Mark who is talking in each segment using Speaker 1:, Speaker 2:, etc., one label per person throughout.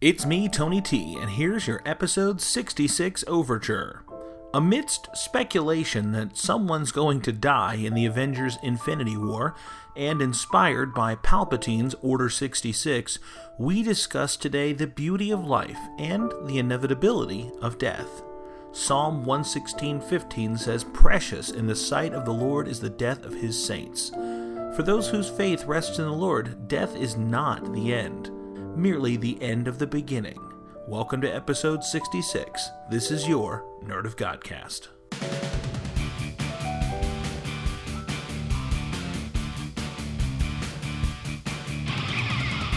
Speaker 1: It's me, Tony T, and here's your episode 66 overture. Amidst speculation that someone's going to die in the Avengers Infinity War, and inspired by Palpatine's Order 66, we discuss today the beauty of life and the inevitability of death. Psalm 116:15 says, "Precious in the sight of the Lord is the death of his saints." For those whose faith rests in the Lord, death is not the end merely the end of the beginning. Welcome to episode 66. This is your Nerd of Godcast.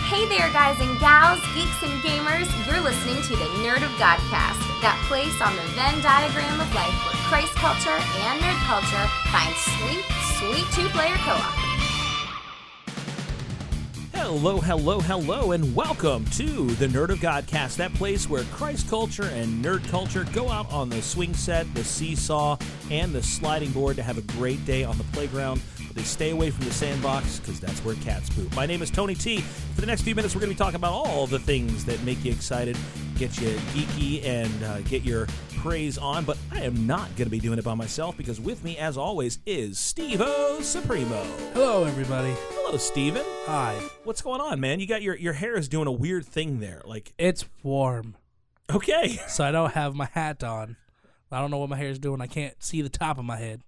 Speaker 2: Hey there, guys and gals, geeks and gamers. You're listening to the Nerd of Godcast, that place on the Venn diagram of life where Christ culture and nerd culture find sweet, sweet two player co op.
Speaker 1: Hello, hello, hello, and welcome to the Nerd of Godcast, that place where Christ culture and nerd culture go out on the swing set, the seesaw, and the sliding board to have a great day on the playground. But they stay away from the sandbox because that's where cats poop. My name is Tony T. For the next few minutes, we're going to be talking about all the things that make you excited, get you geeky, and uh, get your praise on. But I am not going to be doing it by myself because with me, as always, is Steve O Supremo.
Speaker 3: Hello, everybody.
Speaker 1: Hello, Steven.
Speaker 3: Hi.
Speaker 1: What's going on, man? You got your your hair is doing a weird thing there. Like,
Speaker 3: It's warm,
Speaker 1: okay,
Speaker 3: so I don't have my hat on. I don't know what my hair's doing. I can't see the top of my head.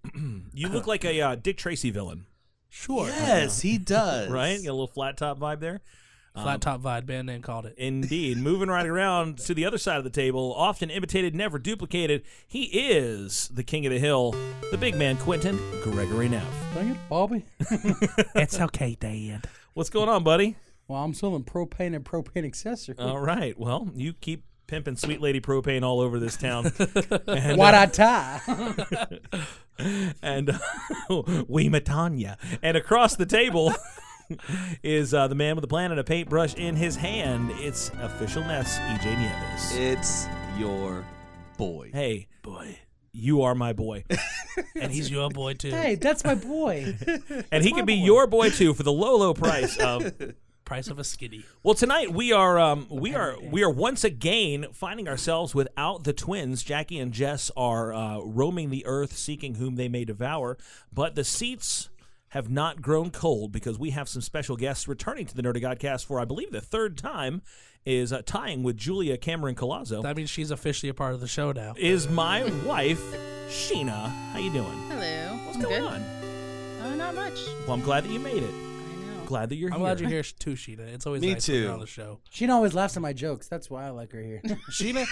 Speaker 1: you look like a uh, Dick Tracy villain,
Speaker 3: Sure.
Speaker 4: Yes, he does.
Speaker 1: right? You got a little flat top vibe there.
Speaker 5: Um,
Speaker 3: Flat top vibe band name called it.
Speaker 1: Indeed. Moving right around to the other side of the table, often imitated, never duplicated. He is the king of the hill, the big man, Quentin Gregory Neff.
Speaker 5: Dang it, Bobby.
Speaker 3: it's okay, Dad.
Speaker 1: What's going on, buddy?
Speaker 5: Well, I'm selling propane and propane accessories.
Speaker 1: All right. Well, you keep pimping sweet lady propane all over this town.
Speaker 3: Uh-huh.
Speaker 5: Why'd I tie?
Speaker 1: and uh, we Matanya. And across the table is uh, the man with the plan and a paintbrush in his hand. It's official Ness, EJ Nieves.
Speaker 4: It's your boy.
Speaker 1: hey, boy, you are my boy,
Speaker 3: And he's your boy, too.
Speaker 5: hey, that's my boy.
Speaker 1: and he can be your boy too for the low, low price of.
Speaker 3: Price of a skitty.
Speaker 1: Well, tonight we are um, we are we are once again finding ourselves without the twins. Jackie and Jess are uh, roaming the earth, seeking whom they may devour. But the seats have not grown cold because we have some special guests returning to the Nerdy Godcast for I believe the third time is uh, tying with Julia Cameron Colazzo
Speaker 3: That means she's officially a part of the show now.
Speaker 1: is my wife Sheena. How you doing?
Speaker 6: Hello.
Speaker 1: What's
Speaker 6: I'm
Speaker 1: going
Speaker 6: good.
Speaker 1: on?
Speaker 6: Oh, not much.
Speaker 1: Well, I'm glad that you made it.
Speaker 6: I know.
Speaker 1: Glad that you're
Speaker 3: I'm
Speaker 1: here.
Speaker 3: glad you're here, too, Sheena. It's always
Speaker 4: Me
Speaker 3: nice when you're
Speaker 4: too.
Speaker 3: on the show.
Speaker 5: She always laughs at my jokes. That's why I like her here.
Speaker 3: Sheena,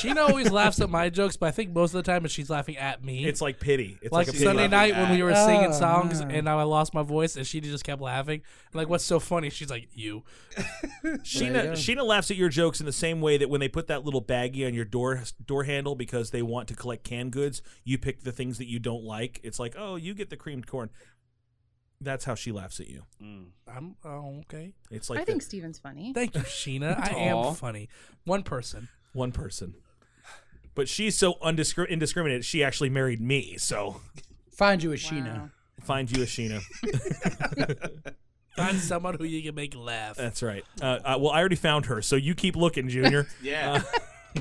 Speaker 3: Sheena always laughs at my jokes, but I think most of the time she's laughing at me.
Speaker 1: It's like pity. It's like,
Speaker 3: like
Speaker 1: a pity
Speaker 3: Sunday
Speaker 1: laugh.
Speaker 3: night when we were singing
Speaker 5: Oh,
Speaker 3: songs
Speaker 5: no.
Speaker 3: and I lost my voice and she just kept laughing. I'm like, what's so funny? She's like, you.
Speaker 5: There you
Speaker 1: Sheena,
Speaker 5: go.
Speaker 1: Sheena laughs at your jokes in the same way that when they put that little baggie on your door door handle because they want to collect canned goods, you pick the things that you don't like. It's like, oh, you get the creamed corn. That's how she laughs at you.
Speaker 3: I'm oh, okay.
Speaker 1: It's like
Speaker 6: I
Speaker 1: the-
Speaker 6: think Steven's funny.
Speaker 3: Thank you, Sheena. I am funny. One person.
Speaker 1: one person. But she's so undiscri- indiscriminate. She actually married me, so
Speaker 5: Find you a
Speaker 6: Wow.
Speaker 5: Sheena.
Speaker 1: find you a Sheena.
Speaker 3: Find someone who you can make laugh.
Speaker 1: That's right. Uh, uh, well, I already found her, so you keep looking, Junior.
Speaker 4: Yeah.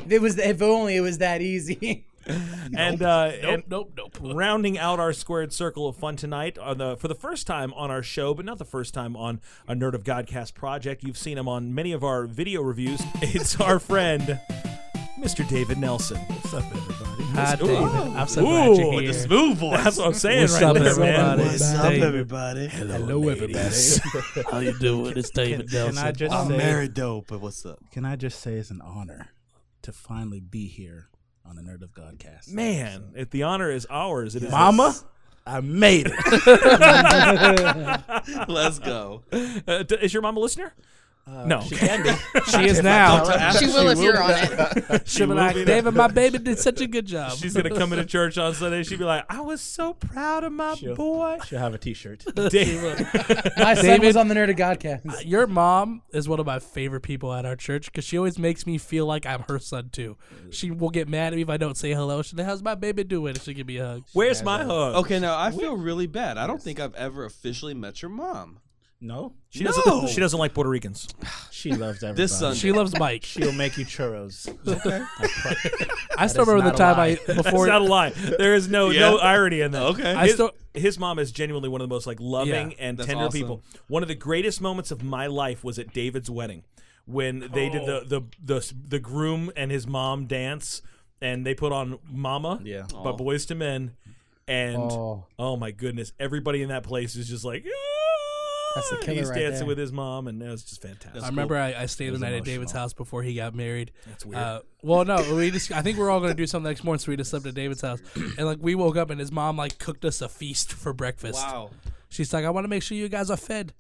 Speaker 5: It was if only it was that easy.
Speaker 1: and uh,
Speaker 3: Nope,
Speaker 1: and
Speaker 3: nope, nope.
Speaker 1: rounding out our squared circle of fun tonight on the for the first time on our show, but not the first time on a Nerd of Godcast project. You've seen him on many of our video reviews. It's our friend, Mr. David Nelson. What's up, everybody?
Speaker 3: Hi, David. I'm so glad
Speaker 1: Ooh,
Speaker 3: you're here.
Speaker 1: the smooth voice. That's what I'm saying
Speaker 3: What's
Speaker 1: right
Speaker 3: up,
Speaker 1: there, man.
Speaker 3: everybody?
Speaker 4: What's up,
Speaker 3: David.
Speaker 4: everybody?
Speaker 3: Hello, everybody. How you doing? It's David Nelson.
Speaker 7: Can I just
Speaker 4: I'm
Speaker 7: say?
Speaker 4: married though, but what's up?
Speaker 7: Can I just say it's an honor to finally be here on the Nerd of Godcast.
Speaker 1: Man, if the honor is ours, it is
Speaker 7: Mama, I made it.
Speaker 4: Let's go.
Speaker 1: Uh, d- is your mom a listener? no.
Speaker 3: she is now.
Speaker 6: She will if you're on it.
Speaker 3: She'll be like, David, my baby did such a good job.
Speaker 1: She's gonna come into church on Sunday. She'd be like, "I was so proud of my boy."
Speaker 7: She'll have a T-shirt.
Speaker 1: David.
Speaker 5: My son
Speaker 3: David-
Speaker 5: was on the Nerd of Godcast.
Speaker 3: Your mom is one of my favorite people at our church because she always makes me feel like I'm her son too. She will get mad at me if I don't say hello. She's like, "How's my baby doing?" And she give me a hug.
Speaker 1: Where's my hug?
Speaker 4: Okay, now I feel really bad. I don't think I've ever officially met your mom.
Speaker 7: No,
Speaker 1: She doesn't. She doesn't like Puerto Ricans.
Speaker 7: she loves everybody.
Speaker 4: This Sunday.
Speaker 3: She loves Mike.
Speaker 7: She'll make you churros. I pro-
Speaker 3: I still
Speaker 7: is
Speaker 3: remember the
Speaker 7: not a
Speaker 3: time I
Speaker 7: lie.
Speaker 1: That's
Speaker 3: before
Speaker 1: not a lie. There is no no
Speaker 4: Yeah.
Speaker 1: irony in that.
Speaker 4: Okay.
Speaker 3: I
Speaker 1: his,
Speaker 3: still-
Speaker 1: his mom is genuinely one of the most like loving
Speaker 3: Yeah,
Speaker 1: and
Speaker 4: that's
Speaker 1: tender
Speaker 4: awesome.
Speaker 1: people. One of the greatest moments of my life was at David's wedding when they did the, the the the groom and his mom dance and they put on Mama
Speaker 7: Yeah.
Speaker 1: by Boys to Men and oh.
Speaker 5: Oh.
Speaker 1: my goodness everybody in that place is just like
Speaker 5: That's the
Speaker 1: "Ah!"
Speaker 5: killer
Speaker 1: He's
Speaker 5: right
Speaker 1: dancing
Speaker 5: there.
Speaker 1: with his mom and it was just fantastic.
Speaker 3: I remember I, I stayed the night at David's
Speaker 7: emotional.
Speaker 3: house before he got married. That's
Speaker 1: weird.
Speaker 3: Uh, well, no, we just I think we were all gonna do something the next morning, so we just slept at David's house. And like we woke up and his mom like cooked us a feast for breakfast.
Speaker 4: Wow.
Speaker 3: She's like, I want to make sure you guys are fed.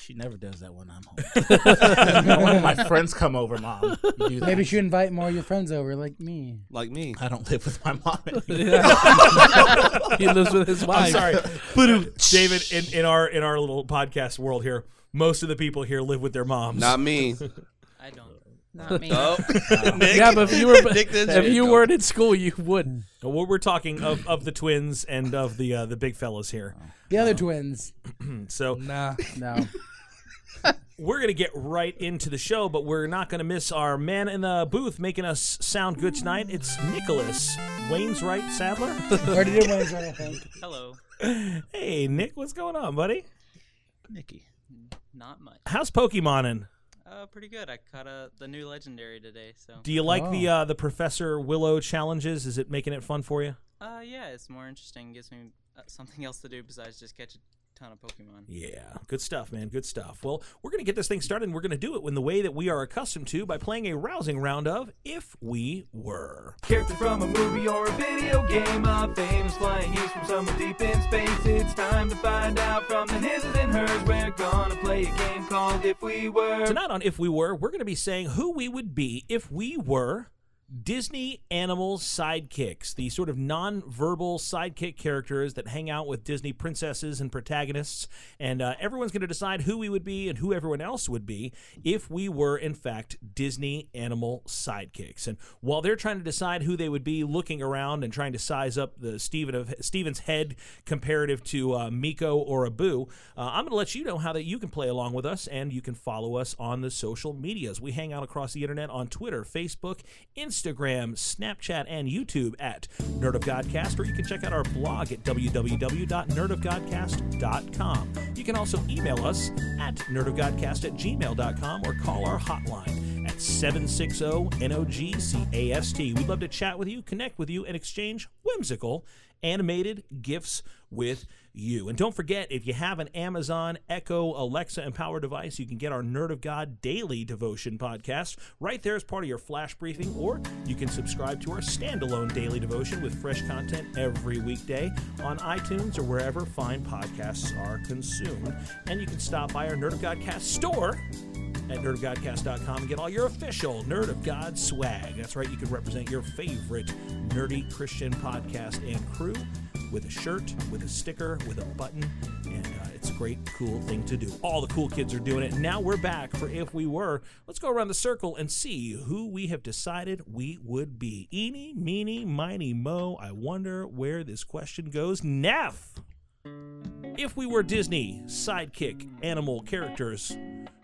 Speaker 7: she never does that when I'm home. when my friends come over, mom, you do that.
Speaker 5: Maybe you should invite more of your friends over, like me.
Speaker 4: Like me.
Speaker 7: I don't live with my mom. anymore.
Speaker 3: he lives with his wife.
Speaker 1: I'm sorry, David. In, in our in our little podcast world here, most of the people here live with their moms.
Speaker 4: Not me.
Speaker 6: I don't. Not me.
Speaker 4: Oh, Nick.
Speaker 3: Yeah, but if you were
Speaker 4: Dick this
Speaker 3: if
Speaker 4: shit.
Speaker 3: you weren't in school, you would.
Speaker 1: Well, we're, we're talking of, of the twins and of the uh, the big fellas here.
Speaker 5: The other twins.
Speaker 1: So
Speaker 3: Nah.
Speaker 5: No.
Speaker 1: we're gonna get right into the show, but we're not gonna miss our man in the booth making us sound good tonight. It's Nicholas Wainwright Sadler.
Speaker 5: Already did one, I think.
Speaker 8: Hello.
Speaker 1: hey, Nick, what's going on, buddy?
Speaker 8: Nikki. Not much.
Speaker 1: How's Pokemonin?
Speaker 8: Uh, pretty good. I caught uh, the new legendary today, so.
Speaker 1: Do you like the uh, the Professor Willow challenges? Is it making it fun for you?
Speaker 8: Uh, yeah, it's more interesting. Gives me uh, something else to do besides just catch a ton of Pokemon.
Speaker 1: Yeah, good stuff, man. Good stuff. Well, we're going to get this thing started, and we're going to do it in the way that we are accustomed to by playing a rousing round of If We Were.
Speaker 9: Character from a movie or a video game, a famous flying ace from somewhere deep in space. It's time to find out from the his and hers. We're gonna play a game called If We Were.
Speaker 1: Tonight on If We Were, we're going to be saying who we would be if we were Disney animal sidekicks, the sort of non-verbal sidekick characters that hang out with Disney princesses and protagonists. And uh, everyone's going to decide who we would be and who everyone else would be if we were, in fact, Disney animal sidekicks. And while they're trying to decide who they would be, looking around and trying to size up the Steven of Steven's head comparative to uh, Miko or Abu, uh, I'm going to let you know how that you can play along with us and you can follow us on the social medias. We hang out across the internet on Twitter, Facebook, Instagram, Snapchat, and YouTube at Nerd of Godcast, or you can check out our blog at www.nerdofgodcast.com. You can also email us at nerdofgodcast at gmail.com or call our hotline at 760 NOGCAST. We'd love to chat with you, connect with you, and exchange whimsical animated gifts with you. And don't forget, if you have an Amazon Echo, Alexa, and Power device, you can get our Nerd of God daily devotion podcast right there as part of your flash briefing, or you can subscribe to our standalone daily devotion with fresh content every weekday on iTunes or wherever fine podcasts are consumed. And you can stop by our Nerd of God cast store at nerdofgodcast.com and get all your official Nerd of God swag. That's right, you can represent your favorite nerdy Christian podcast and crew with a shirt, with a sticker, with a button, and uh, it's a great, cool thing to do. All the cool kids are doing it. Now we're back for If We Were. Let's go around the circle and see who we have decided we would be. Eeny, meeny, miny, mo. I wonder where this question goes. Neff! If we were Disney sidekick animal characters,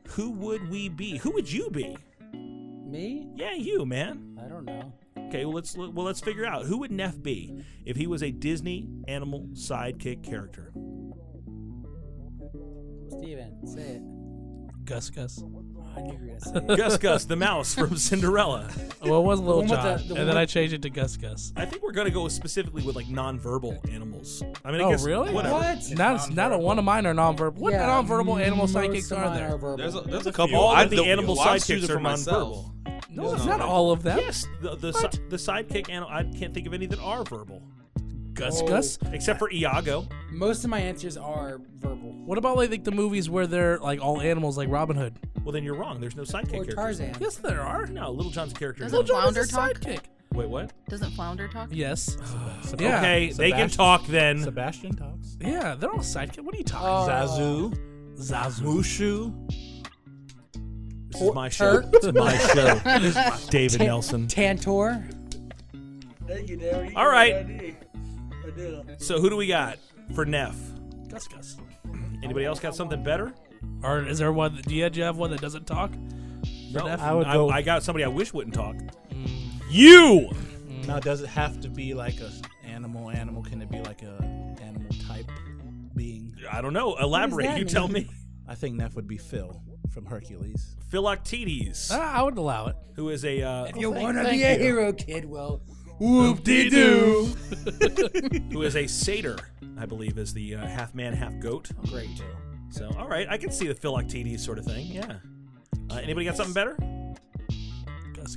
Speaker 1: who would we be? Who would you be?
Speaker 5: Me?
Speaker 1: Yeah, you, man.
Speaker 5: I don't know.
Speaker 1: Okay, well let's well let's figure out who would Neff be if he was a Disney animal sidekick character.
Speaker 5: Steven, say it.
Speaker 3: Gus Gus.
Speaker 5: I knew you were gonna say it.
Speaker 1: Gus Gus the mouse from Cinderella.
Speaker 3: Well, Oh, it was Little
Speaker 5: one with the-
Speaker 3: John,
Speaker 5: the
Speaker 3: and then
Speaker 5: one-
Speaker 3: I changed it to Gus Gus.
Speaker 1: I think we're gonna go specifically with like nonverbal animals. I mean, I
Speaker 3: Oh,
Speaker 1: guess
Speaker 3: really?
Speaker 1: whatever.
Speaker 5: What?
Speaker 3: Not not a one of mine are nonverbal. What
Speaker 5: Yeah,
Speaker 3: nonverbal animal
Speaker 5: most
Speaker 3: sidekicks
Speaker 5: of
Speaker 3: are
Speaker 5: mine
Speaker 3: there?
Speaker 5: verbal.
Speaker 4: There's a, there's a
Speaker 1: All
Speaker 4: couple.
Speaker 1: of the animal sidekicks are nonverbal.
Speaker 3: No, it's
Speaker 4: No.
Speaker 3: not all of them.
Speaker 1: Yes, the the, si- the sidekick animal. I can't think of any that are verbal
Speaker 3: Gus
Speaker 5: Oh.
Speaker 3: Gus.
Speaker 1: except for Iago.
Speaker 5: Most of my answers are verbal.
Speaker 3: What about like, like the movies where they're like all animals, like Robin Hood?
Speaker 1: Well, then you're wrong. There's no sidekick
Speaker 5: Or
Speaker 1: characters.
Speaker 5: Tarzan.
Speaker 3: Yes, there are.
Speaker 1: No, Little John's a character.
Speaker 6: Doesn't Flounder talk?
Speaker 3: Sidekick.
Speaker 1: Wait, what?
Speaker 6: Doesn't Flounder talk?
Speaker 3: Yes.
Speaker 7: Seb-
Speaker 3: Yeah.
Speaker 1: Okay, they can
Speaker 7: Sebastian-
Speaker 1: talk then.
Speaker 7: Sebastian talks.
Speaker 3: Yeah, they're all sidekick. What are you talking?
Speaker 5: Oh.
Speaker 7: Zazu,
Speaker 3: Zazu.
Speaker 7: Mushu.
Speaker 1: This
Speaker 5: Or
Speaker 1: is my show.
Speaker 5: Turk.
Speaker 1: This is my show. This is my- David
Speaker 5: Ta-
Speaker 1: Nelson.
Speaker 5: Tantor.
Speaker 1: All right. So who do we got for Neff?
Speaker 3: Gus Gus.
Speaker 1: Anybody else got something better?
Speaker 3: Or is there one? Do you, do you have one that doesn't talk?
Speaker 7: No,
Speaker 3: Def-
Speaker 7: I would
Speaker 1: I,
Speaker 7: go.
Speaker 1: I got somebody I wish wouldn't talk.
Speaker 5: Mm.
Speaker 7: you. Now, does it have to be like a animal? Animal? Can it be like a animal type being?
Speaker 1: I don't know. Elaborate. You
Speaker 7: that
Speaker 1: tell
Speaker 7: mean?
Speaker 1: me.
Speaker 7: I think Neff would be Phil from Hercules.
Speaker 1: Philoctetes,
Speaker 3: I, I would allow it.
Speaker 1: who is a uh,
Speaker 5: If you want to be a hero, kid, well,
Speaker 7: Whoop de doo.
Speaker 1: who is a satyr, I believe, is the uh, half man, half goat.
Speaker 5: Oh, great.
Speaker 1: So, all right, I can see the Philoctetes sort of thing. Yeah. Uh, anybody got something better?
Speaker 3: Gus,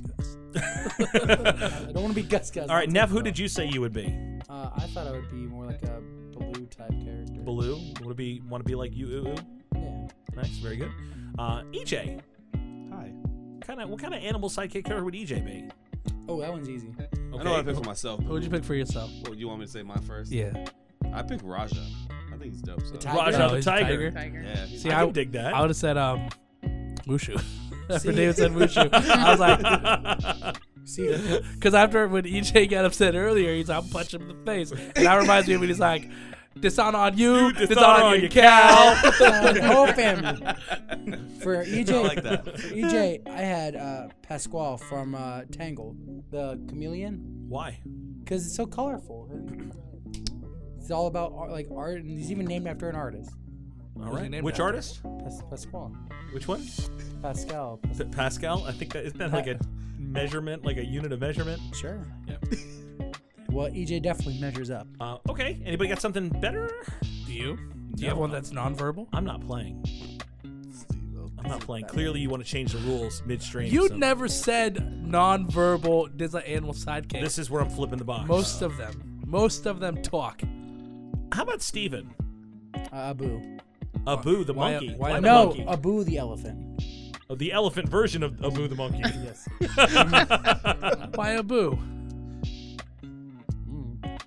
Speaker 3: Gus.
Speaker 5: I don't want to be Gus Gus.
Speaker 1: All right, Nev, who did you say you would be?
Speaker 5: Uh, I thought I would be more like a blue type character.
Speaker 1: Baloo. Would it be want to be like you? Ooh, ooh.
Speaker 5: Yeah.
Speaker 1: Nice, very good. Uh, EJ,
Speaker 4: Hi.
Speaker 1: kind of what kind of animal sidekick character would EJ be?
Speaker 5: Oh, that one's easy.
Speaker 4: I know
Speaker 1: Okay.
Speaker 4: what I pick for myself.
Speaker 3: Who would you pick for yourself?
Speaker 4: Well, you want me to say mine first?
Speaker 3: Yeah.
Speaker 4: I pick Raja. I think he's dope. So.
Speaker 5: tiger.
Speaker 1: Raja
Speaker 3: Oh,
Speaker 1: the
Speaker 3: he's a
Speaker 1: tiger.
Speaker 3: tiger?
Speaker 6: Tiger.
Speaker 4: Yeah.
Speaker 3: See,
Speaker 1: I
Speaker 3: I,
Speaker 1: can dig that.
Speaker 3: I would have said um, Mushu. after
Speaker 5: See?
Speaker 3: David said Mushu, I was like,
Speaker 5: See,
Speaker 3: because after when EJ got upset earlier, he's like, I'm punching him in the face, and that reminds me of when he's like, dishonor on you, dishonor, on, your cow.
Speaker 5: the whole family. For EJ,
Speaker 4: I like that.
Speaker 5: For EJ, I had uh, Pasquale from uh, Tangled, the chameleon,
Speaker 1: Why?
Speaker 5: because it's so colorful. It's all about art, like art, and he's even named after an artist,
Speaker 1: All
Speaker 3: he
Speaker 1: right.
Speaker 3: named
Speaker 1: Which
Speaker 3: after?
Speaker 1: artist?
Speaker 5: Pas- Pasquale,
Speaker 1: Which one?
Speaker 5: Pascal.
Speaker 1: Is it Pascal? I think that isn't that like a measurement, like a unit of measurement.
Speaker 5: Sure.
Speaker 1: Yeah.
Speaker 5: Well, EJ definitely measures up.
Speaker 1: Uh, okay. Anybody got something better?
Speaker 3: Do you? Do you have one that's nonverbal?
Speaker 1: I'm not playing. I'm not playing. Clearly, you want to change the rules midstream.
Speaker 3: You
Speaker 1: so-
Speaker 3: never said nonverbal. There's an animal sidekick.
Speaker 1: This is where I'm flipping the box.
Speaker 3: most of them, most of them talk.
Speaker 1: How about Steven?
Speaker 5: Uh, Abu.
Speaker 1: Abu the
Speaker 3: why-
Speaker 1: monkey.
Speaker 3: why-
Speaker 1: Why the
Speaker 5: No,
Speaker 1: monkey?
Speaker 5: Abu the elephant.
Speaker 1: Oh, the elephant version of Abu the monkey.
Speaker 5: Yes.
Speaker 3: Why a boo?
Speaker 1: I,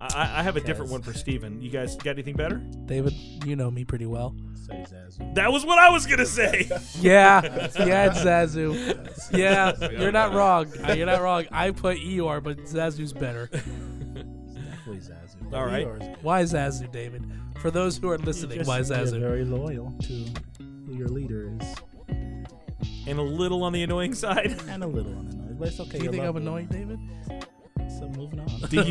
Speaker 1: I- I have a different one for Steven. You guys got anything better?
Speaker 3: David, you know me pretty well.
Speaker 7: Say Zazu.
Speaker 1: That was what I was gonna say.
Speaker 3: Yeah, yeah, it's Zazu. Yeah, you're not wrong. Uh, You're not wrong. I put Eeyore, but Zazu's better.
Speaker 7: Definitely Zazu.
Speaker 1: All right.
Speaker 7: Eeyore is good.
Speaker 3: Why Zazu, David? For those who are listening, why
Speaker 7: You're
Speaker 3: Zazu?
Speaker 7: very loyal to who your leader is,
Speaker 1: and a little on the annoying side.
Speaker 7: and a little annoyed, but it's okay.
Speaker 3: Do you
Speaker 7: you're
Speaker 3: think I'm
Speaker 7: lovable.
Speaker 3: annoying, David?
Speaker 7: So moving on.
Speaker 1: Do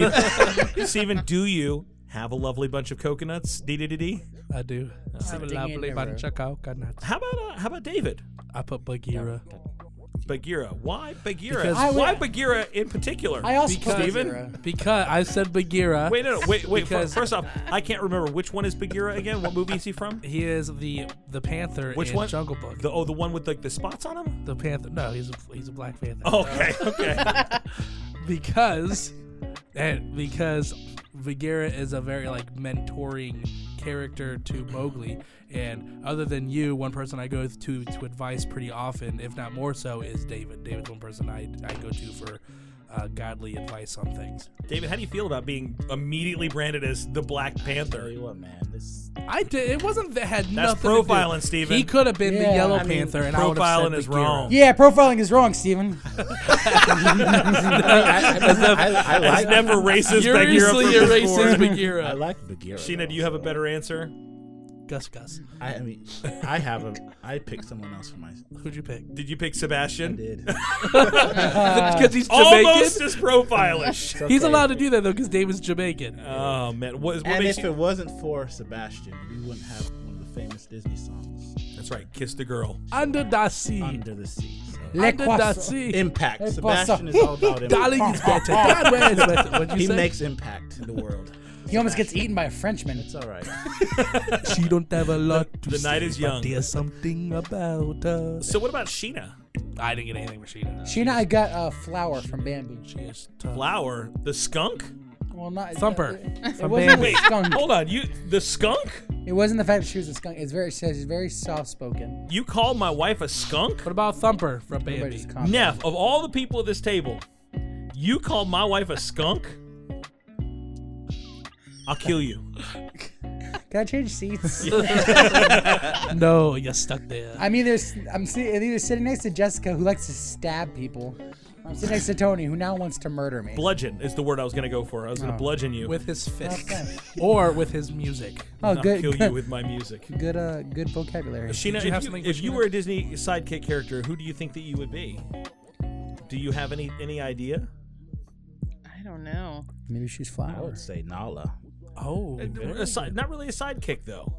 Speaker 1: you, Steven? Do you have a lovely bunch of coconuts? D D D D.
Speaker 3: I do. Have a
Speaker 5: Sitting in
Speaker 3: lovely
Speaker 5: the
Speaker 3: bunch
Speaker 5: room.
Speaker 3: of coconuts.
Speaker 1: How about uh, how about David
Speaker 3: I put Bagheera.
Speaker 1: Bagheera? Why Bagheera?
Speaker 3: Because-
Speaker 5: I would-
Speaker 1: Why Bagheera in particular?
Speaker 5: I also put
Speaker 1: Steven?
Speaker 5: Zero.
Speaker 3: Because I said Bagheera.
Speaker 1: Wait, no, no, wait, wait. fir-
Speaker 3: Because-
Speaker 1: First off, I can't remember which one is Bagheera again. What movie is he from?
Speaker 3: He is the the panther
Speaker 1: Which
Speaker 3: in
Speaker 1: one?
Speaker 3: Jungle Book.
Speaker 1: The oh, the one with like the spots on him.
Speaker 3: The panther. No, he's a, he's a black panther.
Speaker 1: Okay, okay.
Speaker 3: because and because Bagheera is a very like mentoring character to Mowgli, and other than you, one person I go to to advice pretty often, if not more so, is David. David's one person I I go to for uh, godly advice on things.
Speaker 1: David, how do you feel about being immediately branded as the Black
Speaker 7: Tell
Speaker 1: Panther?
Speaker 7: you what, man. This
Speaker 3: I did. It wasn't that had
Speaker 1: That's
Speaker 3: nothing. to do-
Speaker 1: profiling, Steven.
Speaker 3: He could have been the
Speaker 5: Yeah,
Speaker 3: Yellow
Speaker 5: I mean,
Speaker 3: Panther, and I would have
Speaker 1: profiling
Speaker 3: said
Speaker 1: is
Speaker 3: Bagheera.
Speaker 1: wrong.
Speaker 5: Yeah, profiling is wrong, Steven.
Speaker 7: I, I, I
Speaker 1: It's
Speaker 7: like.
Speaker 1: never racist. Bagheera from
Speaker 3: Furiously
Speaker 1: before.
Speaker 3: erases Bagheera.
Speaker 7: I like Bagheera.
Speaker 1: Sheena,
Speaker 7: though,
Speaker 1: do you have a
Speaker 7: so-
Speaker 1: better answer?
Speaker 3: Gus, Gus,
Speaker 7: I, I mean, I have a. I picked someone else for my.
Speaker 3: who'd you pick?
Speaker 1: Did you pick
Speaker 7: I
Speaker 1: Sebastian?
Speaker 7: did.
Speaker 3: Because he's Jamaican.
Speaker 1: Almost as profilish.
Speaker 7: It's
Speaker 3: He's
Speaker 7: okay.
Speaker 3: allowed to do that though, because David's Jamaican.
Speaker 1: Oh man, what, what
Speaker 7: And
Speaker 1: makes
Speaker 7: if
Speaker 1: you?
Speaker 7: it wasn't for Sebastian, we wouldn't have one of the famous Disney songs,
Speaker 1: That's right, kiss the girl.
Speaker 3: Under the sea.
Speaker 7: Under the Sea. So.
Speaker 5: Le
Speaker 3: Under the
Speaker 5: croissant.
Speaker 3: sea.
Speaker 7: Impact.
Speaker 5: Hey, boss.
Speaker 7: Sebastian is all about
Speaker 3: Darling
Speaker 7: impact.
Speaker 3: is better. Darling is better. What'd you
Speaker 7: He
Speaker 3: say?
Speaker 7: makes impact in the world.
Speaker 5: He almost gets eaten by a Frenchman.
Speaker 7: It's all right.
Speaker 3: she don't have a lot to
Speaker 1: The
Speaker 3: say,
Speaker 1: night is
Speaker 3: but
Speaker 1: young.
Speaker 3: There's something about her.
Speaker 1: So what about Sheena?
Speaker 3: I didn't get anything for Sheena.
Speaker 5: She and I got a flower from bamboo.
Speaker 3: She is tough.
Speaker 1: Flower, the skunk.
Speaker 5: Well, not
Speaker 3: Thumper.
Speaker 5: It, it
Speaker 3: From
Speaker 5: wasn't
Speaker 3: Bambi.
Speaker 5: the skunk.
Speaker 1: Hold on, you the skunk?
Speaker 5: It wasn't the fact that she was a skunk. It's very. She's very soft spoken.
Speaker 1: You called my wife a skunk?
Speaker 3: What about Thumper from Bambi?
Speaker 1: Neff, of all the people at this table, you called my wife a skunk? I'll kill you.
Speaker 5: Can I change seats?
Speaker 3: No, you're stuck there.
Speaker 5: I'm either. s- I'm, si- I'm either sitting next to Jessica, who likes to stab people, I'm sitting next to Tony, who now wants to murder me.
Speaker 1: Bludgeon is the word I was going to go for. I was going to
Speaker 5: Oh.
Speaker 1: bludgeon you
Speaker 3: with his fist or with his music.
Speaker 5: Oh,
Speaker 1: Not
Speaker 5: good.
Speaker 1: kill
Speaker 5: good,
Speaker 1: you with my music.
Speaker 5: Good, uh, good vocabulary.
Speaker 1: Sheena,
Speaker 3: Did
Speaker 1: if
Speaker 3: you
Speaker 1: you,
Speaker 3: have something for
Speaker 1: if you were a Disney sidekick character, who do you think that you would be? Do you have any any idea?
Speaker 6: I don't know.
Speaker 5: Maybe she's flower.
Speaker 7: I would say Nala.
Speaker 3: Oh,
Speaker 1: Uh, a side, not really a sidekick though.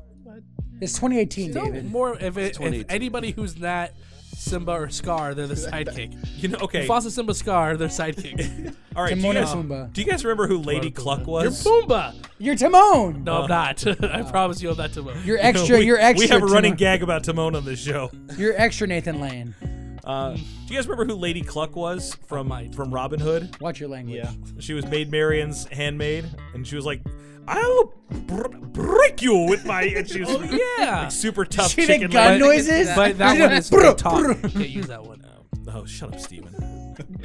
Speaker 5: It's 2018,
Speaker 3: No,
Speaker 5: David.
Speaker 3: more if, it, if
Speaker 7: 2018.
Speaker 3: anybody who's not Simba or Scar, they're the sidekick.
Speaker 1: You know, okay.
Speaker 3: Mufasa, Simba, Scar, they're sidekick.
Speaker 1: All right. Do you,
Speaker 5: Timon and
Speaker 1: guys,
Speaker 5: Pumbaa.
Speaker 1: do you guys remember who Lady Cluck
Speaker 3: You're
Speaker 1: was?
Speaker 3: Pumbaa. Uh,
Speaker 5: You're Timon.
Speaker 3: No, I'm not. I
Speaker 5: uh,
Speaker 3: promise you, I'm not Timon.
Speaker 5: You're extra.
Speaker 1: we,
Speaker 5: you're extra.
Speaker 1: We have a running
Speaker 5: Timon.
Speaker 1: gag about Timon on this show.
Speaker 5: You're extra Nathan Lane.
Speaker 1: Uh, do you guys remember who Lady Cluck was from
Speaker 3: might.
Speaker 1: from Robin Hood?
Speaker 5: Watch your language.
Speaker 7: Yeah.
Speaker 1: She was Maid Marian's handmaid, and she was like, "I'll br- break you with my." And she was
Speaker 3: Oh, yeah.
Speaker 1: like, super tough
Speaker 5: She did
Speaker 1: chicken
Speaker 5: gun
Speaker 1: leg.
Speaker 5: noises.
Speaker 3: But that
Speaker 5: She
Speaker 3: one
Speaker 5: did-
Speaker 3: is for talk. You can't use that one.
Speaker 1: Oh, shut up, Steven.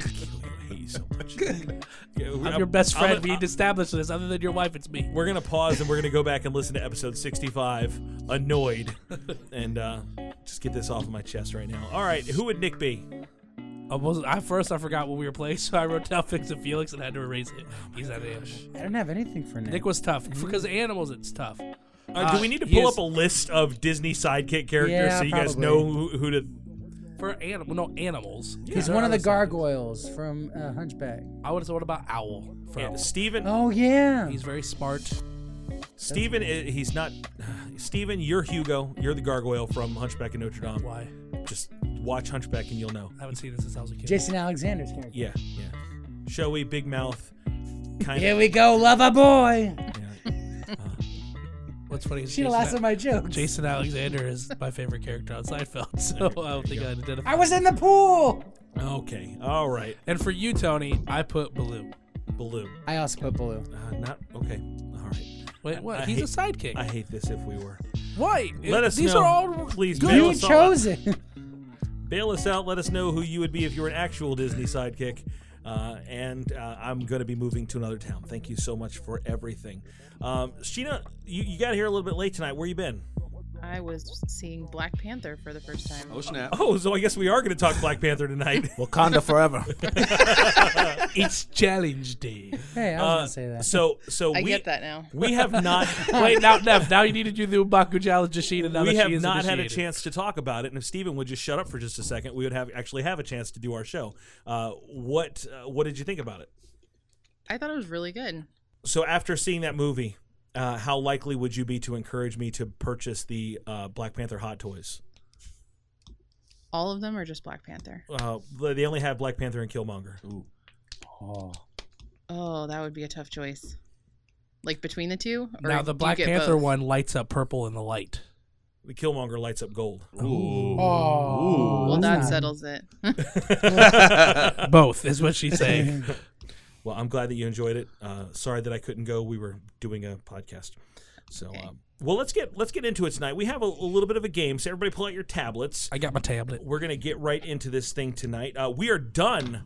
Speaker 1: I hate you so much. Yeah, we-
Speaker 3: I'm your best
Speaker 1: I'm-
Speaker 3: friend. we
Speaker 1: I'm-
Speaker 3: need to establish this. Other than your wife, it's me.
Speaker 1: we're gonna pause and we're gonna go back and listen to episode 65, annoyed, and uh, just get this off of my chest right now. All right, who would Nick be?
Speaker 3: I wasn't. I first I forgot what we were playing, so I wrote down Fix and Felix and had to erase it. He's not there.
Speaker 5: I don't have anything for Nick.
Speaker 3: Nick was tough because animals. It's tough.
Speaker 1: Uh,
Speaker 3: Uh,
Speaker 1: do we need to
Speaker 3: he
Speaker 1: pull
Speaker 3: is-
Speaker 1: up a list of Disney sidekick characters
Speaker 5: Yeah,
Speaker 1: so you guys
Speaker 5: probably.
Speaker 1: know who, who to?
Speaker 3: For
Speaker 1: Mm.
Speaker 3: animal, no animals.
Speaker 5: He's one of the gargoyles from uh, Hunchback.
Speaker 3: I would have thought about owl. From
Speaker 1: Yeah, Steven,
Speaker 5: Oh yeah.
Speaker 3: he's very smart.
Speaker 1: Steven, i- he's not. Steven, you're Hugo. You're the gargoyle from Hunchback of Notre Dame.
Speaker 3: Why?
Speaker 1: Just watch Hunchback and you'll know.
Speaker 3: I haven't seen it since I was a kid.
Speaker 5: Jason Alexander's character.
Speaker 1: Yeah, yeah. Showy, big mouth, kind
Speaker 5: Here we go, lover boy.
Speaker 1: of.
Speaker 3: What's funny is
Speaker 5: She
Speaker 3: Jason,
Speaker 5: laughs at my jokes.
Speaker 3: Jason Alexander is my favorite character on Seinfeld, so I don't think I'd identify.
Speaker 5: I was in the pool.
Speaker 1: Okay, all right.
Speaker 3: And for you, Tony, I put Baloo.
Speaker 1: Baloo.
Speaker 5: I also put Baloo.
Speaker 1: Uh, not okay. All right.
Speaker 3: Wait, what?
Speaker 1: I
Speaker 3: He's a
Speaker 1: hate-
Speaker 3: sidekick.
Speaker 1: I hate this if we were.
Speaker 3: Why?
Speaker 1: Let us
Speaker 3: These
Speaker 1: know.
Speaker 3: are all
Speaker 1: Please
Speaker 3: good.
Speaker 1: mail
Speaker 5: You
Speaker 1: us
Speaker 5: chose it.
Speaker 1: Bail us out. Let us know who you would be if you were an actual Disney sidekick. Uh, and uh, I'm going to be moving to another town. Thank you so much for everything. Um, Sheena, you, you got here a little bit late tonight. Where you been?
Speaker 6: I was seeing Black Panther for the first time.
Speaker 4: Oh snap!
Speaker 1: Oh, so I guess we are going to talk Black Panther tonight.
Speaker 7: Wakanda forever.
Speaker 3: It's challenge day.
Speaker 5: Hey, I was
Speaker 1: Uh,
Speaker 5: gonna say that.
Speaker 1: So, so
Speaker 6: I
Speaker 1: we,
Speaker 6: get that now.
Speaker 1: We have not.
Speaker 3: Wait, now, Nev, now you need to do the Umbaku challenge to Sheena. Now
Speaker 1: we
Speaker 3: that
Speaker 1: have
Speaker 3: she is
Speaker 1: not had a
Speaker 3: initiated.
Speaker 1: chance to talk about it, and if Steven would just shut up for just a second, we would have actually have a chance to do our show. Uh, what uh, What did you think about it?
Speaker 6: I thought it was really good.
Speaker 1: So after seeing that movie, uh, how likely would you be to encourage me to purchase the uh, Black Panther hot toys?
Speaker 6: All of them are just Black Panther.
Speaker 1: Uh, they only have Black Panther and Killmonger.
Speaker 4: Ooh.
Speaker 6: Oh, that would be a tough choice. Like between the two? Or
Speaker 3: Now
Speaker 6: do
Speaker 3: the
Speaker 6: you
Speaker 3: Black
Speaker 6: get
Speaker 3: Panther
Speaker 6: both?
Speaker 3: one lights up purple in the light.
Speaker 1: The Killmonger lights up gold.
Speaker 5: Oh,
Speaker 6: Well, that
Speaker 5: that's not-
Speaker 6: settles it. Hmm?
Speaker 3: Both is what she's saying.
Speaker 1: Well, I'm glad that you enjoyed it. Uh, sorry that I couldn't go. We were doing a podcast. So, um, well, let's get let's get into it tonight. We have a, a little bit of a game. So everybody, pull out your tablets.
Speaker 3: I got my tablet.
Speaker 1: We're gonna get right into this thing tonight. Uh, we are done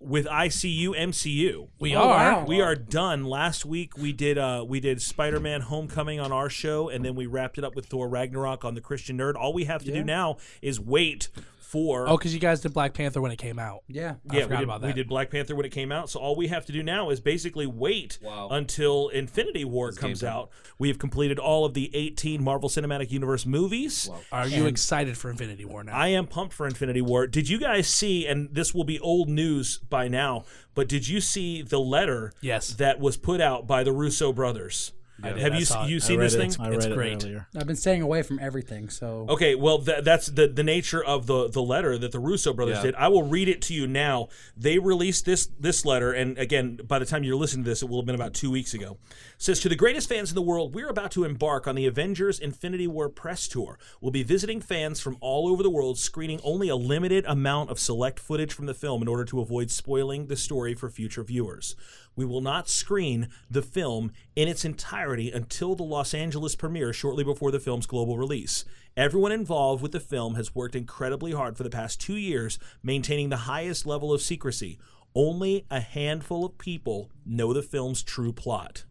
Speaker 1: with ICU MCU.
Speaker 3: We
Speaker 5: Oh,
Speaker 3: are.
Speaker 5: wow.
Speaker 1: We are done. Last week we did uh, we did Spider Man Homecoming on our show, and then we wrapped it up with Thor Ragnarok on the Christian Nerd. All we have to do now is wait for
Speaker 3: Oh, because you guys did Black Panther when it came out.
Speaker 5: yeah.
Speaker 3: I
Speaker 1: yeah, we
Speaker 3: forgot
Speaker 1: did,
Speaker 3: about that.
Speaker 1: we did Black Panther when it came out, so all we have to do now is basically wait
Speaker 4: Wow.
Speaker 1: until Infinity War comes out. We have completed all of the 18 Marvel Cinematic Universe movies.
Speaker 3: Are you excited for Infinity War now?
Speaker 1: I am pumped for Infinity War. Did you guys see? And this will be old news by now, but did you see the letter?
Speaker 3: Yes.
Speaker 1: that was put out by the Russo brothers.
Speaker 3: did.
Speaker 1: Have
Speaker 3: I
Speaker 1: you
Speaker 3: saw it.
Speaker 1: you
Speaker 3: I
Speaker 1: seen this thing?
Speaker 7: I read
Speaker 3: It's
Speaker 7: it
Speaker 3: great.
Speaker 7: earlier.
Speaker 5: I've been staying away from everything, so
Speaker 1: Okay, well th- that's the the nature of the the letter that the Russo brothers
Speaker 4: Yeah.
Speaker 1: did. I will read it to you now. They released this this letter, and again, by the time you're listening to this, it will have been about two weeks ago. It says to the greatest fans in the world, we're about to embark on the Avengers Infinity War press tour. We'll be visiting fans from all over the world, screening only a limited amount of select footage from the film in order to avoid spoiling the story for future viewers. We will not screen the film in its entirety until the Los Angeles premiere shortly before the film's global release. Everyone involved with the film has worked incredibly hard for the past two years, maintaining the highest level of secrecy. Only a handful of people know the film's true plot.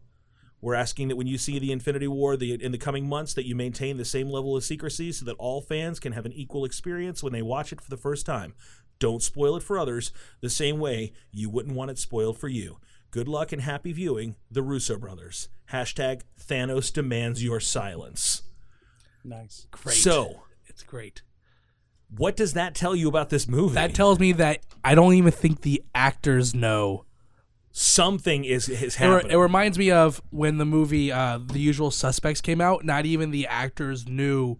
Speaker 1: We're asking that when you see the Infinity War the, in the coming months, that you maintain the same level of secrecy so that all fans can have an equal experience when they watch it for the first time. Don't spoil it for others the same way you wouldn't want it spoiled for you. Good luck and happy viewing, The Russo Brothers. Hashtag Thanos demands your silence.
Speaker 5: Nice.
Speaker 3: Great.
Speaker 1: So,
Speaker 3: it's great.
Speaker 1: what does that tell you about this movie?
Speaker 3: That tells me that I don't even think the actors know
Speaker 1: something is is
Speaker 3: It, re-
Speaker 1: happening.
Speaker 3: it reminds me of when the movie uh, The Usual Suspects came out. Not even the actors knew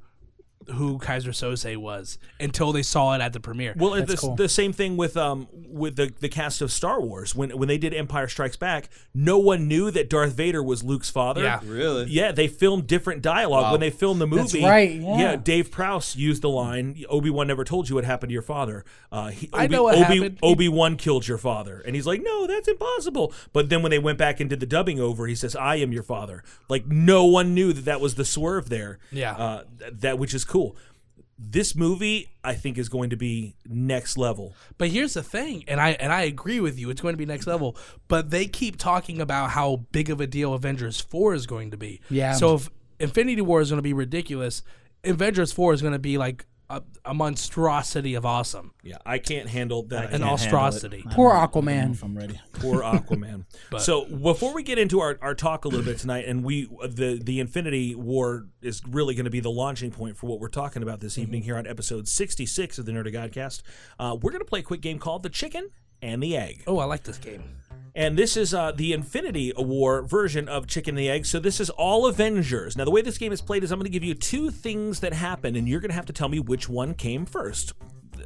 Speaker 3: who Kaiser Sose was until they saw it at the premiere.
Speaker 1: Well, it- the, the same thing with um with the the cast of Star Wars when when they did Empire Strikes Back, no one knew that Darth Vader was Luke's father.
Speaker 3: Yeah.
Speaker 4: Really?
Speaker 1: Yeah, they filmed different dialogue
Speaker 4: Wow.
Speaker 1: when they filmed the
Speaker 5: That's
Speaker 1: movie.
Speaker 5: right, yeah.
Speaker 1: Dave Prouse used the line Obi Wan never told you what happened to your father. Uh, he,
Speaker 3: I know what happened.
Speaker 1: Obi Wan killed your father, and he's like, no, that's impossible. But then when they went back and did the dubbing over, he says, I am your father. Like no one knew that that was the swerve there.
Speaker 3: Yeah.
Speaker 1: uh, th- that which is cool this movie I think is going to be next level.
Speaker 3: But here's the thing, and I and I agree with you. It's going to be next level. But they keep talking about how big of a deal Avengers Four is going to be.
Speaker 5: Yeah.
Speaker 3: So if Infinity War is going to be ridiculous, Avengers Four is going to be like a, a monstrosity of awesome,
Speaker 1: Yeah, I can't handle that.
Speaker 3: an monstrosity.
Speaker 5: Poor Aquaman.
Speaker 7: If I'm ready.
Speaker 1: Poor Aquaman. so before we get into our, our talk a little bit tonight, and we the the Infinity War is really going to be the launching point for what we're talking about this evening here on episode sixty six of the Nerd Godcast. Uh, we're going to play a quick game called the Chicken and the Egg.
Speaker 3: Oh, I like this game.
Speaker 1: And this is uh, the Infinity War version of Chicken and the Egg. So this is all Avengers. Now, the way this game is played is I'm going to give you two things that happen, and you're going to have to tell me which one came first,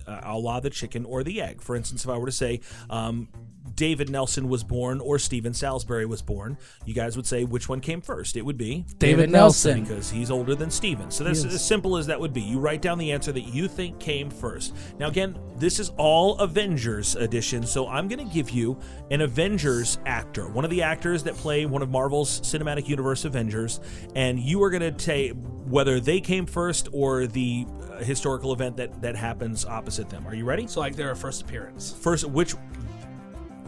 Speaker 1: uh, a la the chicken or the egg. For instance, if I were to say, um, David Nelson was born or Steven Salisbury was born, you guys would say which one came first. It would be
Speaker 3: David Nelson.
Speaker 1: because he's older than Steven. So that's as simple as that would be. You write down the answer that you think came first. Now, again, this is all Avengers edition, so I'm going to give you an Avengers actor, one of the actors that play one of Marvel's Cinematic Universe Avengers, and you are going to say whether they came first or the uh, historical event that, that happens opposite them. Are you ready?
Speaker 3: So like their first appearance,
Speaker 1: First, which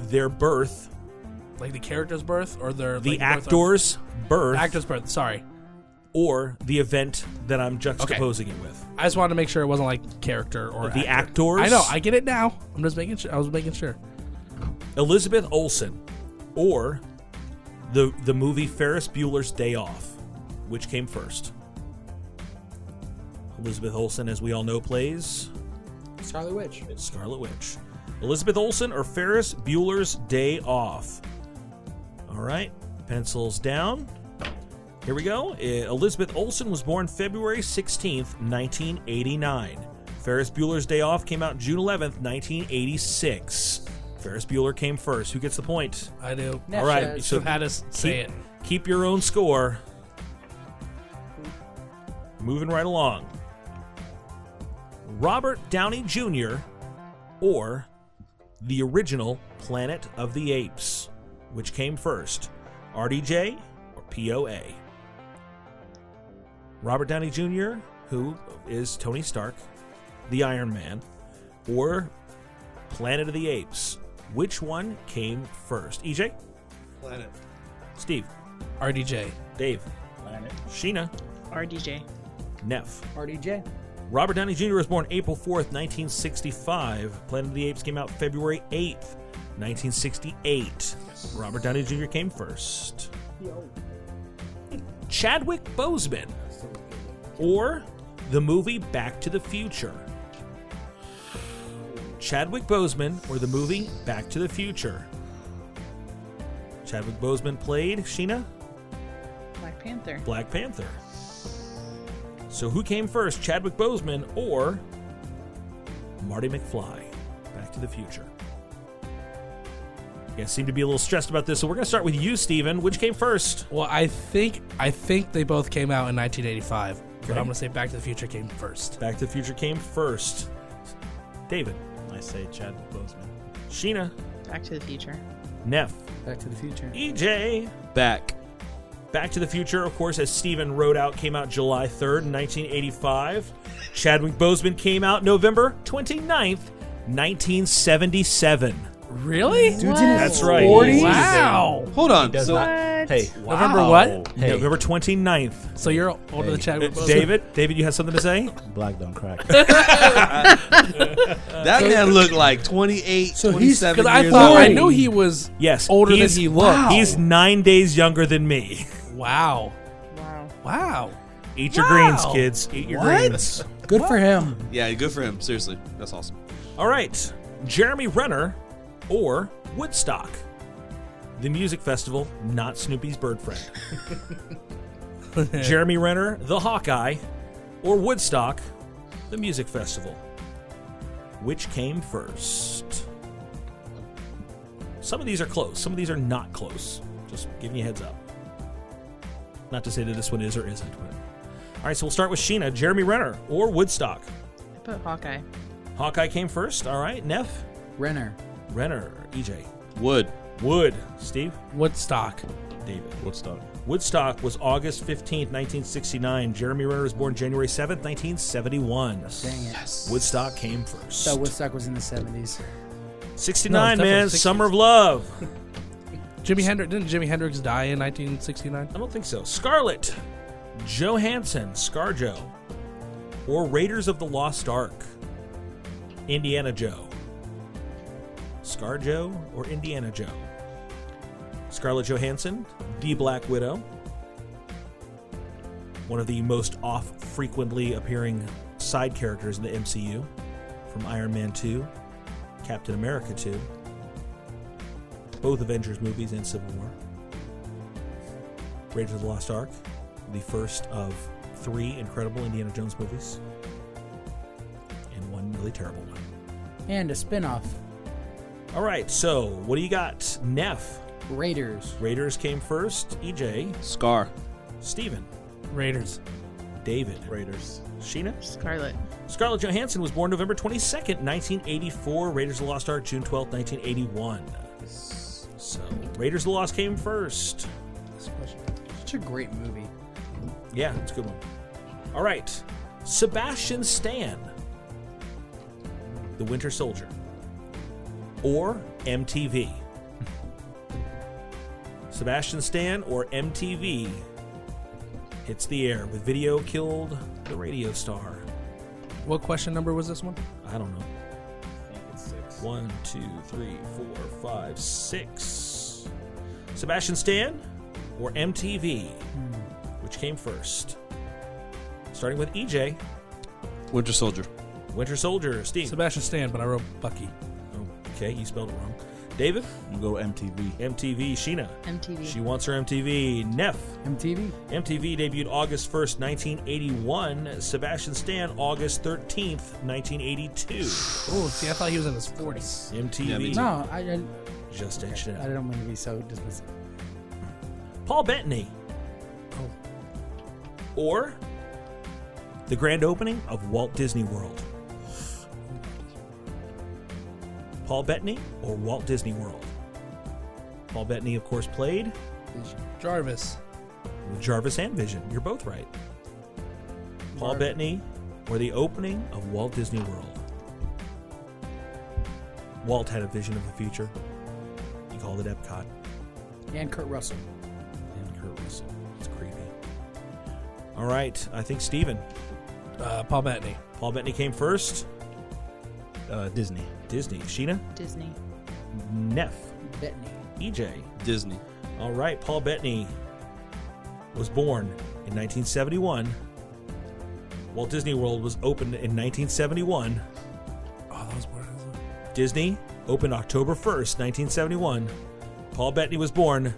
Speaker 1: their birth,
Speaker 3: like the character's birth or their
Speaker 1: the
Speaker 3: like, birth of-
Speaker 1: actor's birth,
Speaker 3: actor's birth. Sorry,
Speaker 1: or the event that I'm juxtaposing it with.
Speaker 3: I just wanted to make sure it wasn't like character or
Speaker 1: The
Speaker 3: actor.
Speaker 1: actors?
Speaker 3: I know. I get it now. I'm just making sure. I was making sure.
Speaker 1: Elizabeth Olsen or the the movie Ferris Bueller's Day Off, which came first? Elizabeth Olsen, as we all know, plays
Speaker 5: Charlie Witch.
Speaker 1: Scarlet Witch. Elizabeth Olsen or Ferris Bueller's Day Off? All right, pencils down. Here we go. Eh, Elizabeth Olsen was born February 16th, 1989. Ferris Bueller's Day Off came out June 11th, 1986. Ferris Bueller came first. Who gets the point?
Speaker 3: I do.
Speaker 1: All right,
Speaker 3: You should have had us say it.
Speaker 1: Keep your own score. Moving right along. Robert Downey Jr. or the original Planet of the Apes, which came first, RDJ or POA? Robert Downey Jr., who is Tony Stark, the Iron Man, or Planet of the Apes? Which one came first? EJ?
Speaker 7: Planet.
Speaker 1: Steve,
Speaker 3: RDJ.
Speaker 1: Dave,
Speaker 7: Planet.
Speaker 1: Sheena,
Speaker 6: RDJ.
Speaker 1: Neff.
Speaker 5: RDJ.
Speaker 1: Robert Downey Jr. was born April 4th, 1965. Planet of the Apes came out February 8th, 1968. Robert Downey Jr. came first. Chadwick Boseman or the movie Back to the Future. Chadwick Boseman or the movie Back to the Future. Chadwick Boseman played Sheena
Speaker 6: Black Panther.
Speaker 1: Black Panther. So who came first, Chadwick Boseman or Marty McFly? Back to the Future. You guys seem to be a little stressed about this, so we're going to start with you, Steven. Which came first?
Speaker 3: Well, I think I think they both came out in 1985, but
Speaker 1: Okay.
Speaker 3: I'm gonna say Back to the Future came first.
Speaker 1: Back to the Future came first. David,
Speaker 7: I say Chadwick Boseman.
Speaker 1: Sheena,
Speaker 6: Back to the Future.
Speaker 1: Neff,
Speaker 5: Back to the Future.
Speaker 1: EJ.
Speaker 4: Back.
Speaker 1: Back to the Future, of course, as Steven wrote out, came out July 3rd, 1985. Chadwick Boseman came out November 29th, 1977.
Speaker 3: Really?
Speaker 5: Dude's in his
Speaker 1: That's right.
Speaker 5: 40s?
Speaker 3: Wow.
Speaker 4: Hold on.
Speaker 1: Does
Speaker 4: so-
Speaker 1: not- hey,
Speaker 3: November what?
Speaker 1: Hey. November 29th.
Speaker 3: So you're older than Chadwick
Speaker 1: Uh,
Speaker 3: Boseman.
Speaker 1: David, David, you had something to say?
Speaker 7: Black don't crack.
Speaker 4: that man looked like 28, so 27
Speaker 3: 'Cause I
Speaker 4: years
Speaker 3: thought
Speaker 4: old.
Speaker 3: I knew he was
Speaker 1: Yes.
Speaker 3: older than
Speaker 1: He's-
Speaker 3: he looked.
Speaker 1: He's nine days younger than me.
Speaker 3: Wow.
Speaker 6: Wow.
Speaker 3: Wow.
Speaker 1: Eat your
Speaker 3: Wow.
Speaker 1: greens, kids. Eat your
Speaker 3: What?
Speaker 1: greens.
Speaker 5: Good for him.
Speaker 4: Yeah, good for him. Seriously, that's awesome.
Speaker 1: All right, Jeremy Renner or Woodstock, the music festival, not Snoopy's bird friend. Jeremy Renner, the Hawkeye, or Woodstock, the music festival. Which came first? Some of these are close, some of these are not close. Just giving you a heads up. Not to say that this one is or isn't. But... All right, so we'll start with Sheena. Jeremy Renner or Woodstock?
Speaker 6: I put Hawkeye.
Speaker 1: Hawkeye came first. All right, Neff.
Speaker 5: Renner.
Speaker 1: Renner, EJ,
Speaker 4: Wood.
Speaker 1: Wood, Steve,
Speaker 3: Woodstock.
Speaker 1: David.
Speaker 4: Woodstock.
Speaker 1: Woodstock was August 15th, 1969. Jeremy Renner was born January 7th, 1971.
Speaker 5: Dang it.
Speaker 1: Woodstock came first.
Speaker 5: That Woodstock was in the 70s.
Speaker 1: 69,
Speaker 3: No, it's
Speaker 1: man.
Speaker 3: definitely
Speaker 1: Summer of Love.
Speaker 3: Jimi Hendrix didn't Jimi Hendrix die in 1969?
Speaker 1: I don't think so. Scarlet, Johansson, Scarjo, or Raiders of the Lost Ark, Indiana Joe. Scarjo or Indiana Joe? Scarlett Johansson, the Black Widow, one of the most off frequently appearing side characters in the MCU, from Iron Man 2, Captain America 2, both Avengers movies, and Civil War. Raiders of the Lost Ark, the first of three incredible Indiana Jones movies, and one really terrible one.
Speaker 5: And a spin-off.
Speaker 1: All right, so what do you got? Neff,
Speaker 5: Raiders.
Speaker 1: Raiders came first. EJ,
Speaker 4: Scar.
Speaker 1: Steven,
Speaker 3: Raiders.
Speaker 1: David,
Speaker 4: Raiders.
Speaker 1: Sheena.
Speaker 6: Scarlet.
Speaker 1: Scarlett Johansson was born November 22nd, 1984. Raiders of the Lost Ark, June 12th, 1981. So Raiders of the Lost came first.
Speaker 5: Such a great movie.
Speaker 1: Yeah, it's a good one. All right. Sebastian Stan, The Winter Soldier, or MTV. Sebastian Stan or MTV hits the air with Video Killed the Radio Star.
Speaker 3: What question number was this one?
Speaker 1: I don't know. One, two, three, four, five, six. Sebastian Stan or MTV? Which came first? Starting with E EJ,
Speaker 4: Winter Soldier.
Speaker 1: Winter Soldier, Steve.
Speaker 3: Sebastian Stan, but I wrote Bucky.
Speaker 1: okay, you spelled it wrong. David,
Speaker 7: I'm going to go MTV.
Speaker 1: MTV, Sheena.
Speaker 6: MTV.
Speaker 1: She wants her MTV. Neff.
Speaker 5: MTV.
Speaker 1: MTV debuted August 1st, 1981. Sebastian Stan, August 13th, 1982.
Speaker 3: Oh, see, I thought he was in his 40s.
Speaker 4: Yeah, me
Speaker 1: MTV.
Speaker 4: too.
Speaker 5: No, I, I,
Speaker 1: Just edged it
Speaker 5: I
Speaker 1: out.
Speaker 5: don't mean to be so dismissive.
Speaker 1: Paul Bettany.
Speaker 3: Oh.
Speaker 1: Or the grand opening of Walt Disney World. Paul Bettany or Walt Disney World? Paul Bettany, of course, played
Speaker 3: Jarvis.
Speaker 1: with Jarvis and Vision. You're both right. Paul Bettany or the opening of Walt Disney World? Walt had a vision of the future. He called it Epcot.
Speaker 5: And Kurt Russell.
Speaker 1: And Kurt Russell. It's creepy. All right. I think Steven.
Speaker 3: Uh, Paul Bettany.
Speaker 1: Paul Bettany came first.
Speaker 7: Uh, Disney.
Speaker 1: Disney. Sheena.
Speaker 6: Disney.
Speaker 1: Neff. E
Speaker 5: Bettany.
Speaker 1: EJ.
Speaker 4: Disney.
Speaker 1: All right. Paul Bettany was born in 1971. Walt Disney World was opened in 1971.
Speaker 3: Oh, that was more.
Speaker 1: Disney opened October 1st, 1971. Paul Bettany was born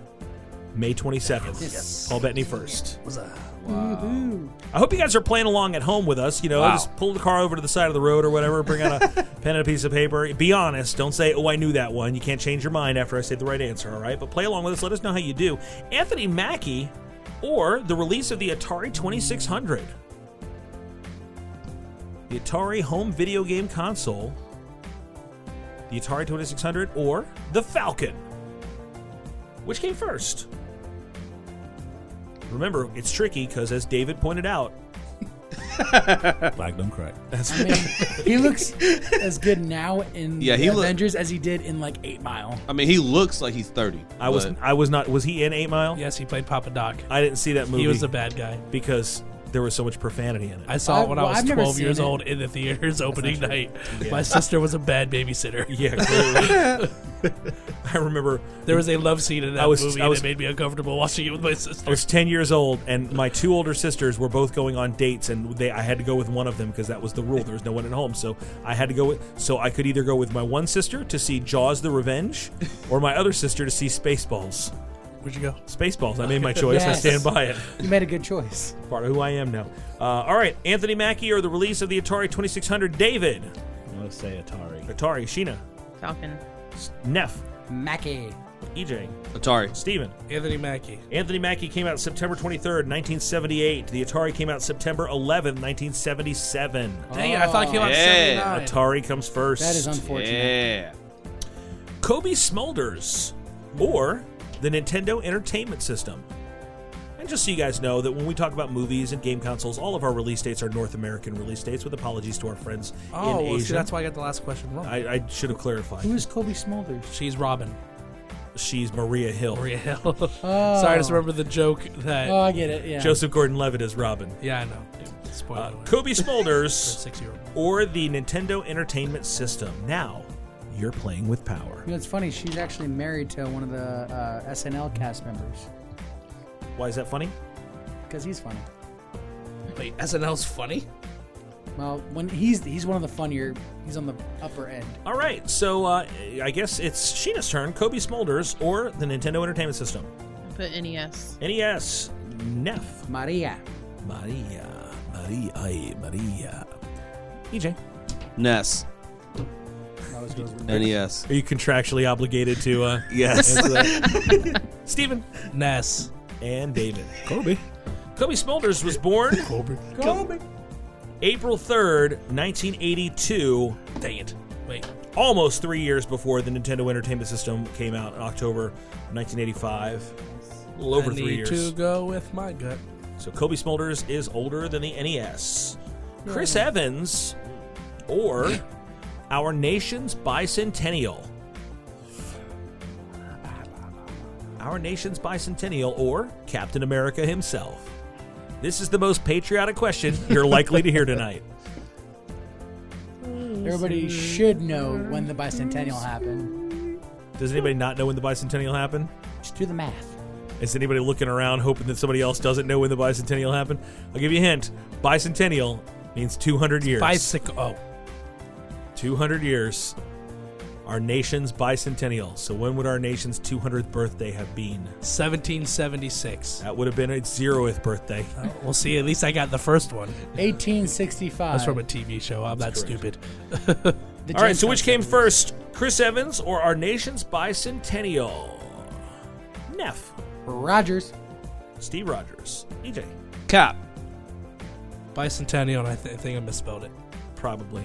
Speaker 1: May 27th.
Speaker 5: Yes.
Speaker 1: Paul Bettany first.
Speaker 3: Was a
Speaker 5: Mm-hmm.
Speaker 1: I hope you guys are playing along at home with us. You know,
Speaker 3: Wow.
Speaker 1: just pull the car over to the side of the road or whatever. Bring out a pen and a piece of paper. Be honest. Don't say, "Oh, I knew that one." You can't change your mind after I say the right answer. All right, but play along with us. Let us know how you do. Anthony Mackie, or the release of the Atari 2600, the Atari home video game console, the Atari 2600, or the Falcon. Which came first? Remember, it's tricky because, as David pointed out,
Speaker 7: Black don't crack.
Speaker 5: I mean, he looks as good now in
Speaker 4: Yeah,
Speaker 5: the
Speaker 4: he look-
Speaker 5: Avengers as he did in like Eight Mile.
Speaker 4: I mean, he looks like he's 30.
Speaker 1: I was
Speaker 4: but-
Speaker 1: I was not was he in Eight Mile?
Speaker 3: Yes, he played Papa Doc.
Speaker 1: I didn't see that movie.
Speaker 3: He was the bad guy.
Speaker 1: because there was so much profanity in it.
Speaker 3: I saw it when I
Speaker 5: well,
Speaker 3: was
Speaker 5: I've never
Speaker 3: 12 years
Speaker 5: seen it.
Speaker 3: old in the theaters opening
Speaker 1: not true.
Speaker 3: night.
Speaker 1: Yeah.
Speaker 3: My sister was a bad babysitter.
Speaker 1: yeah, clearly. I remember
Speaker 3: There was a love scene in that
Speaker 1: I was-
Speaker 3: movie
Speaker 1: I was-
Speaker 3: that made me uncomfortable watching it with my sister.
Speaker 1: I was 10 years old, and my two older sisters were both going on dates, and they I had to go with one of them because that was the rule. There was no one at home, so I had to go with. So I could either go with my one sister to see Jaws: The Revenge, or my other sister to see Spaceballs.
Speaker 3: Where'd you go?
Speaker 1: Spaceballs. I made my choice.
Speaker 5: Yes.
Speaker 1: I stand by it.
Speaker 5: You made a good choice.
Speaker 1: Part of who I am now. Uh, all right, Anthony Mackie or the release of the Atari 2600. David,
Speaker 7: I'm gonna say Atari.
Speaker 1: Atari, Sheena,
Speaker 6: Falcon.
Speaker 1: Neff,
Speaker 5: Mackey.
Speaker 1: EJ,
Speaker 4: Atari.
Speaker 1: Steven.
Speaker 3: Anthony Mackie.
Speaker 1: Anthony Mackie came out September 23rd, 1978. The Atari came out September 11th, 1977.
Speaker 3: Dang it, I thought it came out
Speaker 4: Yeah.
Speaker 3: in 79.
Speaker 1: Atari comes first.
Speaker 5: That is unfortunate.
Speaker 4: Yeah.
Speaker 1: Kobe Smulders or the Nintendo Entertainment System. And just so you guys know that when we talk about movies and game consoles, all of our release dates are North American release dates. With apologies to our friends
Speaker 3: Oh,
Speaker 1: in
Speaker 3: well, see,
Speaker 1: Asia. Uh.
Speaker 3: that's why I got the last question wrong.
Speaker 1: I, I should have clarified.
Speaker 5: Who is Kobe Smulders?
Speaker 3: She's Robin.
Speaker 1: She's Maria Hill.
Speaker 3: Maria Hill. Sorry, I just remember the joke that.
Speaker 1: Uh.
Speaker 5: Oh, I get it. Yeah.
Speaker 1: Joseph Gordon-Levitt is Robin.
Speaker 3: yeah, I know. Spoiler
Speaker 1: Uh,
Speaker 3: alert.
Speaker 1: Kobe Smulders.
Speaker 3: Six year old.
Speaker 1: or the Nintendo Entertainment System. Now, you're playing with power.
Speaker 5: You know, it's funny. She's actually married to one of the uh, SNL cast members
Speaker 1: Why is that funny?
Speaker 5: because he's funny.
Speaker 3: Wait, SNL's funny?
Speaker 5: Well, when he's he's one of the funnier. He's on the upper end.
Speaker 1: All right, so uh, I guess it's Sheena's turn. Kobe Smulders or the Nintendo Entertainment System.
Speaker 6: Put E NES.
Speaker 1: NES. Neff.
Speaker 5: Maria.
Speaker 1: Maria. Maria. Maria. E EJ.
Speaker 4: NES.
Speaker 5: Always goes with
Speaker 4: NES.
Speaker 1: Are you contractually obligated to uh,
Speaker 4: Yes.
Speaker 1: answer that? Steven.
Speaker 3: Ness.
Speaker 1: And David. Kobe. Kobe Smulders was born
Speaker 5: Kobe.
Speaker 1: April 3rd, 1982.
Speaker 3: Dang it. Wait.
Speaker 1: almost three years before the Nintendo Entertainment System came out in October 1985. A little over
Speaker 3: I
Speaker 1: three
Speaker 3: need
Speaker 1: years.
Speaker 3: to go with my gut.
Speaker 1: So Kobe Smulders is older than the NES. Chris Evans, or our nation's bicentennial. Our nation's bicentennial, or Captain America himself. This is the most patriotic question you're likely to hear tonight.
Speaker 5: Everybody should know when the bicentennial happened.
Speaker 1: Does anybody not know when the bicentennial happened?
Speaker 5: Just do the math.
Speaker 1: Is anybody looking around hoping that somebody else doesn't know when the bicentennial happened? I'll give you a hint. Bicentennial means 200 years.
Speaker 3: Bicycle. Oh.
Speaker 1: 200 years. Our nation's bicentennial. So when would our nation's 200th birthday have been?
Speaker 3: 1776.
Speaker 1: That would have been its 0th birthday.
Speaker 3: Oh, we'll see. At least I got the first one.
Speaker 5: 1865.
Speaker 3: That's from a TV show. I'm not stupid.
Speaker 5: The
Speaker 1: All right,
Speaker 5: James
Speaker 1: so which came
Speaker 5: Bond movie.
Speaker 1: first? Chris Evans or our nation's bicentennial? Neff,
Speaker 5: Rogers.
Speaker 1: Steve Rogers, E EJ,
Speaker 4: Cap.
Speaker 3: Bicentennial, and I, th- I think I misspelled it.
Speaker 1: probably.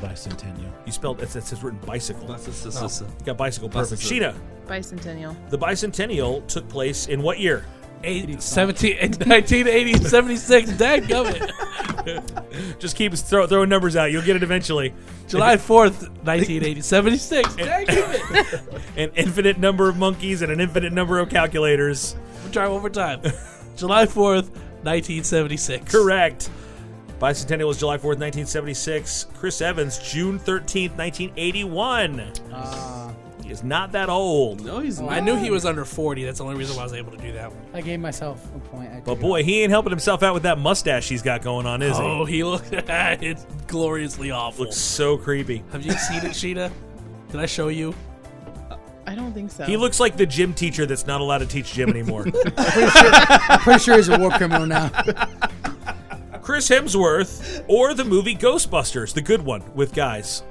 Speaker 7: Bicentennial.
Speaker 1: You spelled it says written bicycle.
Speaker 4: That's a,
Speaker 1: You got bicycle perfect. Sheena,
Speaker 4: Bicentennial.
Speaker 6: Bicentennial.
Speaker 1: the bicentennial took place in what year?
Speaker 3: Eight, 17, 1980, 76. Dang it.
Speaker 1: Just keep throw, throwing numbers out. You'll get it eventually.
Speaker 3: July 4th, 1980, 76. Dang it.
Speaker 1: An infinite number of monkeys and an infinite number of calculators.
Speaker 3: We'll try one more time. July 4th, 1976.
Speaker 1: Correct. Bicentennial was July 4th, 1976. Chris Evans, June 13th, 1981.
Speaker 3: Ah.
Speaker 5: Uh,
Speaker 1: He is not that old.
Speaker 4: No, he's
Speaker 3: I knew he was under 40. That's the only reason why I was able to do that one.
Speaker 5: I gave myself a point. I took
Speaker 1: But
Speaker 5: it
Speaker 1: boy, he ain't helping himself out with that mustache he's got going on, is
Speaker 3: Oh,
Speaker 1: he?
Speaker 3: he looked it's gloriously awful.
Speaker 1: Looks so creepy.
Speaker 3: Have you seen it, Sheena? Did I show you?
Speaker 6: I don't think so.
Speaker 1: He looks like the gym teacher that's not allowed to teach gym anymore.
Speaker 5: off. Pretty sure he's a war criminal now.
Speaker 1: Chris Hemsworth or the movie Ghostbusters, the good one with guys.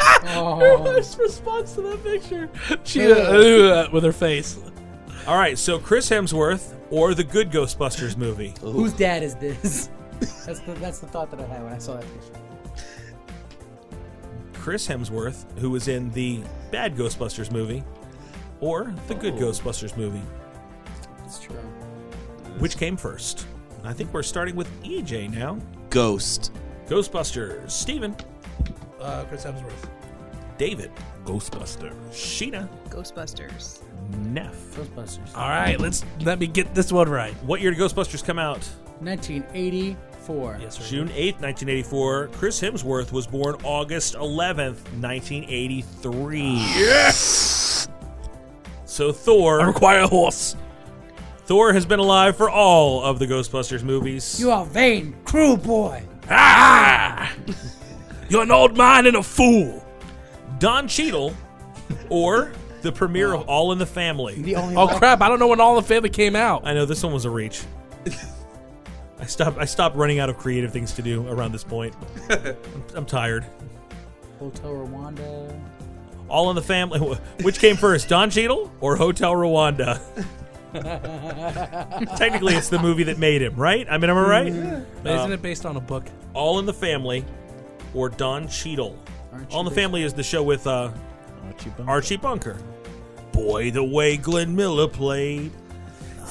Speaker 5: Oh,
Speaker 3: This response to that picture. Sheena uh, with her face.
Speaker 1: All right, so Chris Hemsworth or the good Ghostbusters movie.
Speaker 5: whose dad is this? That's the, that's the thought that I had when I saw that picture.
Speaker 1: Chris Hemsworth, who was in the bad Ghostbusters movie, or the good Ghostbusters movie.
Speaker 5: It's true.
Speaker 1: Which came first? I think we're starting with EJ E now.
Speaker 4: Ghost.
Speaker 1: Ghostbusters. Steven.
Speaker 3: Uh, Chris Hemsworth.
Speaker 1: David. Ghostbusters. Sheena.
Speaker 6: Ghostbusters.
Speaker 1: Neff.
Speaker 5: Ghostbusters.
Speaker 1: All right, let's
Speaker 3: let me get this one right.
Speaker 1: What year did Ghostbusters come out?
Speaker 5: 1984.
Speaker 3: Yes,
Speaker 1: June 8th, 1984. Chris Hemsworth was born August 11th, 1983. Yes! So Thor. I
Speaker 3: require a horse.
Speaker 1: Thor has been alive for all of the Ghostbusters movies.
Speaker 5: You are vain, cruel boy.
Speaker 1: Ah! You're an old man and a fool. Don Cheadle, or the premiere of All in the Family.
Speaker 3: oh crap! I don't know when All in the Family came out.
Speaker 1: I know this one was a reach. I stopped. I stopped running out of creative things to do around this point. I'm, I'm tired.
Speaker 5: Hotel Rwanda.
Speaker 1: All in the Family. Which came first, Don Cheadle or Hotel Rwanda? Technically, it's the movie that made him, right? I mean, am I right?
Speaker 3: Isn't
Speaker 1: Um,
Speaker 3: it based on a book?
Speaker 1: All in the Family or Don Cheadle. All in the Family is the show with uh, Archie, Bunker. Boy, the way Glenn Miller played.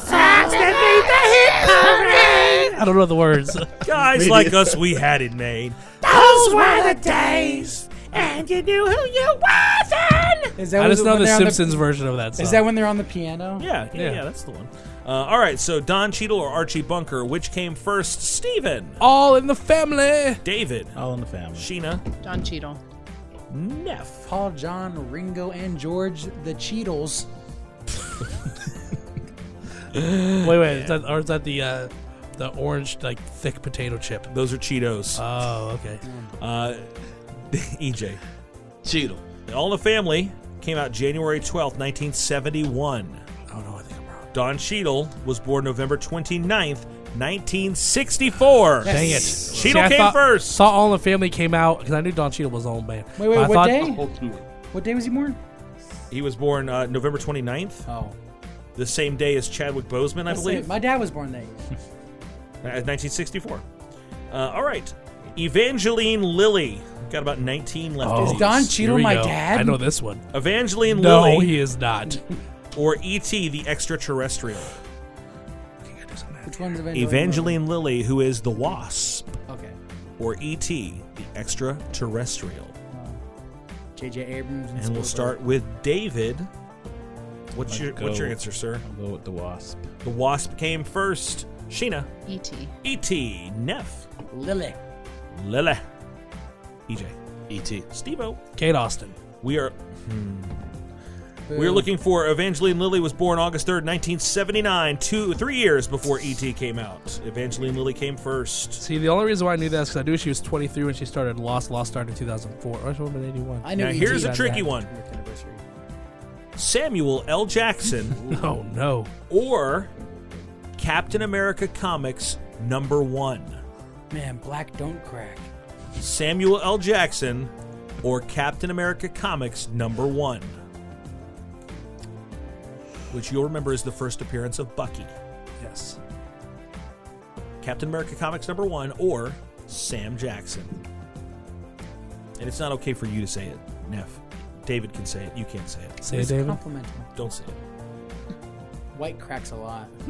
Speaker 3: I don't know the words.
Speaker 1: Guys like us, we had it made.
Speaker 10: Those were the days, and you knew who you wasn't.
Speaker 5: Is
Speaker 3: I
Speaker 5: when-
Speaker 3: just know
Speaker 5: when
Speaker 3: the
Speaker 5: they're on
Speaker 3: Simpsons version of that song.
Speaker 5: Is that when they're on the piano?
Speaker 1: Yeah, yeah, yeah, that's the one. Uh, all right, so Don Cheadle or Archie Bunker, which came first? Steven,
Speaker 3: All in the Family.
Speaker 1: David,
Speaker 7: All in the family.
Speaker 1: Sheena,
Speaker 6: Don Cheadle.
Speaker 1: Neff.
Speaker 5: Paul, John, Ringo, and George, the Cheetles.
Speaker 3: wait, wait. Is that, or is that the uh, the orange like thick potato chip?
Speaker 1: Those are Cheetos.
Speaker 3: Oh, okay.
Speaker 1: Uh, EJ.
Speaker 4: Cheadle.
Speaker 1: All in the Family came out January 12th, 1971.
Speaker 3: Oh no, I think I'm wrong.
Speaker 1: Don Cheadle was born November 29th, 1964.
Speaker 3: Dang it! See,
Speaker 1: Cheadle
Speaker 3: I
Speaker 1: came
Speaker 3: thought-
Speaker 1: first.
Speaker 3: Saw All in the Family came out because I knew Don Cheadle was the old man.
Speaker 5: Wait, wait,
Speaker 3: But I
Speaker 5: what
Speaker 3: thought-
Speaker 5: day? What day was he born?
Speaker 1: He was born uh, November 29th,
Speaker 5: Oh,
Speaker 1: the same day as Chadwick Boseman, I
Speaker 5: That's
Speaker 1: believe.
Speaker 5: it. My dad was born that year.
Speaker 1: Uh, 1964. Uh, all right. Evangeline Lilly. Got about 19 left.
Speaker 3: Oh,
Speaker 5: Is Don
Speaker 3: here
Speaker 5: Cheadle
Speaker 3: we
Speaker 5: my
Speaker 3: go.
Speaker 5: dad?
Speaker 3: I know this one.
Speaker 1: Evangeline
Speaker 3: No,
Speaker 1: Lilly
Speaker 3: he is not.
Speaker 1: or E.T. the Extraterrestrial.
Speaker 5: Which one's Evangeline?
Speaker 1: Evangeline Lilly, who is the Wasp,
Speaker 5: Okay.
Speaker 1: or E.T. the Extraterrestrial.
Speaker 5: J.J. Abrams. And,
Speaker 1: And we'll
Speaker 5: Spielberg.
Speaker 1: start with David. What's your What's your answer, sir?
Speaker 7: I'll go with the wasp.
Speaker 1: The Wasp came first. Sheena, E
Speaker 6: E.T.
Speaker 1: E.T. Neff,
Speaker 5: Lily.
Speaker 1: Lilly, E.J.
Speaker 4: E.T.
Speaker 1: Stevo.
Speaker 3: Kate Austin.
Speaker 1: E We are We're looking for Evangeline Lilly was born August 3rd, 1979, two three years before E.T. came out. Evangeline Lilly came first.
Speaker 3: See, the only reason why I knew that is because I knew she was 23 when she started Lost. Lost started in 2004. Or should have Oh, been 81.
Speaker 5: I knew
Speaker 1: Now,
Speaker 5: E.T.
Speaker 1: here's a
Speaker 5: had
Speaker 1: tricky
Speaker 5: that
Speaker 1: one.
Speaker 5: 20th anniversary.
Speaker 1: Samuel L. Jackson
Speaker 3: Oh no!
Speaker 1: or Captain America Comics number one.
Speaker 5: Man, black don't crack.
Speaker 1: Samuel L. Jackson or Captain America Comics number one. Which you'll remember is the first appearance of Bucky.
Speaker 3: Yes.
Speaker 1: Captain America Comics number one or Sam Jackson. And it's not okay for you to say it, Neff. David can say it. You can't say it.
Speaker 3: Say it, David.
Speaker 5: Compliment him.
Speaker 1: Don't say it.
Speaker 5: White cracks a lot.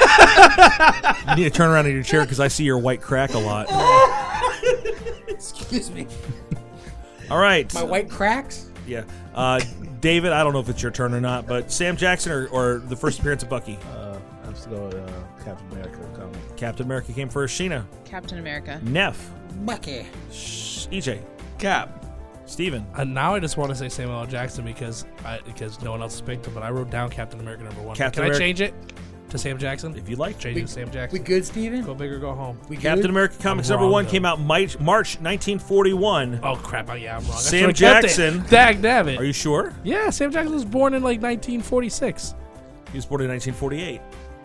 Speaker 1: You need to turn around in your chair because I see your white crack a lot.
Speaker 5: Excuse me.
Speaker 1: All right.
Speaker 3: Uh,
Speaker 5: My white cracks?
Speaker 1: Yeah. Uh, David, I don't know if it's your turn or not, but Sam Jackson or, or the first appearance of Bucky?
Speaker 7: Uh, I'm just going with uh, Captain America. Comic.
Speaker 1: Captain America came first. Sheena.
Speaker 6: Captain America.
Speaker 1: Neff.
Speaker 5: Bucky.
Speaker 1: Sh- EJ.
Speaker 4: Cap.
Speaker 1: Steven.
Speaker 3: And Uh, now I just want to say Samuel L. Jackson because I, because no one else picked him, but I wrote down Captain America number one.
Speaker 1: Captain
Speaker 3: Can
Speaker 1: America-
Speaker 3: I change it to Sam Jackson?
Speaker 1: If you like.
Speaker 3: Change it to Sam
Speaker 5: We
Speaker 3: Jackson.
Speaker 5: good, Steven?
Speaker 3: go big or go home.
Speaker 5: We
Speaker 1: Captain
Speaker 5: good?
Speaker 1: America Comics
Speaker 3: I'm
Speaker 1: number
Speaker 3: wrong,
Speaker 1: one
Speaker 3: though.
Speaker 1: came out Mi- March 1941.
Speaker 3: Oh crap! Oh, yeah, I'm wrong. I
Speaker 1: Sam
Speaker 3: should've kept it.
Speaker 1: Jackson.
Speaker 3: Dag nabbit.
Speaker 1: Are you sure?
Speaker 3: yeah, Sam Jackson was born in like 1946.
Speaker 1: He was born in 1948.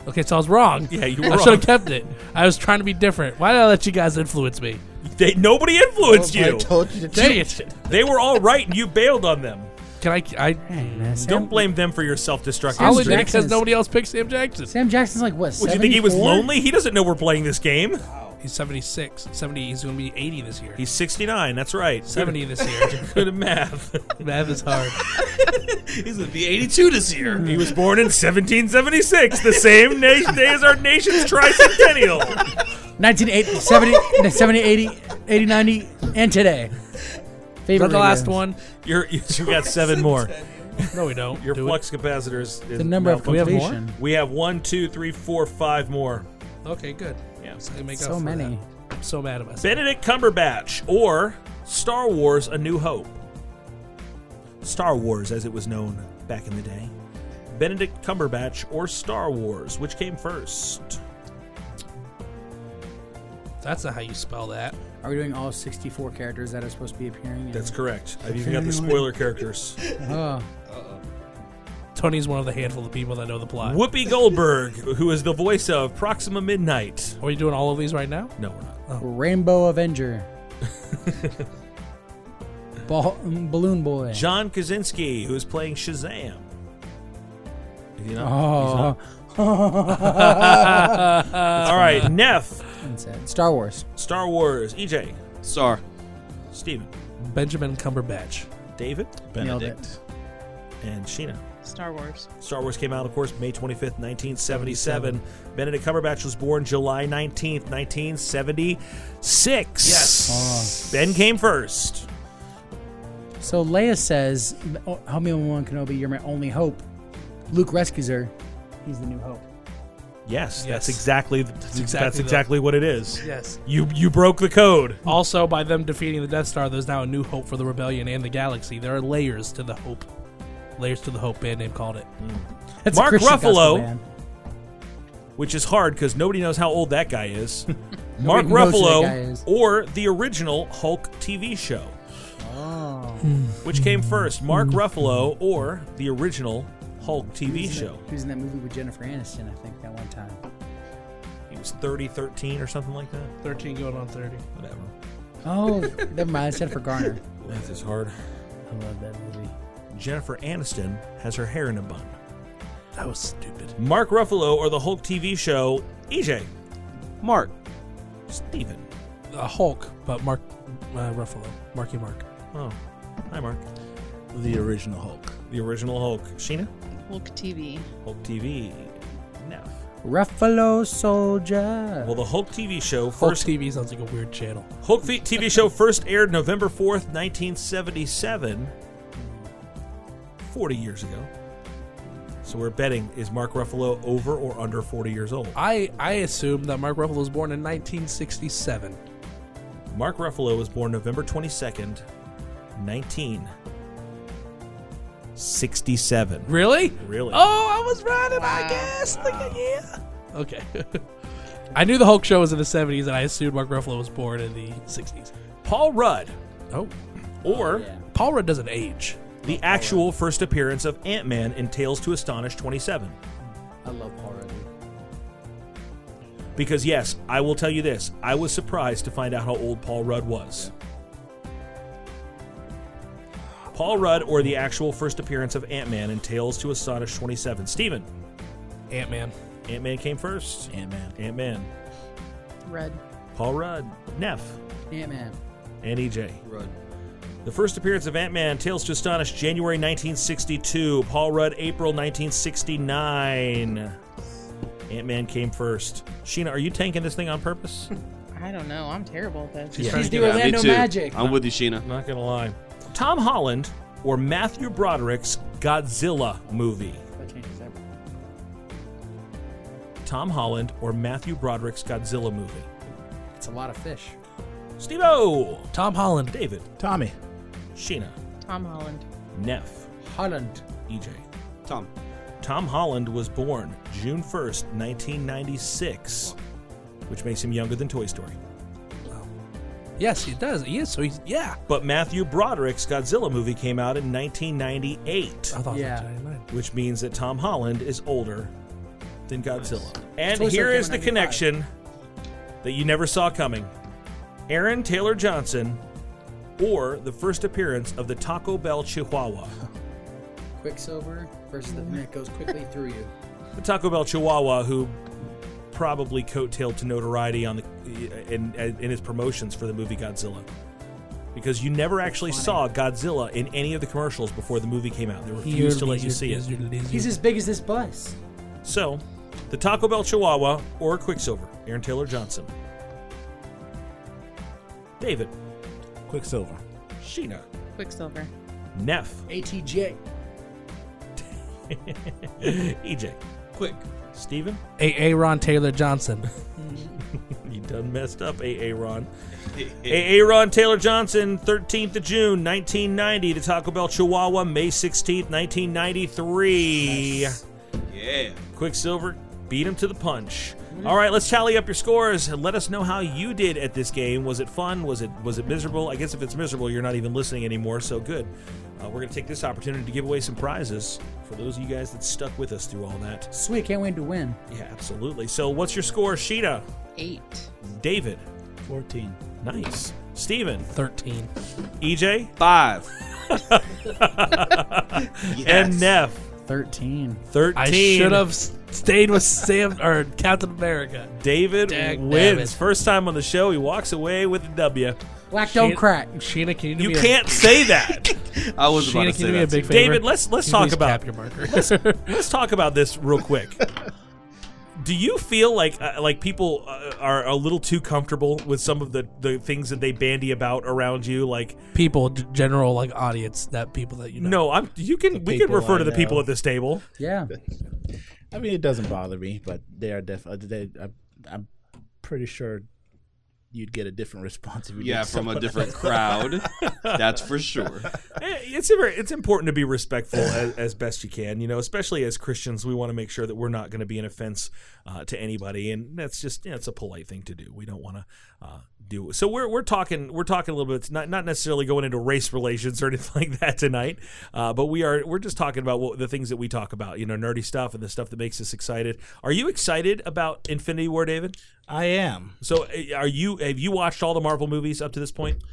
Speaker 3: Okay, so I was wrong.
Speaker 1: Yeah, you
Speaker 3: I
Speaker 1: were
Speaker 3: should
Speaker 1: wrong.
Speaker 3: have kept it. I was trying to be different. Why did I let you guys influence me?
Speaker 1: They, nobody influenced
Speaker 3: Oh,
Speaker 1: you.
Speaker 5: you to
Speaker 3: Dang it!
Speaker 1: They were all right, and you bailed on them.
Speaker 3: Can I? I
Speaker 1: Don't blame them for your self-destruct.
Speaker 3: I'll
Speaker 1: history.
Speaker 3: admit
Speaker 5: Jackson.
Speaker 3: because nobody else picked Sam Jackson.
Speaker 5: Sam Jackson's like what?
Speaker 1: Would you think he was
Speaker 5: 74?
Speaker 1: lonely? He doesn't know we're playing this game.
Speaker 3: He's 76. 70. He's going to be 80 this year.
Speaker 1: He's 69. That's right.
Speaker 3: 70 this year.
Speaker 1: Good at math.
Speaker 3: Math is hard.
Speaker 4: He's gonna be 82 this year.
Speaker 1: he was born in 1776, the same na- day as our nation's tricentennial.
Speaker 5: 1980, 70, 70, 80, 80, 90, and today.
Speaker 3: Is
Speaker 5: Favorite
Speaker 3: that the last
Speaker 5: radio.
Speaker 3: one?
Speaker 1: You're, you you got seven more.
Speaker 3: No, we don't.
Speaker 1: Your
Speaker 3: Do
Speaker 1: flux capacitor is, is
Speaker 5: The number of
Speaker 1: malfunctioning. We have more?
Speaker 5: completion.
Speaker 1: We have one, two, three, four, five more.
Speaker 3: Okay, good. Yeah, so, make
Speaker 1: So
Speaker 3: up for
Speaker 1: many.
Speaker 3: That. I'm so mad at myself.
Speaker 1: Benedict Cumberbatch or Star Wars: A New Hope. Star Wars, as it was known back in the day. Benedict Cumberbatch or Star Wars, which came first?
Speaker 3: That's not how you spell that.
Speaker 5: Are we doing all 64 characters that are supposed to be appearing? in-
Speaker 1: That's correct. I've even got the spoiler characters.
Speaker 5: Oh.
Speaker 3: Tony's one of the handful of people that know the plot.
Speaker 1: Whoopi Goldberg, who is the voice of Proxima Midnight.
Speaker 3: Are we doing all of these right now?
Speaker 1: No, we're not.
Speaker 5: Rainbow Avenger. Ball, um, Balloon Boy.
Speaker 1: John Krasinski, who is playing Shazam. Is he not? He's
Speaker 5: Oh.
Speaker 1: not. All right, Neff.
Speaker 5: Star Wars.
Speaker 1: Star Wars. EJ.
Speaker 4: Star.
Speaker 1: Steven.
Speaker 3: Benjamin Cumberbatch.
Speaker 1: David.
Speaker 6: Nailed it.
Speaker 1: Benedict. And Sheena.
Speaker 6: Star Wars.
Speaker 1: Star Wars came out, of course, May 25th, 1977. Benedict Cumberbatch was born July 19th, 1976. Yes. Ben came first.
Speaker 5: So Leia says, oh, "Help me, Obi-Wan Kenobi. You're my only hope." Luke rescues her. He's the new hope.
Speaker 1: Yes,
Speaker 3: Yes.
Speaker 1: that's exactly that's exactly,
Speaker 3: exactly
Speaker 1: that's
Speaker 3: the-
Speaker 1: exactly what it is.
Speaker 3: Yes.
Speaker 1: You you broke the code.
Speaker 3: Also, by them defeating the Death Star, there's now a new hope for the rebellion and the galaxy. There are layers to the hope. Layers to the hope. Band name called it.
Speaker 5: That's a
Speaker 1: Mark
Speaker 5: Christian gospel
Speaker 1: Ruffalo,
Speaker 5: band.
Speaker 1: which is hard because nobody knows how old that guy is. Mark
Speaker 5: Nobody knows who that guy
Speaker 1: Ruffalo
Speaker 5: is.
Speaker 1: or the original Hulk TV show.
Speaker 5: Oh.
Speaker 1: Which came first, Mark
Speaker 5: Hmm.
Speaker 1: Ruffalo or the original Hulk TV
Speaker 5: Who's in
Speaker 1: show?
Speaker 5: that- Who's in that movie with Jennifer Aniston? I think that one time.
Speaker 1: He was 30, 13 or something like that.
Speaker 3: 13 going on 30.
Speaker 1: Whatever.
Speaker 5: Oh, never mind. It's Jennifer Garner.
Speaker 1: Math is hard.
Speaker 5: I love that movie.
Speaker 1: Jennifer Aniston has her hair in a bun.
Speaker 3: That was stupid.
Speaker 1: Mark Ruffalo or the Hulk TV show? EJ.
Speaker 4: Mark.
Speaker 1: Steven.
Speaker 3: A Uh, Hulk, but Mark uh, Ruffalo. Marky Mark.
Speaker 1: Oh, hi, Mark.
Speaker 7: The original Hulk.
Speaker 1: The original Hulk. Sheena?
Speaker 6: Hulk TV.
Speaker 1: Hulk Uh, TV. No.
Speaker 5: Ruffalo Soldier.
Speaker 1: Well, the Hulk TV show
Speaker 3: Hulk
Speaker 1: first
Speaker 3: TV sounds like a weird channel.
Speaker 1: Hulk v- TV show first aired November 4th, 1977. 40 years ago. So we're betting is Mark Ruffalo over or under 40 years old?
Speaker 3: I I assume that Mark Ruffalo was born in 1967.
Speaker 1: Mark Ruffalo was born November 22nd, 1967.
Speaker 3: Really?
Speaker 1: Really? Ah.
Speaker 3: Oh, I was right and I guessed. Look at yeah. Okay. I knew the Hulk show was in the 70s, and I assumed Mark Ruffalo was born in the 60s.
Speaker 1: Paul Rudd
Speaker 3: Oh,
Speaker 1: or
Speaker 3: Paul Rudd doesn't age.
Speaker 1: the actual first appearance of Ant Man in Tales to Astonish 27.
Speaker 5: I love Paul Rudd.
Speaker 1: Because, yes, I will tell you this I was surprised to find out how old Paul Rudd was. Paul Rudd or the actual first appearance of Ant Man in Tales to Astonish 27. Steven,
Speaker 3: Ant Man.
Speaker 1: Ant Man came first.
Speaker 7: Ant Man.
Speaker 1: Ant Man.
Speaker 6: Red.
Speaker 1: Paul Rudd. Neff.
Speaker 5: Ant Man.
Speaker 1: And EJ.
Speaker 4: Rudd.
Speaker 1: The first appearance of Ant Man, Tales to Astonish, January 1962. Paul Rudd, April 1969. Ant Man came first. Sheena, are you tanking this thing on purpose?
Speaker 6: I don't know. I'm terrible at that.
Speaker 1: Yeah.
Speaker 5: She's the
Speaker 4: Yeah, me
Speaker 5: Orlando
Speaker 4: too.
Speaker 5: Magic.
Speaker 4: I'm with you, Sheena.
Speaker 1: Not gonna lie. Tom Holland or Matthew Broderick's Godzilla movie?
Speaker 5: That changes everything.
Speaker 1: Tom Holland or Matthew Broderick's Godzilla movie?
Speaker 5: It's a lot of fish.
Speaker 1: Steve O!
Speaker 3: Tom Holland.
Speaker 1: David,
Speaker 7: Tommy.
Speaker 1: Sheena,
Speaker 6: Tom Holland.
Speaker 1: Neff, E
Speaker 5: Holland.
Speaker 1: EJ.
Speaker 4: Tom.
Speaker 1: Tom Holland was born June 1st, 1996, which makes him younger than Toy Story.
Speaker 3: Yes, he does. He is. So he's yeah.
Speaker 1: But Matthew Broderick's Godzilla movie came out in 1998,
Speaker 3: I thought
Speaker 5: Yeah.
Speaker 3: yeah.
Speaker 1: which means that Tom Holland is older than Godzilla. And
Speaker 5: Toy Story
Speaker 1: here
Speaker 5: came
Speaker 1: is
Speaker 5: in
Speaker 1: the
Speaker 5: 95.
Speaker 1: connection that you never saw coming Aaron Taylor Johnson or the first appearance of the Taco Bell Chihuahua.
Speaker 5: Quicksilver versus
Speaker 4: Mm-hmm.
Speaker 5: the thing that goes quickly through you.
Speaker 1: The Taco Bell Chihuahua, who probably coattailed to notoriety on the in, in his promotions for the movie Godzilla. Because you never actually saw Godzilla in any of the commercials before the movie came out. They refused to let you see it.
Speaker 5: He's as big as this bus.
Speaker 1: So, the Taco Bell Chihuahua or Quicksilver, Aaron Taylor Johnson. David.
Speaker 7: Quicksilver.
Speaker 1: Sheena.
Speaker 6: Quicksilver.
Speaker 1: Neff.
Speaker 5: ATJ.
Speaker 1: EJ. Quick. E Steven.
Speaker 3: A. Aaron Taylor Johnson.
Speaker 1: You done messed up, A.A. Ron. A.A. Ron Taylor Johnson, 13th of June, 1990, to Taco Bell Chihuahua, May 16th, 1993.
Speaker 4: Yeah.
Speaker 1: Quicksilver beat him to the punch. All right, let's tally up your scores and let us know how you did at this game. Was it fun? Was it was it miserable? I guess if it's miserable, you're not even listening anymore. So good. Uh, we're gonna take this opportunity to give away some prizes for those of you guys that stuck with us through all that.
Speaker 5: Sweet, can't wait to win.
Speaker 1: Yeah, absolutely. So, what's your score, Sheeta?
Speaker 6: Eight.
Speaker 1: David.
Speaker 7: 14.
Speaker 1: Nice. Steven. E
Speaker 3: 13.
Speaker 1: EJ.
Speaker 4: 5.
Speaker 1: And Neff.
Speaker 5: 13.
Speaker 1: 13.
Speaker 3: I should have s- stayed with Sam or Captain America.
Speaker 1: David
Speaker 3: Dag nabbit.
Speaker 1: wins. First time on the show, he walks away with a W.
Speaker 5: Black don't
Speaker 3: Sheena-
Speaker 5: crack.
Speaker 3: Sheena, can you do
Speaker 1: You
Speaker 3: me a-
Speaker 1: can't say that.
Speaker 4: I was about
Speaker 3: Sheena, can
Speaker 4: to say
Speaker 3: you do me
Speaker 4: that
Speaker 3: a big
Speaker 4: too.
Speaker 3: favor?
Speaker 1: David, let's let's
Speaker 3: Can you
Speaker 1: talk about
Speaker 3: please tap your marker.
Speaker 1: let's, let's talk about this real quick. Do you feel like uh, like people uh, are a little too comfortable with some of the, the things that they bandy about around you? Like,
Speaker 3: people, g- general like audience, that people that you know.
Speaker 1: no, I'm. You can we can
Speaker 7: people
Speaker 1: refer
Speaker 7: I
Speaker 1: to the people
Speaker 7: know.
Speaker 1: at this table.
Speaker 5: Yeah.
Speaker 7: I mean, it doesn't bother me, but they are def. uh, They, I'm, I'm pretty sure you'd get a different response if you
Speaker 4: Yeah,
Speaker 7: did
Speaker 4: from a
Speaker 7: someone
Speaker 4: different
Speaker 7: else.
Speaker 4: crowd. That's for sure.
Speaker 1: Eh, It's very- it's important to be respectful as, as best you can. You know, especially as Christians, we want to make sure that we're not going to be an offense uh, to anybody, and that's just that's a polite thing to do. We don't want to uh, do so. We're we're talking we're talking a little bit not not necessarily going into race relations or anything like that tonight, uh, but we are we're just talking about what, the things that we talk about. You know, nerdy stuff and the stuff that makes us excited. Are you excited about Infinity War, David?
Speaker 7: I am.
Speaker 1: So, eh, are you have you watched all the Marvel movies up to this point?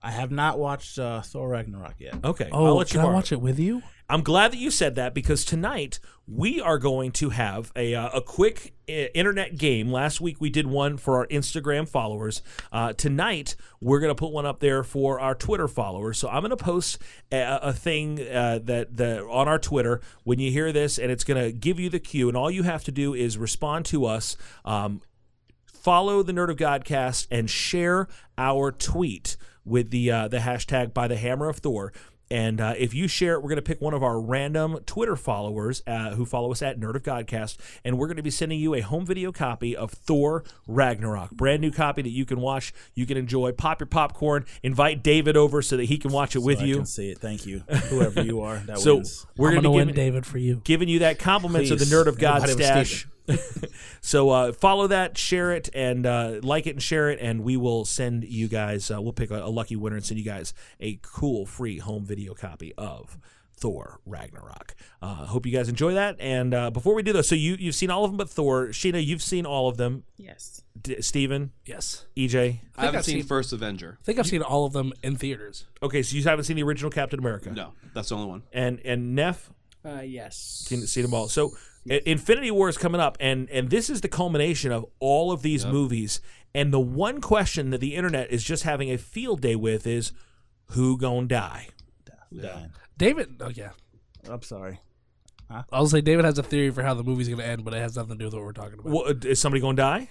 Speaker 7: I have not watched uh, Thor Ragnarok yet.
Speaker 1: Okay,
Speaker 3: Oh,
Speaker 1: I'll let you
Speaker 3: can I
Speaker 1: borrow it.
Speaker 3: watch it with you?
Speaker 1: I'm glad that you said that because tonight we are going to have a, uh, a quick uh, internet game. Last week we did one for our Instagram followers. Uh, tonight we're going to put one up there for our Twitter followers. So I'm going to post a, a thing uh, that the on our Twitter when you hear this, and it's going to give you the cue. And all you have to do is respond to us. Um, follow the Nerd of Godcast and share our tweet with the uh, the hashtag by the Hammer of Thor. And uh, if you share it, we're going to pick one of our random Twitter followers uh, who follow us at Nerd of Godcast, and we're going to be sending you a home video copy of Thor Ragnarok, brand new copy that you can watch, you can enjoy, pop your popcorn, invite David over so that he can watch it with
Speaker 7: So I
Speaker 1: you.
Speaker 7: can see it. Thank you, whoever you are. That
Speaker 1: So
Speaker 7: wins.
Speaker 1: we're
Speaker 3: I'm
Speaker 1: going
Speaker 3: gonna
Speaker 1: to
Speaker 3: win
Speaker 1: give,
Speaker 3: David for you.
Speaker 1: giving you that compliments of the
Speaker 7: Please.
Speaker 1: nerd of God
Speaker 7: Everybody was
Speaker 1: stash. so uh, follow that, share it, and uh, like it and share it, and we will send you guys. Uh, we'll pick a, a lucky winner and send you guys a cool free home video copy of Thor Ragnarok. Uh, hope you guys enjoy that. And uh, before we do though, so you you've seen all of them but Thor. Sheena, you've seen all of them.
Speaker 6: Yes.
Speaker 1: D- Steven, E
Speaker 3: Yes.
Speaker 1: EJ.
Speaker 4: I haven't
Speaker 3: I've
Speaker 4: seen,
Speaker 3: seen-
Speaker 4: First Avenger.
Speaker 3: I think I've seen all of them in theaters.
Speaker 1: Okay, so you haven't seen the original Captain America.
Speaker 4: No, that's the only one.
Speaker 1: And and Neff.
Speaker 5: Uh, yes.
Speaker 1: seen, seen them all. So I- Infinity War is coming up, and and this is the culmination of all of these movies. And the one question that the internet is just having a field day with is, who gonna die?
Speaker 3: David, oh yeah.
Speaker 7: I'm sorry.
Speaker 3: I'll say David has a theory for how the movie's going to end, but it has nothing to do with what we're talking about.
Speaker 1: Wha- is somebody gonna die?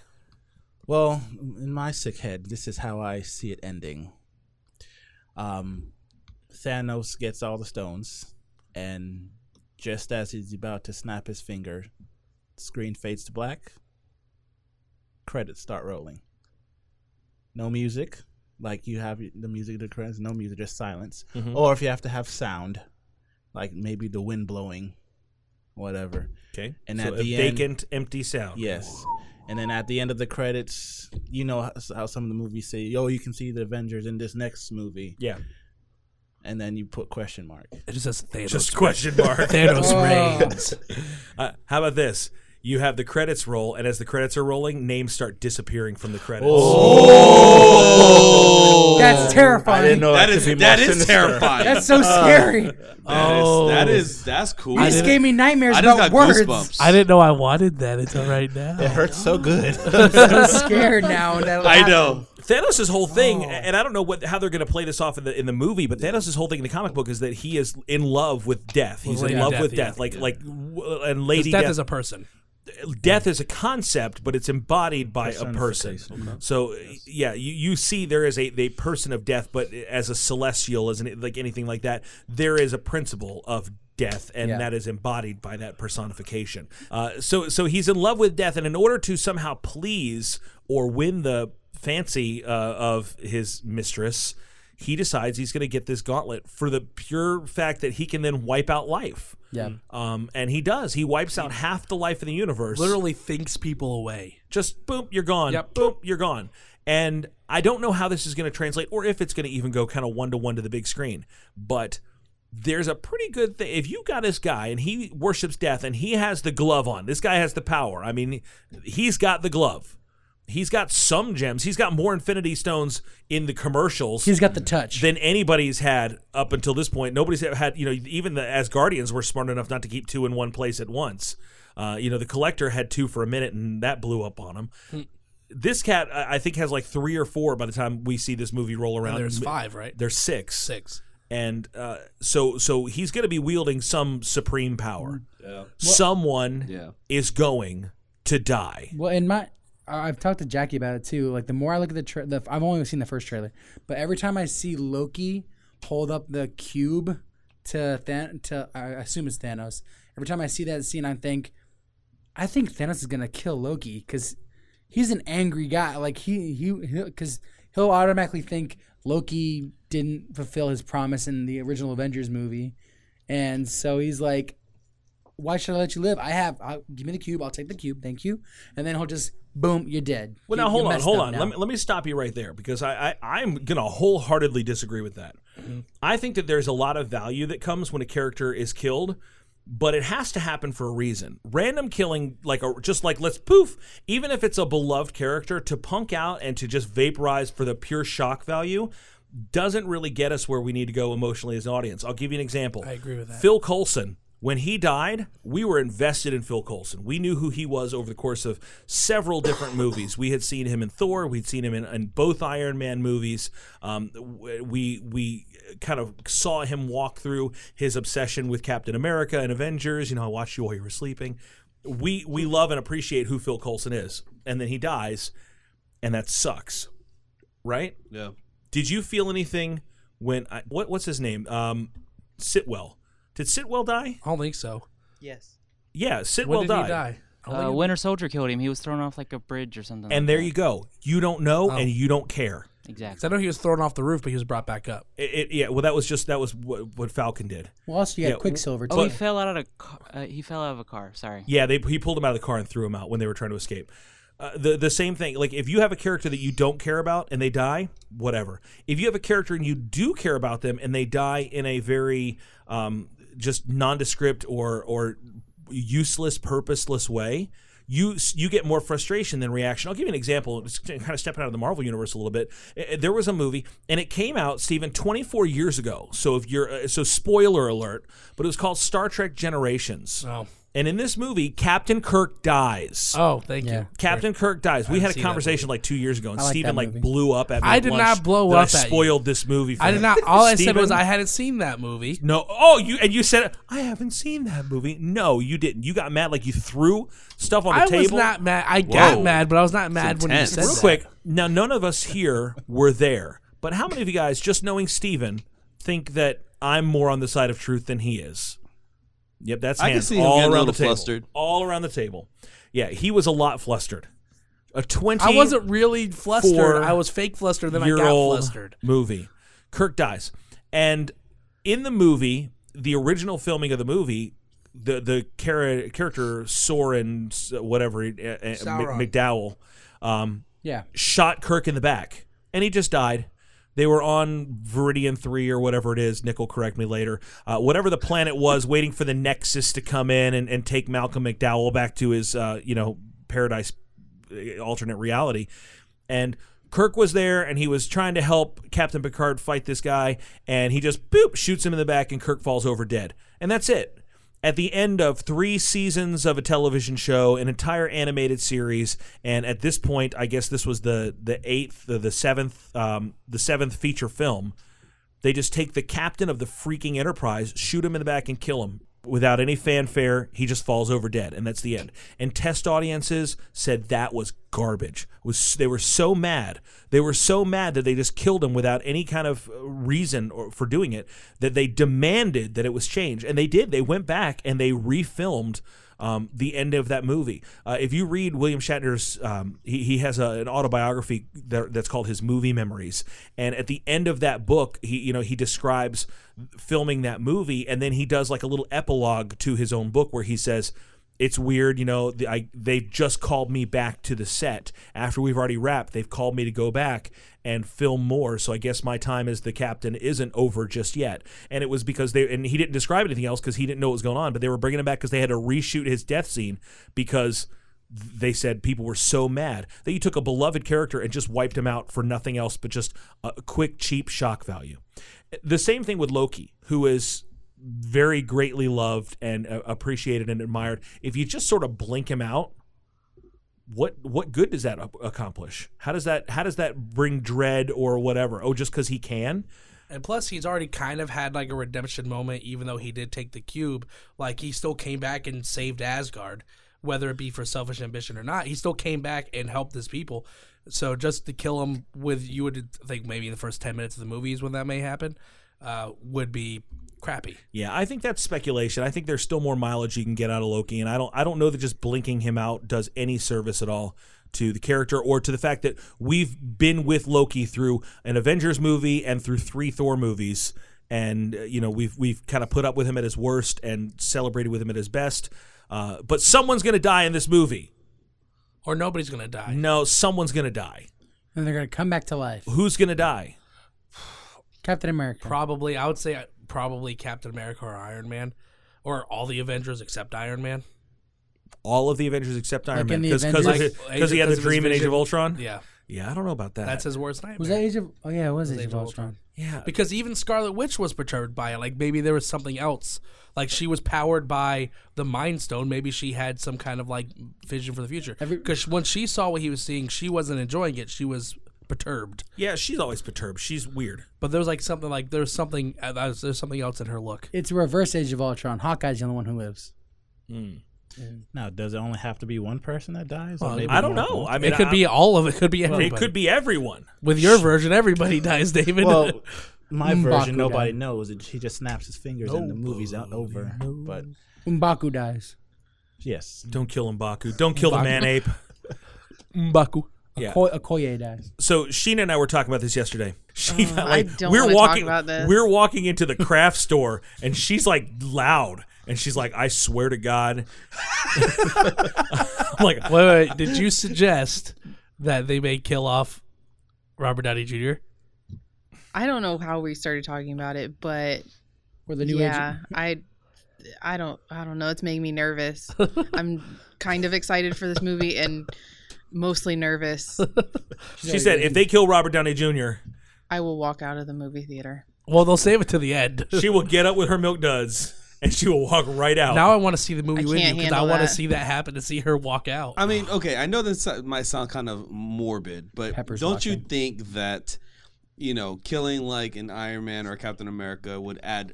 Speaker 7: Well, in my sick head, this is how I see it ending. Um, Thanos gets all the stones, and just as he's about to snap his finger, screen fades to black. Credits start rolling. No music, like you have the music of the credits. No music, just silence. Or if you have to have sound, like maybe the wind blowing, whatever.
Speaker 1: Okay,
Speaker 7: And
Speaker 1: so
Speaker 7: at
Speaker 1: a
Speaker 7: the end-
Speaker 1: vacant, empty sound.
Speaker 7: Yes. And then at the end of the credits, you know how- how some of the movies say, "Oh, you can see the Avengers in this next movie,"
Speaker 1: Yeah.
Speaker 7: and then you put question mark.
Speaker 3: It just says Thanos.
Speaker 1: Just question mark.
Speaker 3: Thanos
Speaker 5: Oh.
Speaker 3: reigns.
Speaker 1: uh, how about this? You have the credits roll, and as the credits are rolling, names start disappearing from the credits.
Speaker 3: Oh.
Speaker 7: Oh.
Speaker 5: That's terrifying.
Speaker 4: that is that is terrifying.
Speaker 5: That's so scary.
Speaker 4: That
Speaker 3: Oh.
Speaker 4: is that is that's cool.
Speaker 5: You just gave me nightmares
Speaker 4: I just
Speaker 5: about
Speaker 4: got
Speaker 5: words.
Speaker 4: goosebumps.
Speaker 3: I didn't know I wanted that until right now.
Speaker 7: It hurts so good.
Speaker 5: I'm scared now. That'll
Speaker 4: I
Speaker 5: happen.
Speaker 4: know.
Speaker 1: Thanos' whole thing,
Speaker 3: Oh.
Speaker 1: and I don't know what how they're going to play this off in the in the movie, but Thanos' whole thing in the comic book is that he is in love with death. He's
Speaker 3: Lady
Speaker 1: in love
Speaker 3: Death,
Speaker 1: with
Speaker 3: yeah.
Speaker 1: death, like like w- and Lady
Speaker 3: Death
Speaker 1: Death.
Speaker 3: is a person.
Speaker 1: death is a concept, but it's embodied by a person.
Speaker 7: Personification. Okay.
Speaker 1: So yeah, you, you see there is a the person of death, but as a celestial, as an, like anything like that, there is a principle of death, and
Speaker 11: Yeah.
Speaker 1: that is embodied by that personification. Uh, so so he's in love with death, and in order to somehow please or win the fancy uh, of his mistress. He decides he's going to get this gauntlet for the pure fact that he can then wipe out life.
Speaker 5: Yeah.
Speaker 1: Um, and he does. He wipes out half the life of the universe.
Speaker 3: Literally thinks people away.
Speaker 1: Just boom, you're gone.
Speaker 3: Yep.
Speaker 1: Boom, you're gone. And I don't know how this is going to translate or if it's going to even go kind of one to one to the big screen. But there's a pretty good thing. If you got this guy and he worships death and he has the glove on, this guy has the power. I mean, he's got the glove. He's got some gems. He's got more Infinity Stones in the commercials.
Speaker 5: He's got the touch
Speaker 1: than anybody's had up until this point. Nobody's had you know even the Asgardians were smart enough not to keep two in one place at once. Uh, you know the collector had two for a minute and that blew up on him. This cat I I think has like three or four by the time we see this movie roll around.
Speaker 3: there's five, right?
Speaker 1: There's six.
Speaker 3: Six.
Speaker 1: And uh, so so he's going to be wielding some supreme power.
Speaker 4: Yeah.
Speaker 1: Someone
Speaker 4: Yeah.
Speaker 1: is going to die.
Speaker 5: Well, in my, I- I've talked to Jackie about it too. Like the more I look at the, tra- the I've only seen the first trailer, but every time I see Loki hold up the cube to Than- to I assume it's Thanos. Every time I see that scene, I think, I think Thanos is gonna kill Loki because he's an angry guy. Like he he because he'll automatically think Loki didn't fulfill his promise in the original Avengers movie, and so he's like, why should I let you live? I have. i give me the cube. I'll take the cube. Thank you. And then he'll just boom. You're dead.
Speaker 1: Well,
Speaker 5: You-
Speaker 1: now
Speaker 5: you
Speaker 1: hold on,
Speaker 5: messed
Speaker 1: hold
Speaker 5: up
Speaker 1: on.
Speaker 5: now.
Speaker 1: Let me let me stop you right there because I, I I'm gonna wholeheartedly disagree with that.
Speaker 5: Mhm.
Speaker 1: I think that there's a lot of value that comes when a character is killed, but it has to happen for a reason. Random killing, like a just like let's poof, even if it's a beloved character, to punk out and to just vaporize for the pure shock value. Doesn't really get us where we need to go emotionally as an audience. I'll give you an example.
Speaker 3: I agree with that.
Speaker 1: Phil Coulson, when he died, we were invested in Phil Coulson. We knew who he was over the course of several different movies. We had seen him in Thor. We'd seen him in, in both Iron Man movies. Um, w- we we kind of saw him walk through his obsession with Captain America and Avengers. You know, I watched you while you were sleeping. We we love and appreciate who Phil Coulson is, and then he dies, and that sucks, right?
Speaker 4: Yeah.
Speaker 1: Did you feel anything when I, what what's his name? Um, Sitwell. Did Sitwell die?
Speaker 3: I don't think so.
Speaker 8: Yes.
Speaker 1: Yeah, Sitwell
Speaker 3: did he
Speaker 1: died.
Speaker 3: die?
Speaker 8: Uh, Winter Soldier killed him. He was thrown off like a bridge or something.
Speaker 1: And
Speaker 8: like
Speaker 1: there
Speaker 8: that.
Speaker 1: you go. You don't know,
Speaker 3: Oh.
Speaker 1: and you don't care.
Speaker 8: Exactly.
Speaker 3: 'Cause I know he was thrown off the roof, but he was brought back up.
Speaker 1: It, it- yeah. Well, that was just that was what, what Falcon did.
Speaker 5: Well, also you got
Speaker 1: Yeah,
Speaker 5: Quicksilver
Speaker 8: Oh,
Speaker 5: too.
Speaker 8: he fell out of a car. Uh, he fell out of a car. Sorry.
Speaker 1: Yeah, they he pulled him out of the car and threw him out when they were trying to escape. Uh, the the same thing. Like if you have a character that you don't care about and they die, whatever. If you have a character and you do care about them and they die in a very um, just nondescript or or useless, purposeless way, you you get more frustration than reaction. I'll give you an example. It's kind of stepping out of the Marvel universe a little bit. Uh, There was a movie, and it came out, Stephen, 24 years ago. So if you're uh, so spoiler alert, but it was called Star Trek Generations.
Speaker 3: Oh.
Speaker 1: And in this movie, Captain Kirk dies.
Speaker 3: Oh, thank you.
Speaker 1: Captain Kirk dies. We
Speaker 3: I
Speaker 1: had a
Speaker 3: haven't seen that
Speaker 1: conversation like two years ago, and
Speaker 3: I like that
Speaker 1: Stephen like
Speaker 3: movie.
Speaker 1: blew up at me.
Speaker 3: I
Speaker 1: at
Speaker 3: did
Speaker 1: lunch
Speaker 3: not blow
Speaker 1: that
Speaker 3: up
Speaker 1: I
Speaker 3: at you.
Speaker 1: spoiled this movie. For
Speaker 3: I did
Speaker 1: him.
Speaker 3: not. All I said was
Speaker 1: Stephen-
Speaker 3: I hadn't seen that movie.
Speaker 1: no. Oh, you and you said I haven't seen that movie. No, you didn't. You got mad like you threw stuff on the
Speaker 3: I
Speaker 1: table.
Speaker 3: was not mad. I got mad, but I was not mad when you said
Speaker 1: Real
Speaker 3: that.
Speaker 1: quick, now none of us here were there, but how many of you guys, just knowing Steven, think that I'm more on the side of truth than he is? Yep, that's
Speaker 4: I can
Speaker 1: hands
Speaker 4: see him
Speaker 1: all
Speaker 4: getting
Speaker 1: around
Speaker 4: a
Speaker 1: the
Speaker 4: little
Speaker 1: table.
Speaker 4: flustered.
Speaker 1: All around the table. Yeah, he was a lot flustered. A twenty.
Speaker 3: I wasn't really flustered.
Speaker 1: four
Speaker 3: I was fake flustered. Then I
Speaker 1: year
Speaker 3: got
Speaker 1: old
Speaker 3: flustered.
Speaker 1: Movie. Kirk dies, and in the movie, the original filming of the movie, the the chara- character Soren, s- whatever uh, uh,
Speaker 5: Sauron.
Speaker 1: Mc- McDowell, um,
Speaker 5: Yeah.
Speaker 1: shot Kirk in the back, and he just died. They were on Viridian Three or whatever it is. Nick will correct me later. Uh, whatever the planet was, waiting for the Nexus to come in and, and take Malcolm McDowell back to his, uh, you know, paradise, uh, alternate reality. And Kirk was there, and he was trying to help Captain Picard fight this guy, and he just boop shoots him in the back, and Kirk falls over dead, and that's it at the end of three seasons of a television show, an entire animated series, and at this point, I guess this was the the eighth, the, the seventh, um, the seventh feature film. They just take the captain of the freaking Enterprise, shoot him in the back, and kill him without any fanfare. He just falls over dead, and that's the end. And test audiences said that was garbage. Was they were so mad, they were so mad that they just killed him without any kind of uh, reason or for doing it that they demanded that it was changed, and they did. They went back and they refilmed. Um, the end of that movie. Uh, if you read William Shatner's, um, he, he has a, an autobiography that, that's called his movie memories, and at the end of that book, he you know he describes filming that movie, and then he does like a little epilogue to his own book where he says. It's weird, you know. The, I they just called me back to the set after we've already wrapped. They've called me to go back and film more. So I guess my time as the captain isn't over just yet. And it was because they and he didn't describe anything else because he didn't know what was going on. But they were bringing him back because they had to reshoot his death scene because they said people were so mad that you took a beloved character and just wiped him out for nothing else but just a quick cheap shock value. The same thing with Loki, who is very greatly loved and uh, appreciated and admired. If you just sort of blink him out, what what good does that a- accomplish? How does that how does that bring dread or whatever? Oh, just because he can?
Speaker 3: And plus, he's already kind of had like a redemption moment, even though he did take the cube. Like he still came back and saved Asgard, whether it be for selfish ambition or not. He still came back and helped his people. So just to kill him with you would think maybe the first ten minutes of the movie is when that may happen, uh, would be crappy.
Speaker 1: Yeah, I think that's speculation. I think there's still more mileage you can get out of Loki, and I don't I don't know that just blinking him out does any service at all to the character or to the fact that we've been with Loki through an Avengers movie and through three Thor movies, and uh, you know we've we've kind of put up with him at his worst and celebrated with him at his best. Uh, but someone's gonna die in this movie.
Speaker 3: Or nobody's gonna die.
Speaker 1: No, someone's gonna die.
Speaker 5: And they're gonna come back to life.
Speaker 1: Who's gonna die?
Speaker 5: Captain America.
Speaker 3: Probably, I would say uh, probably Captain America or Iron Man, or all the Avengers except Iron Man.
Speaker 1: All of the Avengers except Iron
Speaker 5: in
Speaker 1: Man
Speaker 5: the
Speaker 1: because
Speaker 5: Avengers?
Speaker 3: Like,
Speaker 1: he had the
Speaker 3: because of his
Speaker 1: dream in Age
Speaker 3: vision.
Speaker 1: of Ultron.
Speaker 3: Yeah.
Speaker 1: yeah, I don't know about that.
Speaker 3: That's his worst nightmare.
Speaker 5: Was that Age of? Oh yeah, it was, Age of Ultron.
Speaker 1: Yeah.
Speaker 3: Because even Scarlet Witch was perturbed by it. Like maybe there was something else. Like she was powered by the Mind Stone. Maybe she had some kind of like vision for the future. Because when she saw what he was seeing, she wasn't enjoying it. She was perturbed.
Speaker 1: yeah, she's always perturbed. She's weird.
Speaker 3: But there was like something like there's something uh, there's there's something else in her look.
Speaker 5: It's a reverse Age of Ultron. Hawkeye's the only one who lives.
Speaker 7: Now, does it only have to be one person that dies? Or
Speaker 3: Well,
Speaker 7: maybe
Speaker 3: I don't
Speaker 7: more?
Speaker 3: know. I mean, It could be all of it. Could be everybody.
Speaker 1: It could be everyone.
Speaker 3: With your version, everybody dies, David.
Speaker 7: Well, my
Speaker 5: M'Baku
Speaker 7: version, nobody
Speaker 5: died.
Speaker 7: knows. It, he just snaps his fingers and the movie's out over. But
Speaker 5: M'Baku dies.
Speaker 7: yes,
Speaker 1: Don't kill Mbaku. Don't kill the man ape.
Speaker 3: Mbaku.
Speaker 1: Yeah.
Speaker 5: Ko- Okoye dies.
Speaker 1: So Sheena and I were talking about this yesterday. Sheena,
Speaker 6: Oh, I
Speaker 1: like,
Speaker 6: don't
Speaker 1: we're
Speaker 6: wanna
Speaker 1: walking,
Speaker 6: talk about this.
Speaker 1: we're walking into the craft store, and she's like loud, and she's like, "I swear to God." I'm like,
Speaker 3: Wait, wait, wait. Did you suggest that they may kill off Robert Downey Jr.?
Speaker 6: I don't know how we started talking about it, but
Speaker 5: Or the new
Speaker 6: yeah,
Speaker 5: age.
Speaker 6: I, I don't, I don't know. It's making me nervous. I'm kind of excited for this movie and mostly nervous.
Speaker 1: she said, "If they kill Robert Downey Jr.,
Speaker 6: I will walk out of the movie theater.
Speaker 3: Well, they'll save it to the end.
Speaker 1: she will get up with her milk duds, and she will walk right out."
Speaker 3: Now I want to see the movie
Speaker 6: I
Speaker 3: with you
Speaker 6: can't
Speaker 3: because I
Speaker 6: handle
Speaker 3: want to
Speaker 6: that.
Speaker 3: see that happen to see her walk out.
Speaker 4: I mean, okay, I know this might sound kind of morbid, but
Speaker 5: Pepper's
Speaker 4: don't you
Speaker 5: watching.
Speaker 4: think that you know killing like an Iron Man or Captain America would add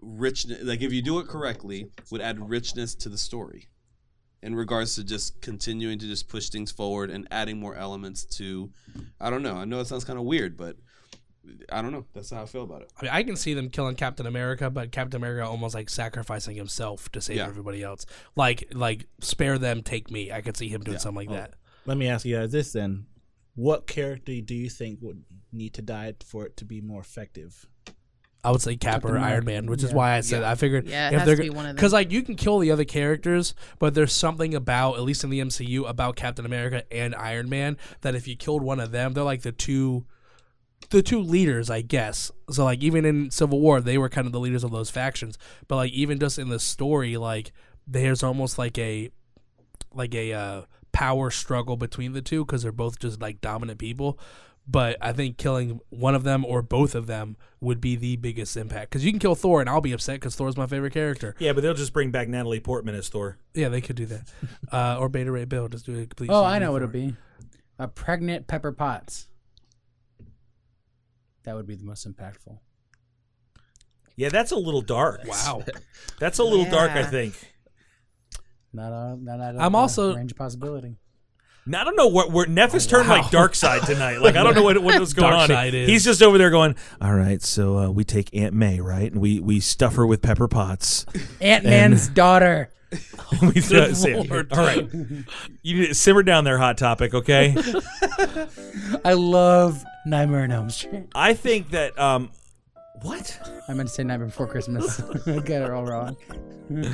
Speaker 4: richness? Like if you do it correctly, would add richness to the story in regards to just continuing to just push things forward and adding more elements to. I don't know. I know it sounds kind of weird, but I don't know. That's how I feel about it.
Speaker 3: I mean, I can see them killing Captain America, but Captain America almost like sacrificing himself to save
Speaker 4: Yeah.
Speaker 3: everybody else. Like, like spare them, take me. I could see him doing something like that.
Speaker 7: Let me ask you guys this then: What character do you think would need to die for it to be more effective?
Speaker 3: I would say Cap or Iron Man, which is why I said I figured
Speaker 6: Yeah, it has to be one of them.
Speaker 3: because like you can kill the other characters, but there's something about at least in the MCU about Captain America and Iron Man that if you killed one of them, they're like the two, the two leaders, I guess. So like even in Civil War, they were kind of the leaders of those factions, but like even just in the story, like there's almost like a like a uh, power struggle between the two because they're both just like dominant people. But I think killing one of them or both of them would be the biggest impact because you can kill Thor and I'll be upset because Thor's my favorite character.
Speaker 1: yeah, but they'll just bring back Natalie Portman as Thor.
Speaker 3: Yeah, they could do that. uh, or Beta Ray Bill just do a complete.
Speaker 5: Oh,
Speaker 3: CG
Speaker 5: I know what
Speaker 3: Thor.
Speaker 5: it'll be. A pregnant Pepper Potts. That would be the most impactful.
Speaker 1: Yeah, that's a little dark.
Speaker 3: Wow.
Speaker 1: that's a little dark. I
Speaker 3: Yeah.
Speaker 1: think.
Speaker 5: Not out, not out of
Speaker 3: I'm
Speaker 5: the
Speaker 3: also-
Speaker 5: range of possibility.
Speaker 1: Now, I don't know what where Nephis turned like dark side tonight. Like I don't know what, what was going
Speaker 3: Dark
Speaker 1: on.
Speaker 3: side is-
Speaker 1: He's just over there going, "All right, so uh, we take Aunt May, right, and we we stuff her with Pepper Potts,
Speaker 5: Ant Man's daughter.
Speaker 1: And we throw it- see, All right, you need to simmer down there, hot topic. Okay,
Speaker 5: I love Nightmare on Elm Street.
Speaker 1: I think that um, what?
Speaker 5: I meant to say Nightmare Before Christmas. I got it all wrong. the,
Speaker 1: Uh,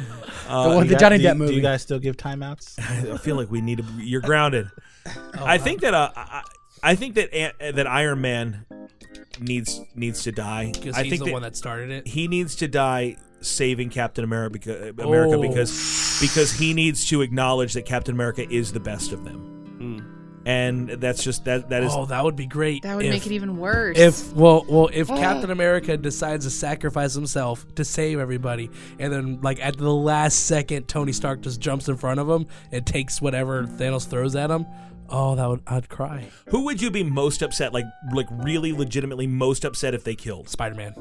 Speaker 3: Oh,
Speaker 1: you
Speaker 5: one- the
Speaker 1: got-
Speaker 5: Johnny
Speaker 1: do you-
Speaker 5: Depp
Speaker 1: do you
Speaker 5: movie.
Speaker 1: guys-
Speaker 7: I still give timeouts.
Speaker 1: I feel like we need to. You're grounded.
Speaker 3: Oh,
Speaker 1: I think that uh, I, I think that Ant, that Iron Man needs needs to die.
Speaker 3: Because
Speaker 1: I
Speaker 3: he's
Speaker 1: think
Speaker 3: the one that started it.
Speaker 1: He needs to die saving Captain America because, America
Speaker 3: Oh.
Speaker 1: because because he needs to acknowledge that Captain America is the best of them. And that's just that that is
Speaker 3: Hmm. oh, that would be great.
Speaker 6: That would
Speaker 3: if-
Speaker 6: make it even worse.
Speaker 3: If well, well, if
Speaker 6: Oh.
Speaker 3: Captain America decides to sacrifice himself to save everybody, and then like at the last second, Tony Stark just jumps in front of him and takes whatever Thanos throws at him. Oh, that would I'd cry.
Speaker 1: Who would you be most upset like like really legitimately most upset if they killed?
Speaker 3: Spider-Man.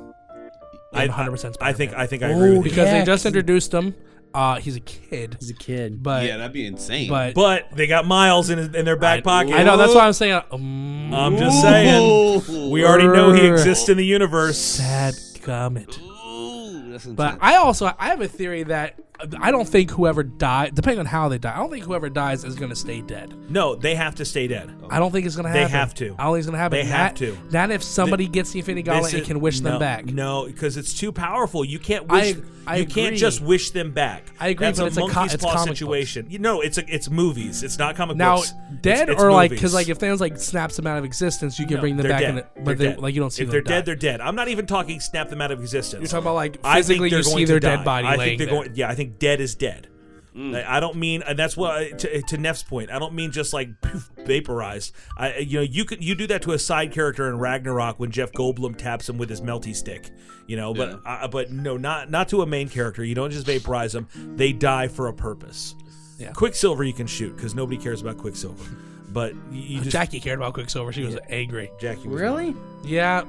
Speaker 1: I
Speaker 3: 100%
Speaker 1: I think I think I
Speaker 3: Oh,
Speaker 1: agree with you.
Speaker 3: because
Speaker 5: yeah,
Speaker 3: they just
Speaker 5: 'cause he-
Speaker 3: introduced him. Uh, he's a kid.
Speaker 5: He's a kid.
Speaker 3: But
Speaker 4: yeah, that'd be insane.
Speaker 3: but
Speaker 1: But they got Miles in his, in their back pocket.
Speaker 3: I know that's why I'm saying. um,
Speaker 1: I'm just saying. We already know he exists in the universe.
Speaker 3: Sad comment.
Speaker 4: Ooh, that's
Speaker 3: But
Speaker 4: insane.
Speaker 3: I also I have a theory that I don't think whoever died, depending on how they die, I don't think whoever dies is going to stay dead.
Speaker 1: No, they have to stay dead.
Speaker 3: I don't think it's going to
Speaker 1: Oh. They
Speaker 3: happen.
Speaker 1: have to.
Speaker 3: I don't think it's going to happen.
Speaker 1: They
Speaker 3: not,
Speaker 1: have to.
Speaker 3: Not if somebody gets the Infinity Gauntlet
Speaker 1: This
Speaker 3: and
Speaker 1: is-
Speaker 3: can wish
Speaker 1: no,
Speaker 3: them back.
Speaker 1: No, because it's too powerful. You can't
Speaker 3: I-
Speaker 1: wish.
Speaker 3: I
Speaker 1: you can't
Speaker 3: agree.
Speaker 1: just wish them back.
Speaker 3: I agree,
Speaker 1: That's
Speaker 3: but
Speaker 1: a
Speaker 3: it's a co-
Speaker 1: monkey's
Speaker 3: it's
Speaker 1: paw
Speaker 3: comic
Speaker 1: situation. You know, it's a, it's movies. It's not comic
Speaker 3: Now,
Speaker 1: books.
Speaker 3: dead
Speaker 1: It's- it's
Speaker 3: or like
Speaker 1: movies.
Speaker 3: because like if Thanos like snaps them out of existence, you can
Speaker 1: No,
Speaker 3: bring them
Speaker 1: they're
Speaker 3: back.
Speaker 1: dead.
Speaker 3: In it,
Speaker 1: They're
Speaker 3: but they,
Speaker 1: dead.
Speaker 3: like you don't see
Speaker 1: if
Speaker 3: them
Speaker 1: they're
Speaker 3: die.
Speaker 1: dead, they're dead. I'm not even talking snap them out of existence.
Speaker 3: You're talking about, like,
Speaker 1: I think
Speaker 3: physically
Speaker 1: they're
Speaker 3: you see
Speaker 1: going to
Speaker 3: their dead
Speaker 1: die.
Speaker 3: body
Speaker 1: I think
Speaker 3: laying
Speaker 1: they're
Speaker 3: there.
Speaker 1: going. Yeah, I think dead is dead. Like, I don't mean, and that's what I- to, to Neff's point. I don't mean just like poof, vaporized. I, you know, you could you do that to a side character in Ragnarok when Jeff Goldblum taps him with his melty stick. You know, but uh, but no, not not to a main character. You don't just vaporize them. They die for a purpose.
Speaker 3: Yeah.
Speaker 1: Quicksilver you can shoot because nobody cares about Quicksilver. But you, you just
Speaker 3: Jackie cared about Quicksilver. She was angry.
Speaker 1: Jackie was
Speaker 5: Really?
Speaker 3: Yeah,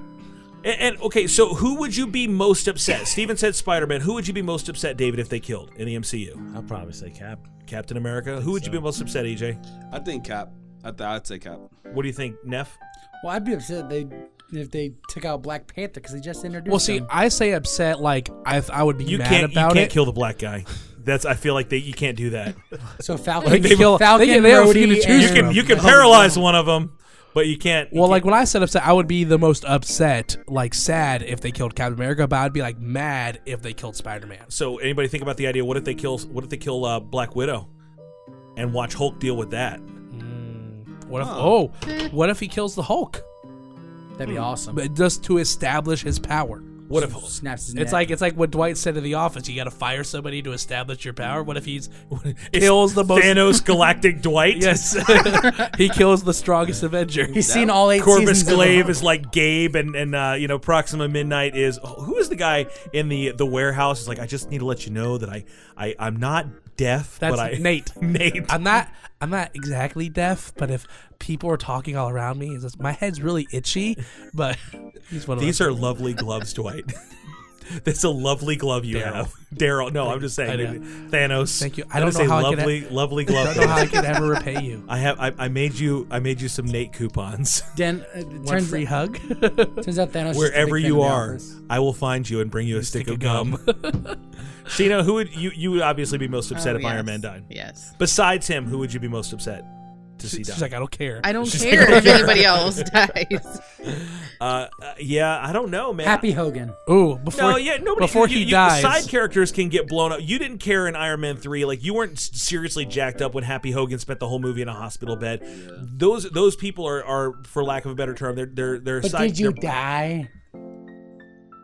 Speaker 1: and, and okay, so who would you be most upset? Steven said Spider Man. Who would you be most upset, David, if they killed in the MCU?
Speaker 7: I'll probably say Cap.
Speaker 1: Captain America. Who would you be most upset, AJ?
Speaker 4: I think Cap. I th- I'd say Cap.
Speaker 1: What do you think, Neff?
Speaker 5: Well, I'd be upset if they if they took out Black Panther because they just introduced.
Speaker 3: Well, see,
Speaker 5: him.
Speaker 3: I say upset like I I would be
Speaker 1: You
Speaker 3: mad
Speaker 1: can't.
Speaker 3: about
Speaker 1: you can't
Speaker 3: it.
Speaker 1: kill the black guy. That's. I feel like they, you can't do that.
Speaker 5: so Falcon,
Speaker 3: Like, they kill-
Speaker 5: Falcon,
Speaker 3: they- they have to
Speaker 5: Rhodey,
Speaker 3: choose
Speaker 5: and-
Speaker 1: You can. You can paralyze one of them, but you can't. you
Speaker 3: Oh, well, like
Speaker 1: can't-
Speaker 3: when I said upset, I would be the most upset, like sad if they killed Captain America, but I'd be like mad if they killed Spider Man.
Speaker 1: So anybody think about the idea? What if they kill? What if they kill uh, Black Widow, and watch Hulk deal with that?
Speaker 3: What if? Oh, what if he kills the Hulk?
Speaker 5: That'd be awesome.
Speaker 3: But just to establish his power.
Speaker 1: What if?
Speaker 5: Snaps his neck.
Speaker 3: It's like it's like what Dwight said in the office. You got to fire somebody to establish your power. What if he's
Speaker 1: it's
Speaker 3: kills the most?
Speaker 1: Thanos, Galactic Dwight.
Speaker 3: Yes, he kills the strongest Avenger.
Speaker 5: he's seen all eight
Speaker 1: Corvus
Speaker 5: seasons. of-
Speaker 1: Glaive is like Gabe, and and uh, you know Proxima Midnight is oh, who is the guy in the the warehouse? Is like I just need to let you know that I I I'm not deaf,
Speaker 3: That's
Speaker 1: but I
Speaker 3: Nate.
Speaker 1: Nate.
Speaker 3: I'm not I'm not exactly deaf, but if people are talking all around me, it's just, my head's really itchy. But he's one of
Speaker 1: These
Speaker 3: those.
Speaker 1: are lovely gloves, Dwight. That's a lovely glove you
Speaker 3: Daryl.
Speaker 1: have, Daryl. No, I'm just
Speaker 3: I
Speaker 1: saying,
Speaker 3: know.
Speaker 1: Thanos.
Speaker 3: Thank you.
Speaker 1: that
Speaker 3: I don't
Speaker 1: is
Speaker 3: know
Speaker 1: a
Speaker 3: how I could
Speaker 1: lovely, lovely
Speaker 3: I
Speaker 1: glove.
Speaker 3: don't know how I
Speaker 1: Daryl.
Speaker 3: could ever repay you.
Speaker 1: I have. I, I made you. I made you some Nate coupons.
Speaker 5: Then uh, it
Speaker 3: One
Speaker 5: turns,
Speaker 3: free hug.
Speaker 5: turns out Thanos. is just a big
Speaker 1: Wherever
Speaker 5: fan
Speaker 1: you
Speaker 5: of The
Speaker 1: are,
Speaker 5: Office.
Speaker 1: I will find you and bring you a stick, of gum. Sheena, who would you? You would obviously be most upset
Speaker 6: Oh,
Speaker 1: if Iron
Speaker 6: yes.
Speaker 1: Man died.
Speaker 6: Yes.
Speaker 1: Besides him, who would you be most upset to see die?
Speaker 3: She's like, I don't care.
Speaker 6: I don't
Speaker 1: She's
Speaker 6: care
Speaker 1: like,
Speaker 6: if anybody else dies.
Speaker 1: uh, uh, yeah, I don't know, man.
Speaker 5: Happy Hogan.
Speaker 3: Ooh, before
Speaker 1: no, yeah, nobody.
Speaker 3: before
Speaker 1: you-
Speaker 3: he
Speaker 1: you-
Speaker 3: dies.
Speaker 1: side characters can get blown up. You didn't care in Iron Man three, like you weren't s- seriously jacked up when Happy Hogan spent the whole movie in a hospital bed. Those those people are, are, for lack of a better term, they're they're they're.
Speaker 5: But
Speaker 1: side,
Speaker 5: did you
Speaker 1: they're-
Speaker 5: die?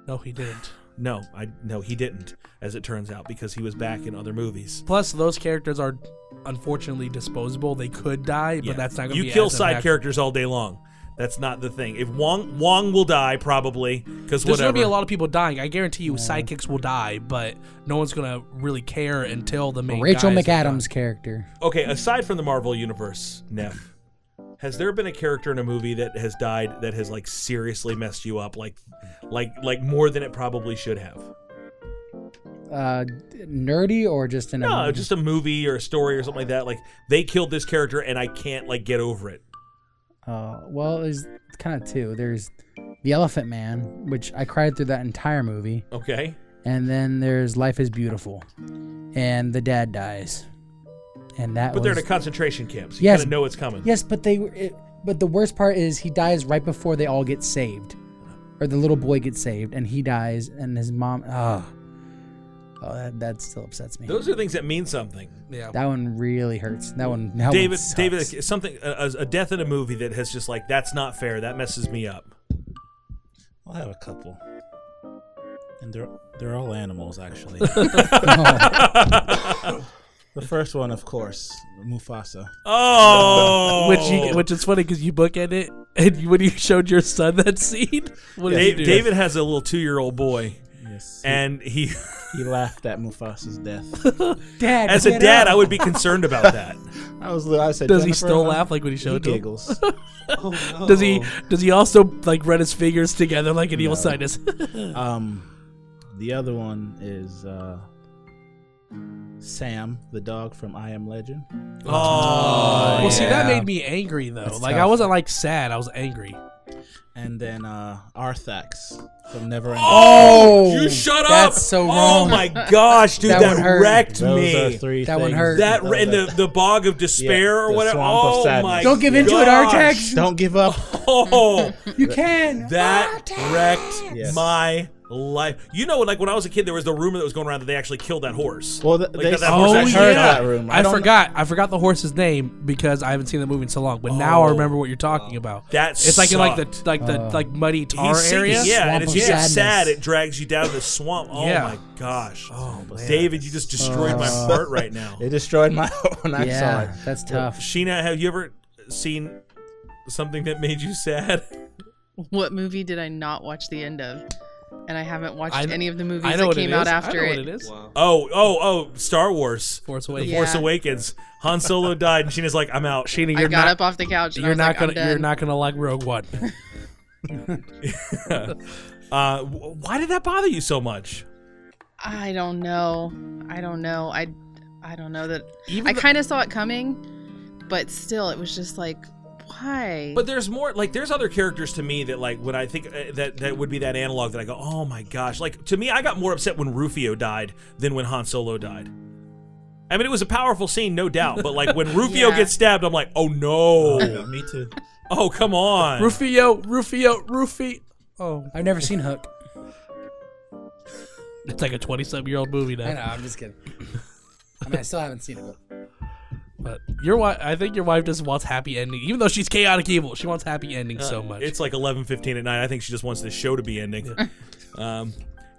Speaker 3: no, he didn't.
Speaker 1: No, I no, he didn't. As it turns out, because he was back in other movies.
Speaker 3: Plus, those characters are unfortunately disposable. They could die, but
Speaker 1: Yeah.
Speaker 3: that's not going to
Speaker 1: you
Speaker 3: be
Speaker 1: kill
Speaker 3: as
Speaker 1: side
Speaker 3: impactful.
Speaker 1: characters all day long. That's not the thing. If Wong Wong will die probably because
Speaker 3: There's
Speaker 1: whatever.
Speaker 3: going to be a lot of people dying. I guarantee you, sidekicks will die, but no one's going to really care until the main.
Speaker 5: Rachel
Speaker 3: guys are done.
Speaker 5: McAdams' character.
Speaker 1: okay, aside from the Marvel universe, Neff, Has there been a character in a movie that has died that has like seriously messed you up, like, like, like more than it probably should have?
Speaker 5: Uh, nerdy or just in a
Speaker 1: No,
Speaker 5: movie?
Speaker 1: just a movie or a story or something like that. Like they killed this character and I can't like get over it.
Speaker 5: Uh, well, there's kind of two. There's the Elephant Man, which I cried through that entire movie.
Speaker 1: Okay.
Speaker 5: And then there's Life is Beautiful, and the dad dies, and that.
Speaker 1: But they're in
Speaker 5: was-
Speaker 1: a concentration camp, so you
Speaker 5: Yes.
Speaker 1: kind of know it's coming.
Speaker 5: Yes, but they. were- It, but the worst part is he dies right before they all get saved, or the little boy gets saved, and he dies, and his mom. Oh, oh that, that still upsets me.
Speaker 1: Those are things that mean something.
Speaker 3: Yeah.
Speaker 5: That one really hurts. That one. That
Speaker 1: David,
Speaker 5: One sucks.
Speaker 1: David, something a, a death in a movie that has just like that's not fair. That messes me up.
Speaker 7: I'll have a couple. And they're they're all animals actually. the first one, of course, Mufasa.
Speaker 1: Oh,
Speaker 3: which you, which is funny because you bookend it, and you, when you showed your son that scene, what did
Speaker 1: Da-
Speaker 3: you do?
Speaker 1: David has a little two-year-old boy,
Speaker 7: Yes.
Speaker 1: and he
Speaker 7: he laughed at Mufasa's death.
Speaker 5: Dad,
Speaker 1: As a
Speaker 5: get
Speaker 1: dad,
Speaker 5: up.
Speaker 1: I would be concerned about that.
Speaker 7: I was I said.
Speaker 3: Does he
Speaker 7: "Jennifer,
Speaker 3: still
Speaker 7: I'm-"
Speaker 3: laugh like when he showed it to
Speaker 7: He
Speaker 3: him? Oh,
Speaker 7: giggles.
Speaker 3: Does he? Does he also like run his fingers together like an
Speaker 7: No.
Speaker 3: evil sinus?
Speaker 7: um, the other one is uh, Sam, the dog from I Am Legend.
Speaker 3: Oh,
Speaker 1: Oh.
Speaker 3: well, see, that
Speaker 7: yeah.
Speaker 3: made me angry though.
Speaker 7: That's
Speaker 3: like I
Speaker 7: tough.
Speaker 3: wasn't like sad; I was angry.
Speaker 7: And then uh, Arthax from Neverending.
Speaker 1: Oh,
Speaker 5: Oh,
Speaker 1: you shut up!
Speaker 5: that's so
Speaker 1: Oh
Speaker 5: wrong.
Speaker 1: my gosh, dude, that,
Speaker 5: That one hurt.
Speaker 1: wrecked
Speaker 7: Those
Speaker 1: me.
Speaker 7: are three.
Speaker 5: That one
Speaker 7: things.
Speaker 5: hurt.
Speaker 1: that
Speaker 7: Those
Speaker 1: and
Speaker 7: are-
Speaker 1: the, the bog of despair or
Speaker 7: the
Speaker 1: whatever.
Speaker 7: swamp of
Speaker 1: Oh
Speaker 7: sadness.
Speaker 1: my!
Speaker 5: Don't give into it,
Speaker 1: gosh.
Speaker 5: Artax.
Speaker 7: Don't give up.
Speaker 1: Oh,
Speaker 5: You can.
Speaker 1: that wrecked
Speaker 7: Yes.
Speaker 1: my life. You know, like when I was a kid, there was the rumor that was going around that they actually killed that horse.
Speaker 7: Well, th-
Speaker 1: Like,
Speaker 7: they
Speaker 1: that- that
Speaker 7: said-
Speaker 1: horse
Speaker 7: Oh,
Speaker 1: actually
Speaker 7: heard
Speaker 1: died.
Speaker 7: that rumor. I
Speaker 3: I,
Speaker 7: don't know-
Speaker 3: forgot. I forgot the horse's name because I haven't seen the movie in so long. But now I
Speaker 1: Oh,
Speaker 3: remember what you're talking about.
Speaker 1: that
Speaker 3: it's like in like the
Speaker 1: sucked.
Speaker 3: like the
Speaker 5: Oh.
Speaker 3: like muddy tar
Speaker 1: He's sinking,
Speaker 3: area.
Speaker 1: yeah,
Speaker 5: Swamp
Speaker 1: and
Speaker 5: of
Speaker 1: it's you get
Speaker 5: sadness.
Speaker 1: sad. It drags you down the swamp. Oh
Speaker 3: Yeah.
Speaker 1: my gosh, oh,
Speaker 7: man.
Speaker 1: David, you just destroyed my
Speaker 5: Oh.
Speaker 1: heart right now.
Speaker 7: It destroyed my when I saw
Speaker 5: yeah,
Speaker 7: it.
Speaker 5: that's tough.
Speaker 1: Sheena, have you ever seen something that made you sad?
Speaker 6: What movie did I not watch the end of? And I haven't watched
Speaker 3: I-
Speaker 6: any of the movies
Speaker 3: I know
Speaker 6: that
Speaker 3: what
Speaker 6: came
Speaker 3: it is.
Speaker 6: out after
Speaker 3: I know
Speaker 6: it.
Speaker 3: What it is.
Speaker 4: Wow.
Speaker 1: Oh, oh, oh! Star Wars,
Speaker 3: Force
Speaker 1: The
Speaker 3: Awakens.
Speaker 6: Yeah.
Speaker 1: Force Awakens. Han Solo died, and Sheena's like, "I'm out."
Speaker 3: Sheena,
Speaker 6: I
Speaker 3: you're
Speaker 6: got
Speaker 3: not.
Speaker 6: up off the couch. And I
Speaker 3: you're
Speaker 6: was
Speaker 3: not
Speaker 6: like,
Speaker 3: gonna.
Speaker 6: I'm done.
Speaker 3: You're not gonna like Rogue One.
Speaker 1: Uh, w- why did that bother you so much?
Speaker 6: I don't know. I don't know. I I don't know that.
Speaker 3: Even
Speaker 6: I
Speaker 3: the-
Speaker 6: kind of saw it coming, but still, it was just like, why?
Speaker 1: But there's more. Like, there's other characters to me that, like, when I think uh, that that would be that analog that I go, "Oh my gosh!" Like to me, I got more upset when Rufio died than when Han Solo died. I mean, it was a powerful scene, no doubt. But like when Rufio
Speaker 6: Yeah.
Speaker 1: gets stabbed, I'm like, "Oh no!
Speaker 7: Yeah, me too.
Speaker 1: oh come on!"
Speaker 3: Rufio, Rufio, Rufi. Oh,
Speaker 5: I've never seen Hook.
Speaker 3: it's like a 27 year old movie now.
Speaker 5: I know. I'm just kidding. I mean, I still haven't seen it. But
Speaker 3: But your wife, I think your wife just wants happy ending, even though she's chaotic evil. She wants happy ending so much.
Speaker 1: It's like 11:15 at night. I think she just wants this show to be ending. um,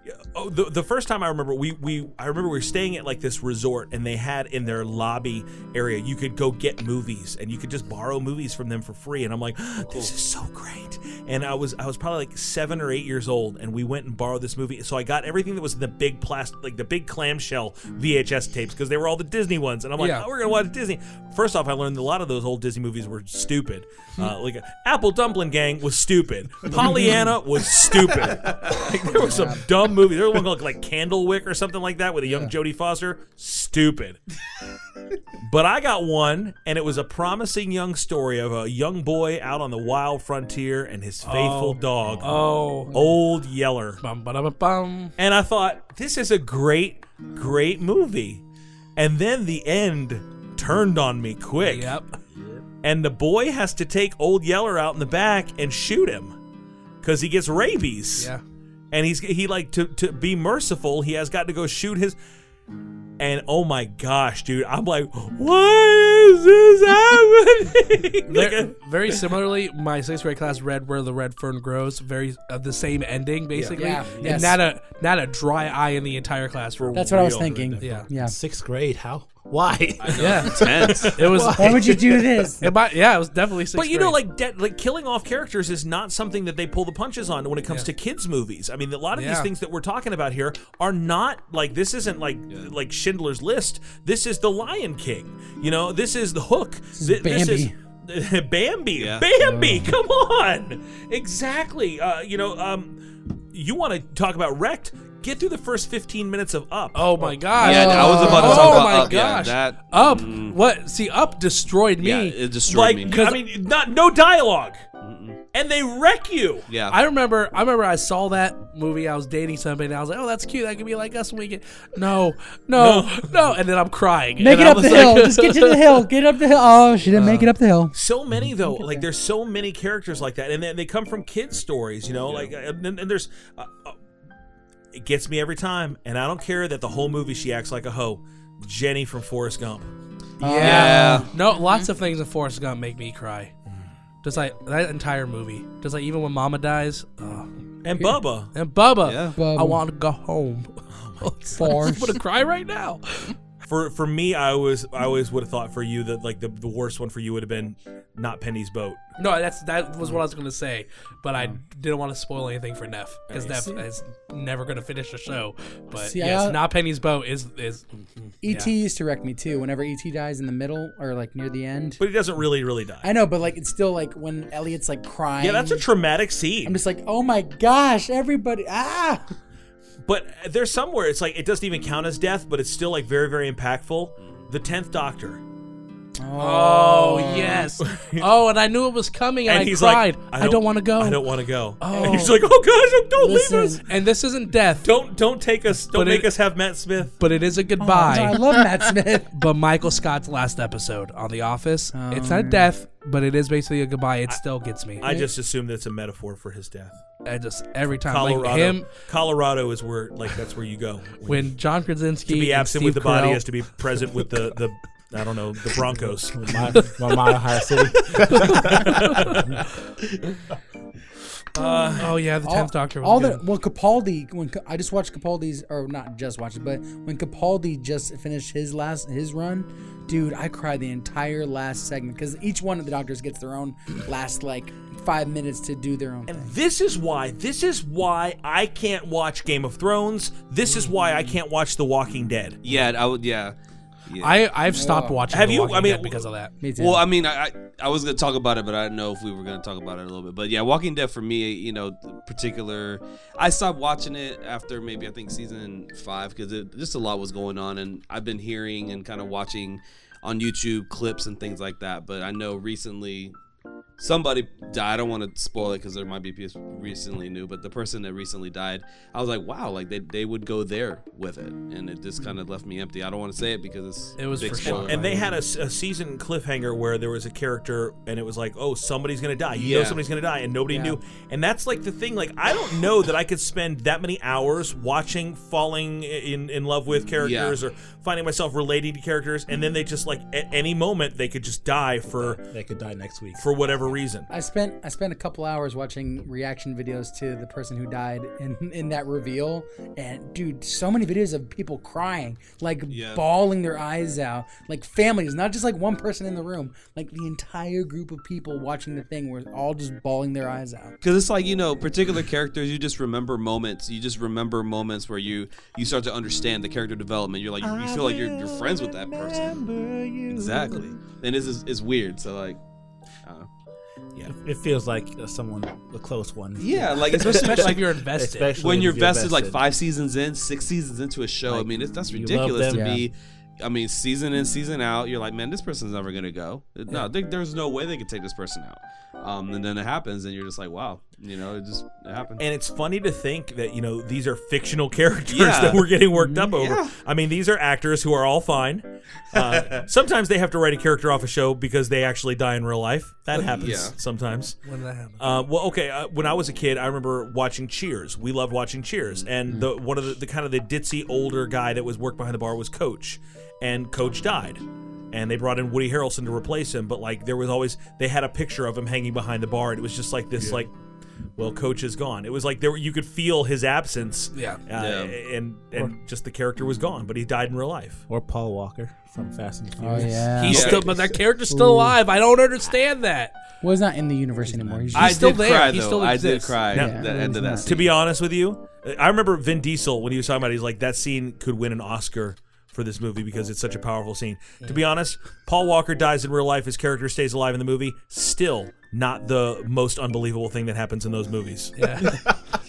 Speaker 1: yeah, oh, the, the first time I remember, we we I remember we were staying at like this resort, and they had in their lobby area you could go get movies, and you could just borrow movies from them for free. And I'm like, this is so great. And I was I was probably like seven or eight years old, and we went and borrowed this movie. So I got everything that was in the big plastic, like the big clamshell VHS tapes, because they were all the Disney ones. And I'm like,
Speaker 3: Yeah.
Speaker 1: "Oh, we're gonna watch Disney. First off, I learned a lot of those old Disney movies were stupid. Uh, like Apple Dumpling Gang was stupid. Pollyanna was stupid. Like, there was some dumb movie. There was one called like Candlewick or something like that with a young Jodie Foster. Stupid. But I got one, and it was a promising young story of a young boy out on the wild frontier and his faithful dog,
Speaker 3: oh,
Speaker 1: Old Yeller.
Speaker 3: bum, ba, da, ba, bum.
Speaker 1: And I thought, this is a great, great movie. And then the end turned on me quick.
Speaker 3: Yep.
Speaker 1: And the boy has to take Old Yeller out in the back and shoot him because he gets rabies.
Speaker 3: Yeah.
Speaker 1: And he's he like to to be merciful. He has got to go shoot his. And oh my gosh, dude! I'm like, why is this happening? Like,
Speaker 3: Ver- very similarly, my sixth grade class read "Where the Red Fern Grows." Very uh, the same ending, basically,
Speaker 5: Yeah.
Speaker 3: and
Speaker 5: Yes.
Speaker 3: not a not a dry eye in the entire classroom.
Speaker 5: that's what I was
Speaker 1: Real.
Speaker 5: thinking.
Speaker 3: Yeah.
Speaker 5: Yeah.
Speaker 7: Sixth grade. How? Why?
Speaker 3: yeah,
Speaker 4: Tense.
Speaker 3: it was.
Speaker 5: Why would you do this?
Speaker 3: It might, yeah, it was definitely sixth.
Speaker 1: but you know,
Speaker 3: grade.
Speaker 1: like de- like killing off characters is not something that they pull the punches on when it comes to kids movies. I mean, a lot of these
Speaker 3: Yeah.
Speaker 1: things that we're talking about here are not like this isn't like like Schindler's List. This is The Lion King. You know, this is The Hook. Thi- This is,
Speaker 5: Bambi.
Speaker 1: Bambi,
Speaker 12: Yeah.
Speaker 1: Bambi, come on! Exactly. Uh, you know, um, you want to talk about wrecked? Get through the first fifteen minutes of Up.
Speaker 3: Oh my gosh!
Speaker 1: Yeah, I was about to talk
Speaker 3: oh
Speaker 1: about
Speaker 3: my
Speaker 1: Up. Yeah,
Speaker 3: Gosh.
Speaker 1: that- mm.
Speaker 3: up. What? See, up destroyed me. Yeah,
Speaker 4: it
Speaker 1: like, I mean, not no dialog and they wreck you.
Speaker 4: Yeah.
Speaker 3: I remember. I remember. I saw that movie. I was dating somebody, and I was like, "Oh, that's cute. That could be like us when we get." No, no, no. And then I'm crying.
Speaker 5: Make
Speaker 3: And
Speaker 5: it
Speaker 3: I
Speaker 5: up
Speaker 3: was
Speaker 5: the
Speaker 3: like-
Speaker 5: hill. Just get to the hill. Get up the hill. Oh, she didn't make it up the hill.
Speaker 1: So many though, like there's so many characters like that, and then they come from kids' stories, you know. Like, and, then- and there's, uh, uh, it gets me every time, and I don't care that the whole movie she acts like a hoe, Jenny from Forrest Gump.
Speaker 3: Yeah. No, lots of things in Forrest Gump make me cry. Just like that entire movie. Just like even when Mama dies. ugh.
Speaker 1: And Bubba.
Speaker 3: And Bubba.
Speaker 1: Yeah.
Speaker 3: I
Speaker 1: Bubba.
Speaker 3: want to go home. I
Speaker 1: Forrest.
Speaker 3: just want to cry right now.
Speaker 1: For for me, I always I always would have thought for you that like the, the worst one for you would have been not Penny's boat.
Speaker 3: No, that's that was what I was gonna say, but I didn't want to spoil anything for Neff because
Speaker 1: Nice.
Speaker 3: Neff is never gonna finish the show. But
Speaker 5: See, I-
Speaker 3: yes, not Penny's boat is is
Speaker 5: ET E used to wreck me too. Whenever ET dies in the middle or like near the end,
Speaker 1: But he doesn't really really die.
Speaker 5: I know. But like, it's still like when Elliot's like crying.
Speaker 1: Yeah, that's a traumatic scene.
Speaker 5: I'm just like, oh my gosh, everybody! Ah,
Speaker 1: But there's somewhere it's like it doesn't even count as death, but it's still like very very impactful. The tenth Doctor.
Speaker 3: Oh, yes. Oh, and I knew it was coming, and, I cried. I don't, want to go.
Speaker 1: I don't want to go.
Speaker 3: Oh.
Speaker 1: And he's like, oh gosh, don't leave us.
Speaker 3: And this isn't death.
Speaker 1: Don't don't take us. Don't
Speaker 3: But it-
Speaker 1: make us have Matt Smith.
Speaker 3: But it is a goodbye.
Speaker 1: Oh, no, I love Matt Smith.
Speaker 3: but Michael Scott's last episode on The Office, it's
Speaker 1: Oh.
Speaker 3: not death, but it is basically a goodbye. It still gets me.
Speaker 1: I just assume that's a metaphor for his death.
Speaker 3: I just every time
Speaker 1: Colorado.
Speaker 3: like him
Speaker 1: Colorado is where like that's where you go
Speaker 3: when John Krasinski
Speaker 1: to be
Speaker 3: and
Speaker 1: absent with
Speaker 3: Steve
Speaker 1: the body
Speaker 3: Carell-
Speaker 1: is to be present with the the. I don't know the Broncos.
Speaker 7: My- my Mile High City.
Speaker 3: Uh, oh yeah, the tenth Doctor. Was
Speaker 5: all
Speaker 3: good.
Speaker 5: the well, Capaldi. When Ca- I just watched Capaldi's, or not just watched it, but when Capaldi just finished his last his run, dude, I cried the entire last segment because each one of the doctors gets their own last like five minutes to do their own. Thing.
Speaker 1: This is why. This is why I can't watch Game of Thrones. This is why I can't watch The Walking Dead.
Speaker 4: Yeah, I would. Yeah, yeah.
Speaker 3: I I've stopped watching.
Speaker 1: Have
Speaker 3: The
Speaker 1: you-
Speaker 3: Walking
Speaker 1: I mean,
Speaker 3: Dead because of that.
Speaker 4: Well, I mean, I, I I was gonna talk about it, but I didn't know if we were gonna talk about it a little bit. But yeah, Walking Dead for me, you know, the particular. I stopped watching it after maybe I think season five because just a lot was going on, and I've been hearing and kind of watching on YouTube clips and things like that. But I know recently somebody died. I don't want to spoil it because there might be people recently new, but the person that recently died, I was like, wow, like they, they would go there with it, and it just kind of left me empty. I don't want to say it because it's
Speaker 3: It was
Speaker 4: big
Speaker 3: for
Speaker 4: spoiler.
Speaker 1: And, and they had a, s- a season cliffhanger where there was a character, and it was like, "Oh, somebody's gonna die." You know,
Speaker 4: Yeah.
Speaker 1: somebody's gonna die, and nobody
Speaker 4: Yeah.
Speaker 1: knew. And that's like the thing. Like, I don't know that I could spend that many hours watching, falling in in love with characters, or finding myself relating to characters, and then they just like at any moment they could just die for
Speaker 7: they could die next week
Speaker 1: for whatever reason.
Speaker 5: I spent I spent a couple hours watching reaction videos to the person who died in in that reveal, and dude, so many videos of people crying, like
Speaker 10: Yeah.
Speaker 5: bawling their eyes out, like families, not just like one person in the room, like the entire group of people watching the thing were all just bawling their eyes out.
Speaker 4: because it's like you know particular characters you just remember moments you just remember moments where you you start to understand the character development you're like you, you feel like you're, you're friends with that person exactly and this is it's weird so like I don't know.
Speaker 7: Yeah, it feels like uh, someone a close one.
Speaker 4: yeah like especially, like,
Speaker 7: Especially
Speaker 4: when
Speaker 7: if
Speaker 4: you're invested, like five seasons in six seasons into a show i mean it's, that's
Speaker 7: you love
Speaker 4: ridiculous to
Speaker 7: them.
Speaker 4: be i mean season in season out you're like man this person's never gonna go no
Speaker 7: Yeah.
Speaker 4: there- there's no way they could take this person out um, and then it happens and you're just like wow you know it just it happened
Speaker 1: And it's funny to think that, you know, these are fictional characters
Speaker 4: Yeah. Mm-hmm.
Speaker 1: that we're getting worked up over.
Speaker 4: Yeah.
Speaker 1: I mean, these are actors who are all fine. Uh, sometimes they have to write a character off a show because they actually die in real life.
Speaker 4: Uh,
Speaker 1: That happens
Speaker 3: Yeah.
Speaker 1: sometimes.
Speaker 3: When did that happen?
Speaker 1: Uh, well, okay. Uh, when I was a kid, I remember watching Cheers. We loved watching Cheers,
Speaker 4: Mm.
Speaker 1: and the one of the, the kind of the ditzy older guy that was worked behind the bar was Coach, and Coach died, and they brought in Woody Harrelson to replace him. But like, there was always they had a picture of him hanging behind the bar, and it was just like this, like, well, Coach is gone. It was like there were, you could feel his absence,
Speaker 3: Yeah.
Speaker 1: uh,
Speaker 7: Yeah.
Speaker 1: and and just the character was gone, but he died in real life.
Speaker 7: Or Paul Walker from Fast and
Speaker 5: Oh,
Speaker 7: Furious.
Speaker 5: yeah.
Speaker 3: He's
Speaker 5: Yeah.
Speaker 3: still, but that character's still
Speaker 5: Ooh.
Speaker 3: alive. I don't understand that.
Speaker 5: Well, he's not in the universe anymore. He's
Speaker 1: I
Speaker 5: just-
Speaker 1: did cry,
Speaker 5: He
Speaker 1: though.
Speaker 5: still
Speaker 1: I did
Speaker 5: exists.
Speaker 4: cry
Speaker 1: Now-
Speaker 4: at the end of that
Speaker 1: To be honest with you, I remember Vin Diesel when he was talking about. it, He's like that scene could win an Oscar for this movie because it's such a powerful scene. To be honest, Paul Walker dies in real life. His character stays alive in the movie. Still not the most unbelievable thing that happens in those movies.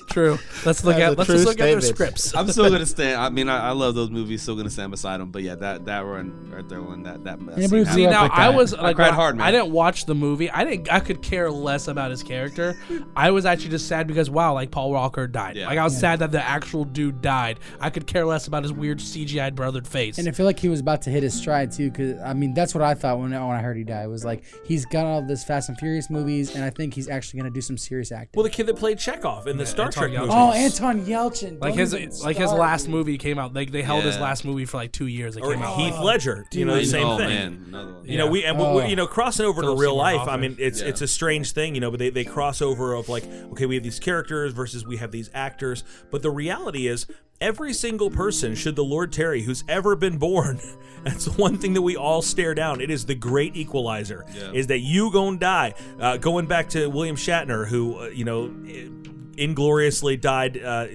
Speaker 3: True. Let's look at let's just look at their scripts.
Speaker 4: I'm still gonna stand. I mean, I, I love those movies. Still gonna stand beside them. But yeah, that that run right there, one that that. that scene
Speaker 3: See
Speaker 4: happened.
Speaker 3: now, I was like,
Speaker 4: I cried
Speaker 3: when
Speaker 4: hard, man.
Speaker 3: I didn't watch the movie. I didn't. I could care less about his character. I was actually just sad because wow, like Paul Walker died.
Speaker 4: Yeah.
Speaker 3: Like I was
Speaker 5: Yeah.
Speaker 3: sad that the actual dude died. I could care less about his weird CGI brothered face.
Speaker 5: And I feel like he was about to hit his stride too, because I mean that's what I thought when when I heard he died. was like he's got all this Fast and Furious movies, and I think he's actually gonna do some serious acting.
Speaker 1: Well, the kid that played Chekhov in the Star
Speaker 3: Anton
Speaker 1: Trek
Speaker 3: Yelchin.
Speaker 1: movie.
Speaker 5: Oh, Anton Yelchin.
Speaker 3: like
Speaker 5: don't
Speaker 3: his
Speaker 5: even
Speaker 3: like his
Speaker 5: start.
Speaker 3: last movie came out. Like they held his
Speaker 4: Yeah.
Speaker 3: last movie for like two years. It
Speaker 1: or
Speaker 3: came out.
Speaker 1: Heath Ledger. You know, the
Speaker 4: Dude,
Speaker 1: same
Speaker 4: oh,
Speaker 1: thing.
Speaker 4: man, another one.
Speaker 1: You know, we and we- we, you know crossing over
Speaker 3: Philip
Speaker 1: to real
Speaker 3: Seymour
Speaker 1: life. I
Speaker 3: Hoffman.
Speaker 1: mean, it's
Speaker 4: Yeah.
Speaker 1: it's a strange thing, you know. But they they cross over of like, okay, we have these characters versus we have these actors. But the reality is, every single person, should the Lord Terry, who's ever been born, that's the one thing that we all stare down. It is the great equalizer.
Speaker 4: Yeah.
Speaker 1: Is that you gonna die? Uh, going back to William Shatner, who uh, you know. Ingloriously died, uh,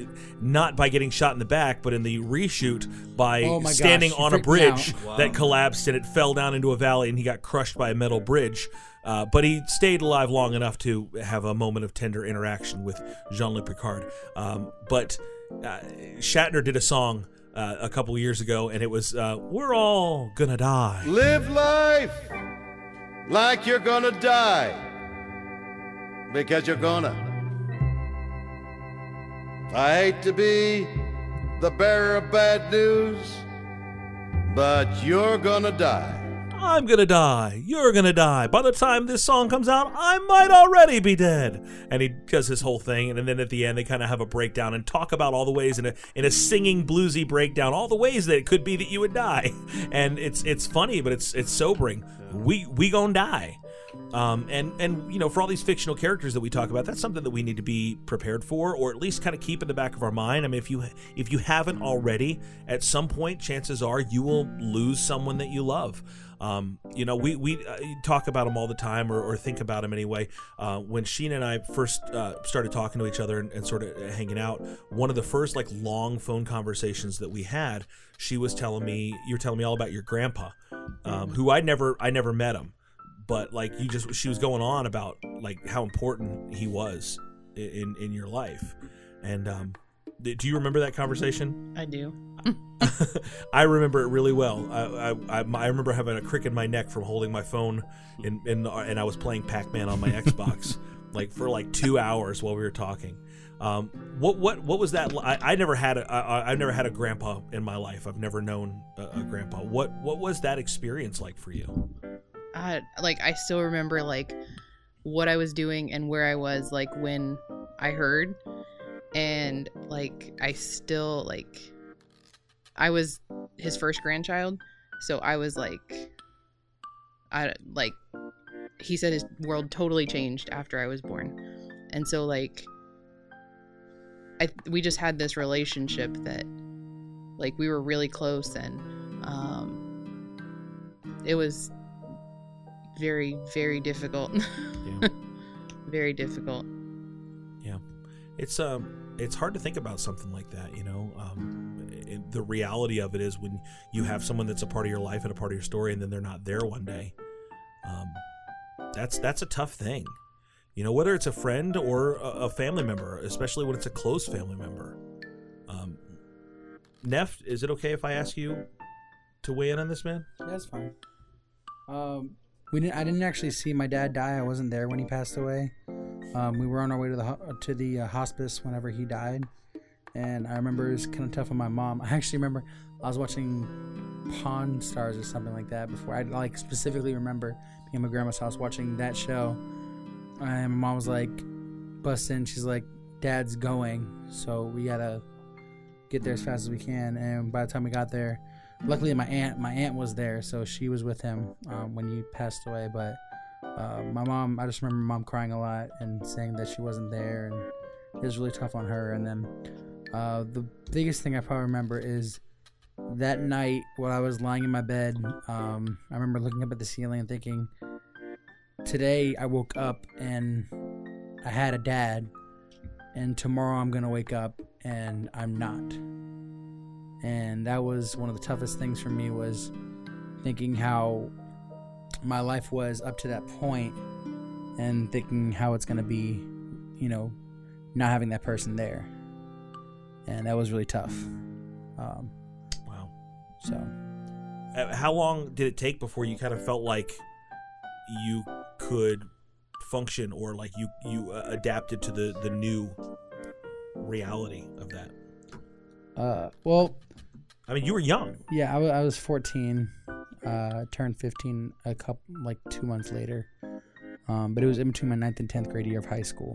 Speaker 1: not by getting shot in the back, but in the reshoot by
Speaker 5: Oh my gosh,
Speaker 1: standing
Speaker 5: you
Speaker 1: on a
Speaker 5: freaked me out.
Speaker 1: bridge that collapsed and it fell down into a valley and he got crushed by a metal bridge. Uh, but he stayed alive long enough to have a moment of tender interaction with Jean Luc Picard. Um, but uh, Shatner did a song uh, a couple years ago and it was, uh, We're All Gonna Die.
Speaker 11: Live life like you're gonna die because you're gonna I hate to be the bearer of bad news, but you're gonna die.
Speaker 1: I'm gonna die. You're gonna die. By the time this song comes out, I might already be dead. And he does his whole thing, and then at the end, they kind of have a breakdown and talk about all the ways in a in a singing bluesy breakdown, all the ways that it could be that you would die. And it's it's funny, but it's it's sobering. We we gonna die. Um, and and you know, for all these fictional characters that we talk about, that's something that we need to be prepared for, or at least kind of keep in the back of our mind. I mean, if you if you haven't already, at some point, chances are you will lose someone that you love. Um, you know, we we uh, talk about them all the time, or, or think about them anyway. Uh, when Sheena and I first uh, started talking to each other and, and sort of hanging out, one of the first like long phone conversations that we had, she was telling me, "You're telling me all about your grandpa, um, who I never I never met him." but like you just she was going on about like how important he was i- in in your life and um th- do you remember that conversation
Speaker 6: I do.
Speaker 1: i remember it really well I, I i i remember having a crick in my neck from holding my phone in in the, and i was playing pac-man on my xbox like for like two hours while we were talking um what what what was that li- i, I never had a I, I- i've never had a grandpa in my life i've never known a, a grandpa what what was that experience like for you
Speaker 6: I, like I still remember like what I was doing and where I was like when I heard and like I still like I was his first grandchild so I was like I like he said his world totally changed after I was born and so like I we just had this relationship that like we were really close and um it was very very difficult
Speaker 1: Yeah.
Speaker 6: very difficult
Speaker 1: Yeah, it's um, it's hard to think about something like that. You know, um, it, the reality of it is when you have someone that's a part of your life and a part of your story, and then they're not there one day. Um, that's that's a tough thing. You know, whether it's a friend or a, a family member, especially when it's a close family member. Um, Neff, is it okay if I ask you to weigh in on this, man?
Speaker 5: That's fine. Um, we didn't. I didn't actually see my dad die. I wasn't there when he passed away. Um, we were on our way to the ho- to the uh, hospice whenever he died, and I remember it was kind of tough on my mom. I actually remember I was watching Pawn Stars or something like that before. I like specifically remember being at my grandma's house watching that show, and my mom was like, bust in. She's like, "Dad's going, so we gotta get there as fast as we can." And by the time we got there, luckily my aunt, my aunt was there, so she was with him um, when he passed away. But uh, my mom, I just remember my mom crying a lot and saying that she wasn't there, and it was really tough on her. And then uh, the biggest thing I probably remember is that night while I was lying in my bed. Um, I remember looking up at the ceiling and thinking. Today I woke up and I had a dad, and tomorrow I'm gonna wake up and I'm not. and that was one of the toughest things for me was thinking how my life was up to that point and thinking how it's going to be you know not having that person there and that was really tough um,
Speaker 1: wow
Speaker 5: so
Speaker 1: Uh, How long did it take before you kind of felt like you could function or like you you uh, adapted to the the new reality of that?
Speaker 5: uh, well
Speaker 1: I mean, you were young.
Speaker 5: Yeah, I wa- I was 14. Uh, turned 15 a couple like two months later. Um, but it was in between my ninth and 10th grade year of high school.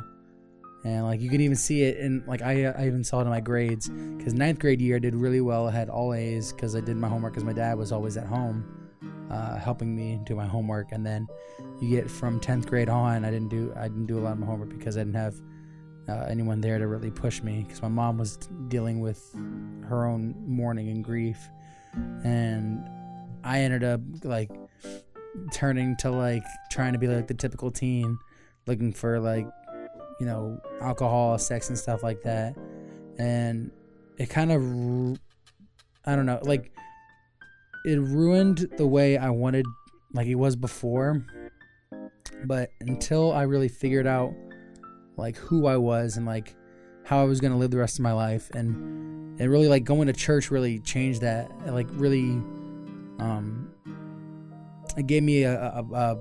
Speaker 5: And like you can even see it in like I, I even saw it in my grades because ninth grade year I did really well. I had all A's because I did my homework because my dad was always at home, uh, helping me do my homework. And then you get from 10th grade on, I didn't do I didn't do a lot of my homework because I didn't have uh, anyone there to really push me because my mom was dealing with her own mourning and grief and I ended up like turning to like trying to be like the typical teen, looking for like you know alcohol, sex, and stuff like that, and it kind of I don't know like it ruined the way I wanted like it was before, but until I really figured out like who I was and like how I was gonna live the rest of my life and and really like going to church really changed that It, like really um it gave me a a, a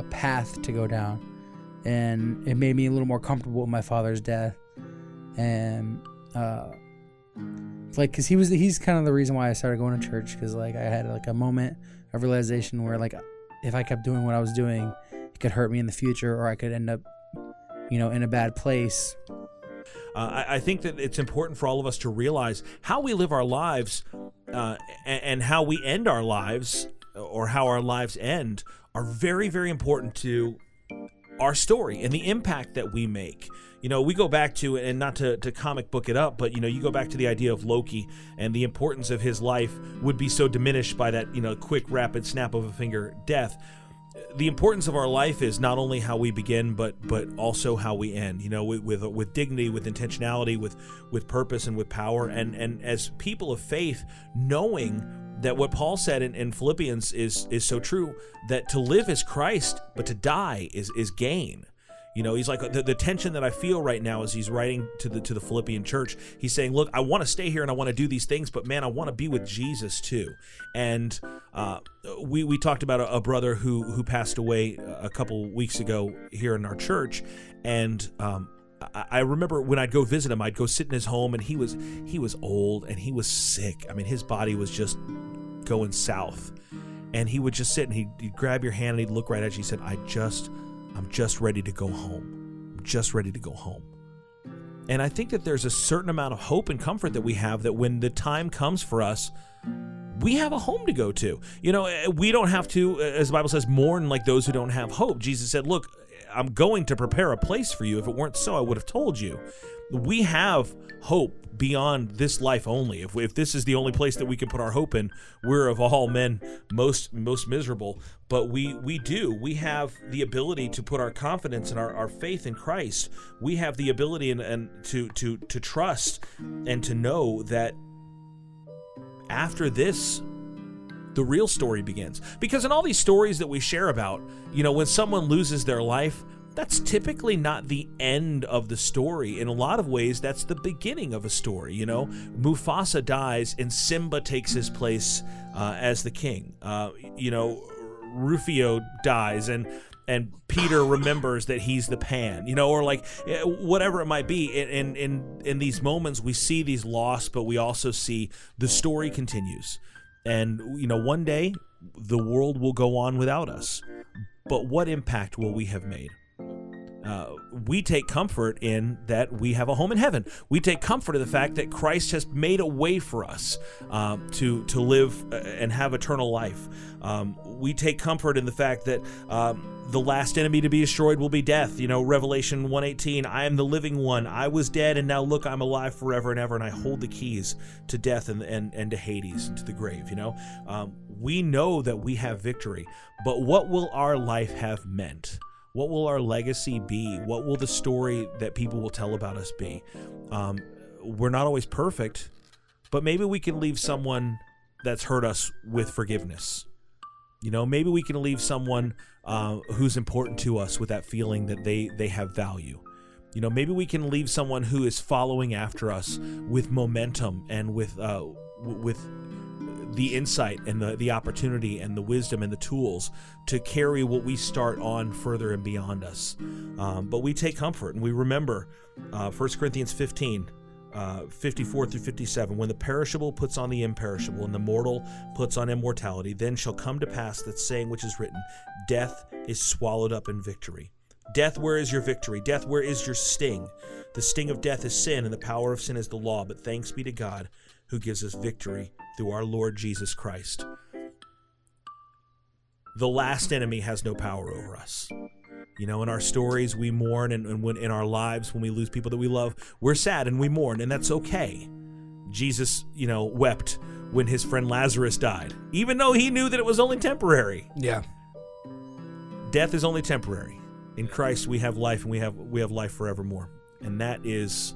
Speaker 5: a path to go down and it made me a little more comfortable with my father's death and uh it's like because he was he's kind of the reason why I started going to church because like I had like a moment of realization where like if I kept doing what I was doing it could hurt me in the future or I could end up you know in a bad place
Speaker 1: Uh, I, I think that it's important for all of us to realize how we live our lives uh, and, and how we end our lives or how our lives end are very, very important to our story and the impact that we make. You know, we go back to, and not to, to comic book it up, but you know, you go back to the idea of Loki and the importance of his life would be so diminished by that, you know, quick, rapid snap of a finger death the importance of our life is not only how we begin but but also how we end you know with with, with dignity with intentionality with with purpose and with power and and as people of faith knowing that what paul said in, in philippians is is so true that to live is christ but to die is is gain you know, he's like the, the tension that I feel right now as he's writing to the to the Philippian church. He's saying, "Look, I want to stay here and I want to do these things, but man, I want to be with Jesus too." And uh, we we talked about a, a brother who who passed away a couple weeks ago here in our church, and um, I, I remember when I'd go visit him, I'd go sit in his home, and he was he was old and he was sick. I mean, his body was just going south, and he would just sit and he'd, he'd grab your hand and he'd look right at you. He said, "I just." I'm just ready to go home. I'm just ready to go home. And I think that there's a certain amount of hope and comfort that we have that when the time comes for us, we have a home to go to. You know, eh, we don't have to, eh, as the Bible says, mourn like those who don't have hope. Jesus said, Look, I'm going to prepare a place for you. If it weren't so, I would have told you. We have hope beyond this life only. If, if this is the only place that we can put our hope in, we're of all men most most miserable. But we we do. We have the ability to put our confidence and our, our faith in Christ. We have the ability and, and to to to trust and to know that after this the real story begins. Because in all these stories that we share about, you know, when someone loses their life, that's typically not the end of the story. In a lot of ways, that's the beginning of a story. You know, Mufasa dies and Simba takes his place uh, as the king. Uh, you know, Rufio dies and and Peter remembers that he's the Pan, you know, or like eh, whatever it might be. In- In in in these moments, we see these lost, but we also see the story continues, and you know, one day the world will go on without us. But what impact will we have made? Uh, we take comfort in that we have a home in heaven. We take comfort in the fact that Christ has made a way for us um, to to live uh, and have eternal life. Um, we take comfort in the fact that um, the last enemy to be destroyed will be death. You know, Revelation one eighteen. I am the living one. I was dead, and now look, I'm alive forever and ever, and I hold the keys to death and and, and to Hades and to the grave. You know, um, we know that we have victory, but what will our life have meant? What will our legacy be? What will the story that people will tell about us be? Um, we're not always perfect, but maybe we can leave someone that's hurt us with forgiveness. You know, maybe we can leave someone uh, who's important to us with that feeling that they they have value. You know, maybe we can leave someone who is following after us with momentum and with uh, w- with the insight and the, the opportunity and the wisdom and the tools to carry what we start on further and beyond us. Um, but we take comfort and we remember uh, 1 Corinthians 15. Uh, 54 through 57 when the perishable puts on the imperishable and the mortal puts on immortality then shall come to pass that saying which is written death is swallowed up in victory Death, where is your victory? Death, where is your sting? The sting of death is sin, and the power of sin is the law. But thanks be to God who gives us victory through our Lord Jesus Christ. The last enemy has no power over us. You know, in our stories, we mourn, and, and when, in our lives, when we lose people that we love, we're sad and we mourn, and that's okay. Jesus, you know, wept when his friend Lazarus died, even though he knew that it was only temporary.
Speaker 3: Yeah.
Speaker 1: Death is only temporary. In Christ we have life and we have we have life forevermore. And that is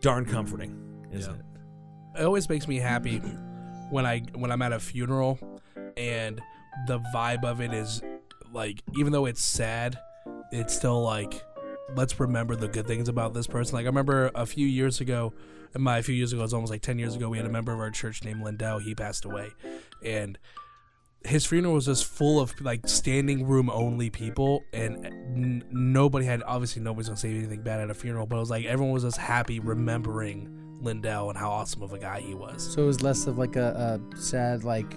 Speaker 1: darn comforting, isn't it?
Speaker 3: it always makes me happy when I when I'm at a funeral and the vibe of it is like even though it's sad, it's still like let's remember the good things about this person. Like I remember a few years ago, and my a few years ago it's almost like ten years ago, we had a member of our church named Lindell, he passed away. And his funeral was just full of like standing room only people and n- nobody had obviously nobody's gonna say anything bad at a funeral but it was like everyone was just happy remembering lindell and how awesome of a guy he was
Speaker 5: So it was less of like a, a sad, like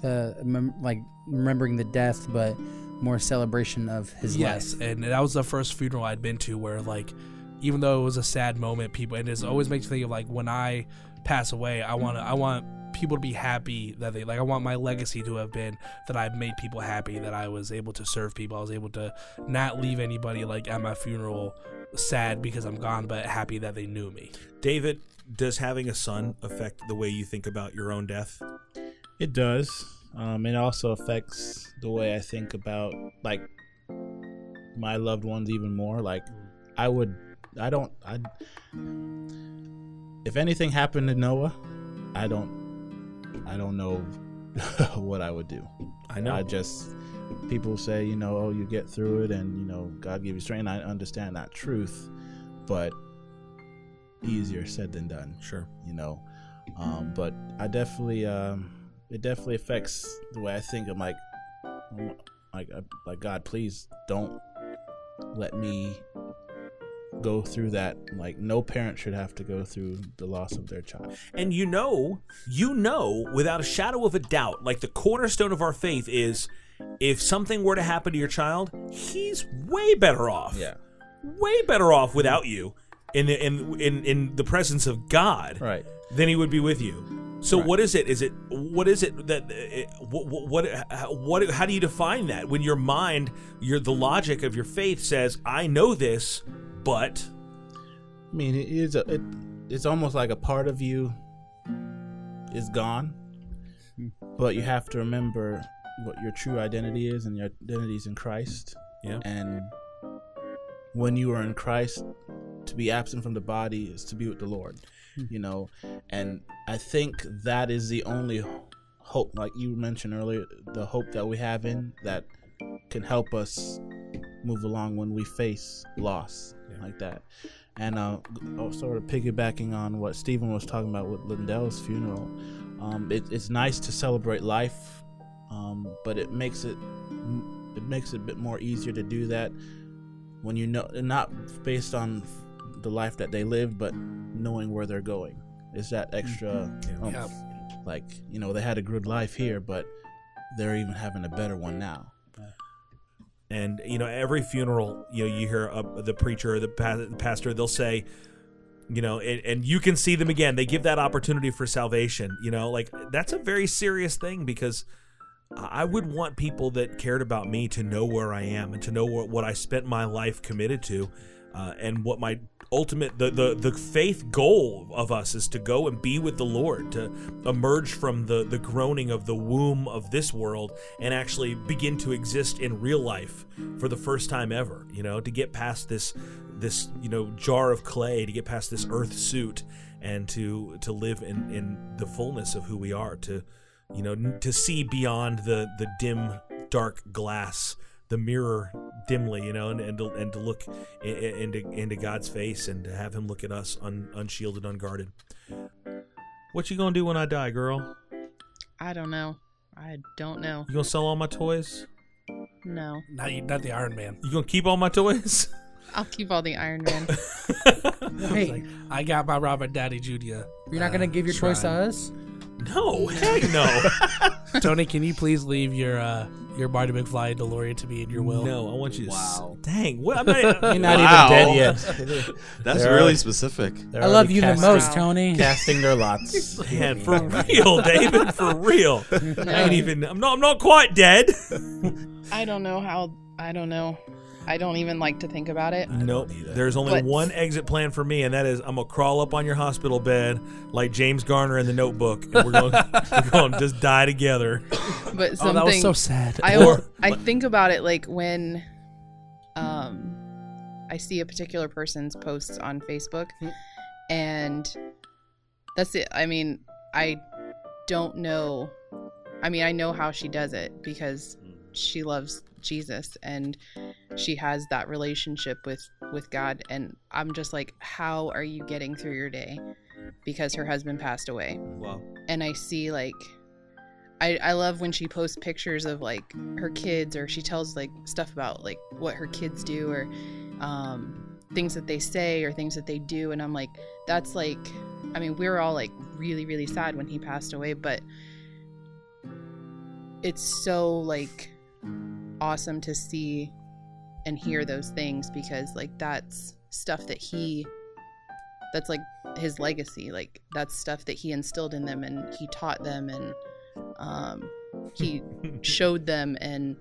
Speaker 5: the mem- like remembering the death, but more celebration of his
Speaker 3: yes
Speaker 5: life.
Speaker 3: and that was the first funeral i'd been to where like even though it was a sad moment people and it always makes me think of like when i pass away i want to i want people to be happy that they like i want my legacy to have been that i've made people happy that i was able to serve people i was able to not leave anybody like at my funeral sad because i'm gone but happy that they knew me
Speaker 1: David, does having a son affect the way you think about your own death?
Speaker 7: It does. Um, it also affects the way I think about like my loved ones even more. Like I would, I don't, I. If anything happened to Noah, I don't, I don't know what I would do.
Speaker 1: I know.
Speaker 7: I just people say you know oh you get through it and you know God give you strength. And I understand that truth, but easier said than done.
Speaker 1: Sure.
Speaker 7: You know, um, but I definitely, um, it definitely affects the way I think. I'm like, I'm like, I- like God, please don't let me go through that. Like, no parent should have to go through the loss of their child.
Speaker 1: And you know, you know, without a shadow of a doubt, like the cornerstone of our faith is if something were to happen to your child, he's way better off. Yeah. Way better off without you in the, in, in in the presence of God.
Speaker 7: Right.
Speaker 1: Than he would be with you. So
Speaker 7: Right.
Speaker 1: what is it? Is it what is it that uh, what what how- what how do you define that when your mind, your the logic of your faith says, I know this, but
Speaker 7: I mean, it is a, it, it's almost like a part of you is gone, but you have to remember what your true identity is, and your identity is in Christ.
Speaker 1: Yeah.
Speaker 7: And when you are in Christ, to be absent from the body is to be with the Lord. You know, and I think that is the only hope, like you mentioned earlier, the hope that we have in that can help us move along when we face loss like that. And uh, oh, sort of piggybacking on what Stephen was talking about with Lindell's funeral, um, it, it's nice to celebrate life, um, but it makes it it makes it a bit more easier to do that when you know not based on the life that they lived, but knowing where they're going. It's that extra, oomph.
Speaker 3: Yeah.
Speaker 7: like you know, they had a good life here, but they're even having a better one now.
Speaker 1: and you know every funeral you know you hear uh, the preacher or the pa- pastor they'll say you know and, and you can see them again they give that opportunity for salvation you know like that's a very serious thing because i would want people that cared about me to know where i am and to know what, what i spent my life committed to uh, and what my ultimate the, the the faith goal of us is to go and be with the lord to emerge from the the groaning of the womb of this world and actually begin to exist in real life for the first time ever you know to get past this this you know jar of clay to get past this earth suit and to to live in in the fullness of who we are to you know n- to see beyond the the dim dark glass the mirror dimly you know and and to, and to look i- i- into into God's face and to have him look at us un, unshielded unguarded what you gonna do when I die girl
Speaker 6: I don't know. I don't know.
Speaker 1: you gonna sell all my toys
Speaker 6: No.
Speaker 3: Not you- not the Iron Man.
Speaker 1: you gonna keep all my toys
Speaker 6: I'll keep all the Iron Man.
Speaker 3: It's like, "Ah, I got my Robert Daddy Jr.
Speaker 5: You're not gonna give your
Speaker 3: shrine.
Speaker 5: choice to us?
Speaker 1: No, heck no.
Speaker 3: Tony, can you please leave your uh, your Marty McFly DeLorean to me in your will?
Speaker 1: No, I want you to. s- Dang, what? I'm not,
Speaker 7: You're not
Speaker 1: Wow.
Speaker 7: even dead yet.
Speaker 4: That's
Speaker 7: They're
Speaker 4: really
Speaker 7: already-
Speaker 4: specific.
Speaker 7: they're
Speaker 5: I love
Speaker 7: already
Speaker 5: you the
Speaker 7: casting-
Speaker 5: most, Tony.
Speaker 7: Casting their lots.
Speaker 1: Man, for real, David, for real. I ain't even. I'm not. I'm not quite dead.
Speaker 6: I don't know how. I don't know. I don't even like to think about it.
Speaker 1: Nope. There's only
Speaker 6: But-
Speaker 1: one exit plan for me, and that is I'm gonna crawl up on your hospital bed like James Garner in The Notebook, and we're gonna, we're gonna just die together.
Speaker 6: But
Speaker 3: Oh,
Speaker 6: something.
Speaker 3: that was so sad.
Speaker 6: I
Speaker 1: Or-
Speaker 6: I think about it like when, um, I see a particular person's posts on Facebook, and that's it. I mean, I don't know. I mean, I know how she does it because she loves Jesus and she has that relationship with with God and I'm just like how are you getting through your day because her husband passed away
Speaker 4: Wow.
Speaker 6: and I see like I I love when she posts pictures of like her kids or she tells like stuff about like what her kids do or um things that they say or things that they do and I'm like that's like I mean we were all like really really sad when he passed away but it's so like awesome to see and hear those things because like that's stuff that he that's like his legacy like that's stuff that he instilled in them and he taught them and um he showed them and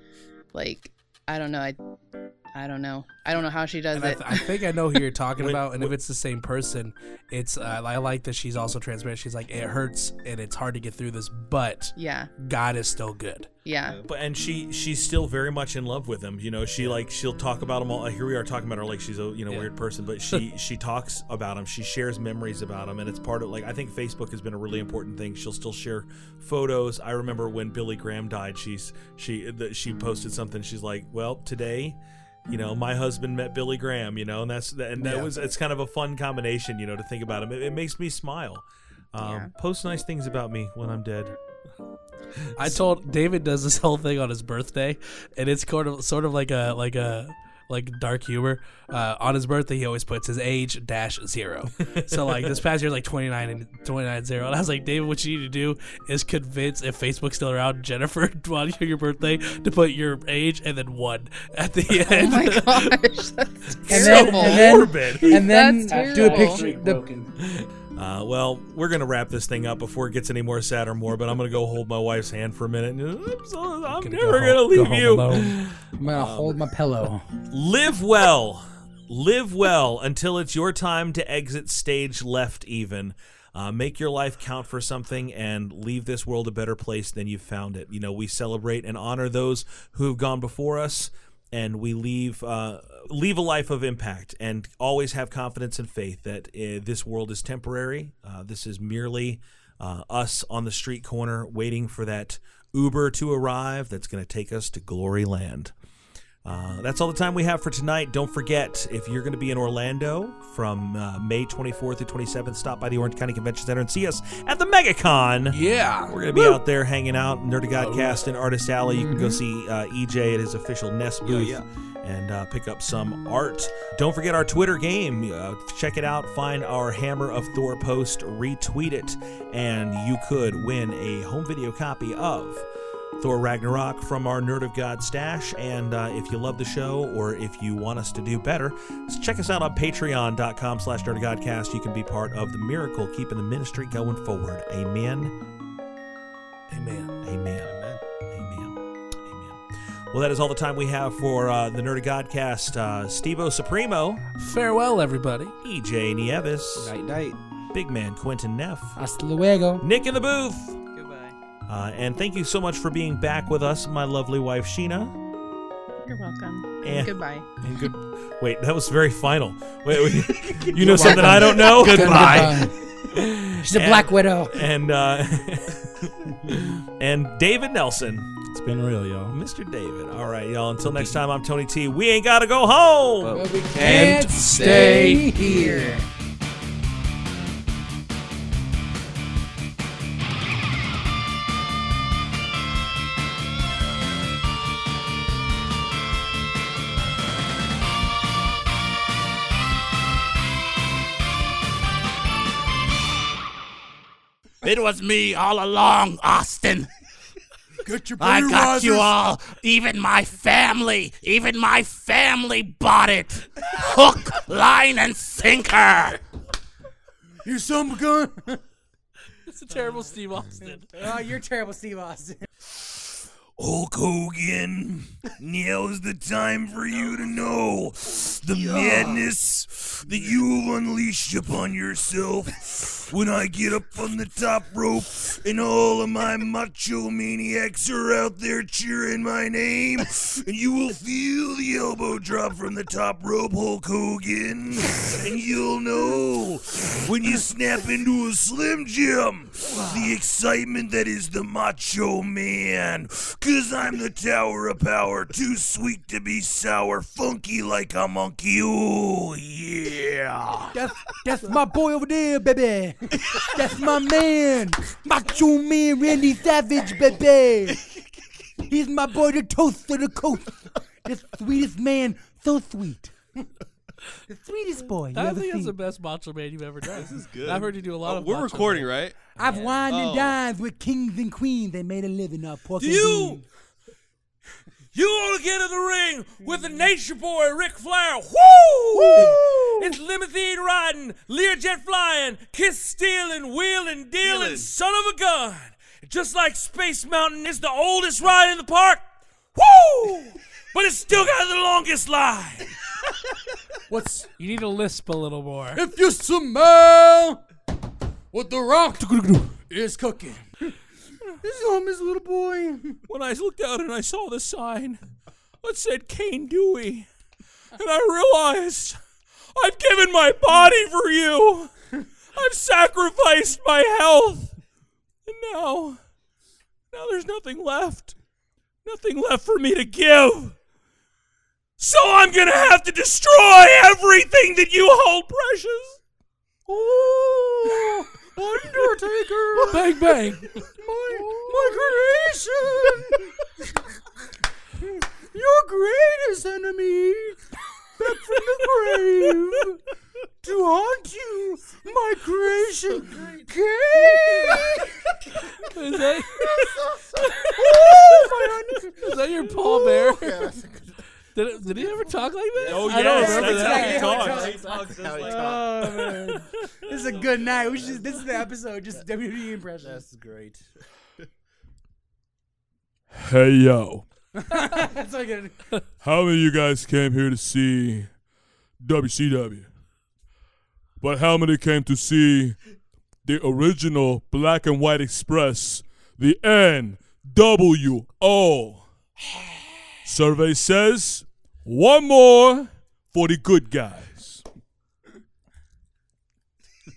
Speaker 6: like i don't know i i don't know i don't know how she does
Speaker 3: And I,
Speaker 6: it
Speaker 3: th- I think I know who you're talking
Speaker 1: When-
Speaker 3: about, and if it's the same person, it's uh, I like that she's also transparent. She's like, it hurts and it's hard to get through this, but
Speaker 6: yeah
Speaker 3: God is still good.
Speaker 6: yeah
Speaker 1: But and she she's still very much in love with him. You know, she like she'll talk about him all. Here we are talking about her like she's a you know
Speaker 3: Yeah.
Speaker 1: weird person, but she she talks about him. She shares memories about him, and it's part of like I think Facebook has been a really important thing. She'll still share photos. I remember when Billy Graham died. She's she the, she posted something. She's like, well, today. You know, my husband met Billy Graham. You know, and that's and that
Speaker 3: Yeah.
Speaker 1: was it's kind of a fun combination. You know, to think about him, it, it makes me smile. Um,
Speaker 6: Yeah.
Speaker 1: Post nice things about me when I'm dead.
Speaker 3: I told David does this whole thing on his birthday, and it's sort of sort of like a like a like dark humor. Uh, on his birthday, he always puts his age dash zero. so like this past year, like twenty nine and twenty nine zero. And I was like, David, what you need to do is convince if Facebook's still around, Jennifer, on your birthday, to put your age and then one at the
Speaker 6: oh
Speaker 3: end.
Speaker 6: my gosh that's
Speaker 5: And
Speaker 6: terrible
Speaker 5: then, and then,
Speaker 1: Morbid.
Speaker 5: and then
Speaker 6: That's
Speaker 5: do a
Speaker 6: terrible.
Speaker 5: picture. The,
Speaker 1: Uh, well, we're gonna wrap this thing up before it gets any more sad or more. But I'm gonna go hold my wife's hand for a minute. and, I'm, so, I'm
Speaker 3: Gonna go
Speaker 1: never
Speaker 3: home-
Speaker 1: gonna
Speaker 3: go
Speaker 1: leave
Speaker 3: home
Speaker 1: you.
Speaker 3: alone.
Speaker 5: I'm gonna hold my pillow.
Speaker 1: Live well, live well until it's your time to exit stage left. Even uh, make your life count for something and leave this world a better place than you found it. You know, we celebrate and honor those who have gone before us. And we leave uh, leave a life of impact, and always have confidence and faith that uh, this world is temporary. Uh, this is merely uh, us on the street corner waiting for that Uber to arrive that's going to take us to glory land. Uh, that's all the time we have for tonight. Don't forget, if you're going to be in Orlando from uh, May 24th to 27th, stop by the Orange County Convention Center and see us at the MegaCon.
Speaker 3: yeah.
Speaker 1: We're going to be out there hanging out, Nerd of Godcast and Artist Alley. You can go see uh, EJ at his official Nest booth and uh, pick up some art. Don't forget our Twitter game. Uh, check it out. Find our Hammer of Thor post, retweet it, and you could win a home video copy of. Thor Ragnarok from our Nerd of God stash. And uh, if you love the show or if you want us to do better, s- check us out on patreon.com slash nerd of godcast. You can be part of the miracle keeping the ministry going forward. Amen.
Speaker 3: Amen.
Speaker 1: Amen. Amen. Amen. Amen. Well, that is all the time we have for uh, the Nerd of Godcast. Uh, Stevo Supremo,
Speaker 3: Farewell, everybody.
Speaker 1: EJ Nieves,
Speaker 9: Night, night.
Speaker 1: Big Man Quentin Neff,
Speaker 5: Hasta luego.
Speaker 1: Nick in the booth.
Speaker 8: Goodbye.
Speaker 1: Uh, and thank you so much for being back with us, my lovely wife Sheena.
Speaker 6: you're welcome
Speaker 1: Eh.
Speaker 6: goodbye
Speaker 1: And good. Wait, that was very final. Wait, wait you know something I don't know.
Speaker 5: Goodbye. She's a Black Widow.
Speaker 13: And uh, and David Nelson. It's
Speaker 14: been real, y'all.
Speaker 13: Mr. David. All right, y'all. Until next time, I'm Tony T. We ain't gotta go home.
Speaker 3: But we can't stay here.
Speaker 7: It was me all along, Austin.
Speaker 1: Get your
Speaker 7: I
Speaker 1: blue
Speaker 7: got you
Speaker 1: risers.
Speaker 7: all. Even my family, even my family bought it. Hook, line, and sinker.
Speaker 1: You some gun.
Speaker 4: It's a terrible Steve Austin.
Speaker 5: oh, you're terrible, Steve Austin.
Speaker 1: Hulk Hogan, now's the time for you to know the madness that you have unleashed upon yourself when I get up on the top rope and all of my macho maniacs are out there cheering my name, and you will feel the elbow drop from the top rope, Hulk Hogan, and you'll know when you snap into a Slim Jim the excitement that is the macho man. Cause I'm the tower of power, too sweet to be sour, funky like a monkey. Oh, yeah.
Speaker 3: That's that's my boy over there, baby. That's my man, Macho Man Randy Savage, baby. He's my boy, the toast of the coast, the sweetest man, so sweet, the sweetest boy. You
Speaker 4: I
Speaker 3: ever
Speaker 4: think that's
Speaker 3: seen.
Speaker 4: the best Macho Man you've ever done. this is
Speaker 15: good.
Speaker 4: I've heard you do a lot
Speaker 15: Oh,
Speaker 4: of.
Speaker 15: we're
Speaker 4: Macho
Speaker 15: recording,
Speaker 4: Man.
Speaker 15: right?
Speaker 3: I've wined
Speaker 15: Oh.
Speaker 3: and dined with kings and queens. They made a living off pork and
Speaker 16: You-
Speaker 3: beans.
Speaker 16: You want to get in the ring with the nature boy Ric Flair. Woo! It's limousine riding, Learjet flying, kiss stealing, wheeling, dealing, son of a gun. Just like Space Mountain, it's the oldest ride in the park. Woo! but it's still got the longest line.
Speaker 4: What's you need to lisp a little more.
Speaker 1: If you smell what the rock is cooking.
Speaker 16: This is homeless little boy. When I looked out and I saw the sign that said Kane Dewey, and I realized I've given my body for you. I've sacrificed my health. And now, now there's nothing left. Nothing left for me to give. So I'm going to have to destroy everything that you hold precious.
Speaker 3: Oh, Undertaker!
Speaker 4: bang bang!
Speaker 3: My, my creation! Your greatest enemy! Back from the grave! To haunt you, my creation! King!
Speaker 4: Is that,
Speaker 3: oh, my un-
Speaker 4: is that your Paul Bear?
Speaker 3: Oh, Yeah, that's
Speaker 4: did, did he ever talk like that?
Speaker 3: Oh,
Speaker 4: I don't
Speaker 3: yes,
Speaker 4: remember
Speaker 3: that's
Speaker 4: that.
Speaker 3: exactly how he talks.
Speaker 5: That's
Speaker 3: just
Speaker 5: how he
Speaker 3: like
Speaker 5: talks.
Speaker 3: that.
Speaker 5: this is a good night. We should just, this is the episode. Just WWE impression. That's great.
Speaker 17: Hey yo.
Speaker 5: That's all you gotta do.
Speaker 17: How many of you guys came here to see WCW? But how many came to see the original Black and White Express, the NWO? Survey says one more for the good guys.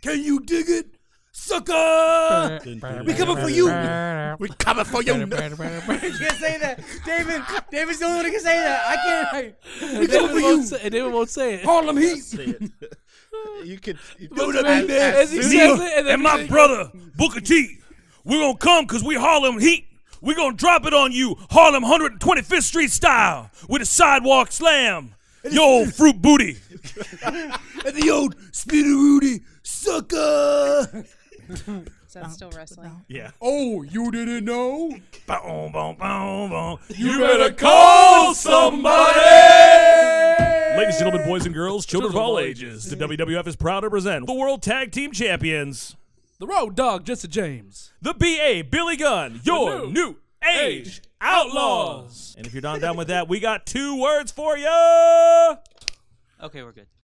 Speaker 1: Can you dig it? Sucker! We coming for you. We coming for you.
Speaker 5: I can't say that. David, David's the only one who can say that. I can't. I,
Speaker 4: And David, won't say, and David won't say it.
Speaker 1: Harlem
Speaker 4: Heat.
Speaker 1: You could. You
Speaker 4: could-
Speaker 1: what I mean, man?
Speaker 4: As he
Speaker 1: You
Speaker 4: says
Speaker 1: know-
Speaker 4: it, and then
Speaker 16: and my brother Booker T, we're gonna come because we Harlem Heat. We're gonna drop it on you, Harlem 125th Street style, with a sidewalk slam. Yo, fruit booty.
Speaker 1: and the old Speedy Rudy sucker.
Speaker 6: Is that still wrestling?
Speaker 1: Yeah. Oh, you didn't know? Boom, boom, boom, boom.
Speaker 17: You
Speaker 1: better call somebody.
Speaker 13: Ladies and gentlemen, boys and girls, children of all ages, the WWF is proud to present the World Tag Team Champions,
Speaker 4: the Road Dog, Jesse James,
Speaker 13: the BA, Billy Gunn, your new, age outlaws. And if you're not done with that, we got two words for you.
Speaker 18: Okay, we're good.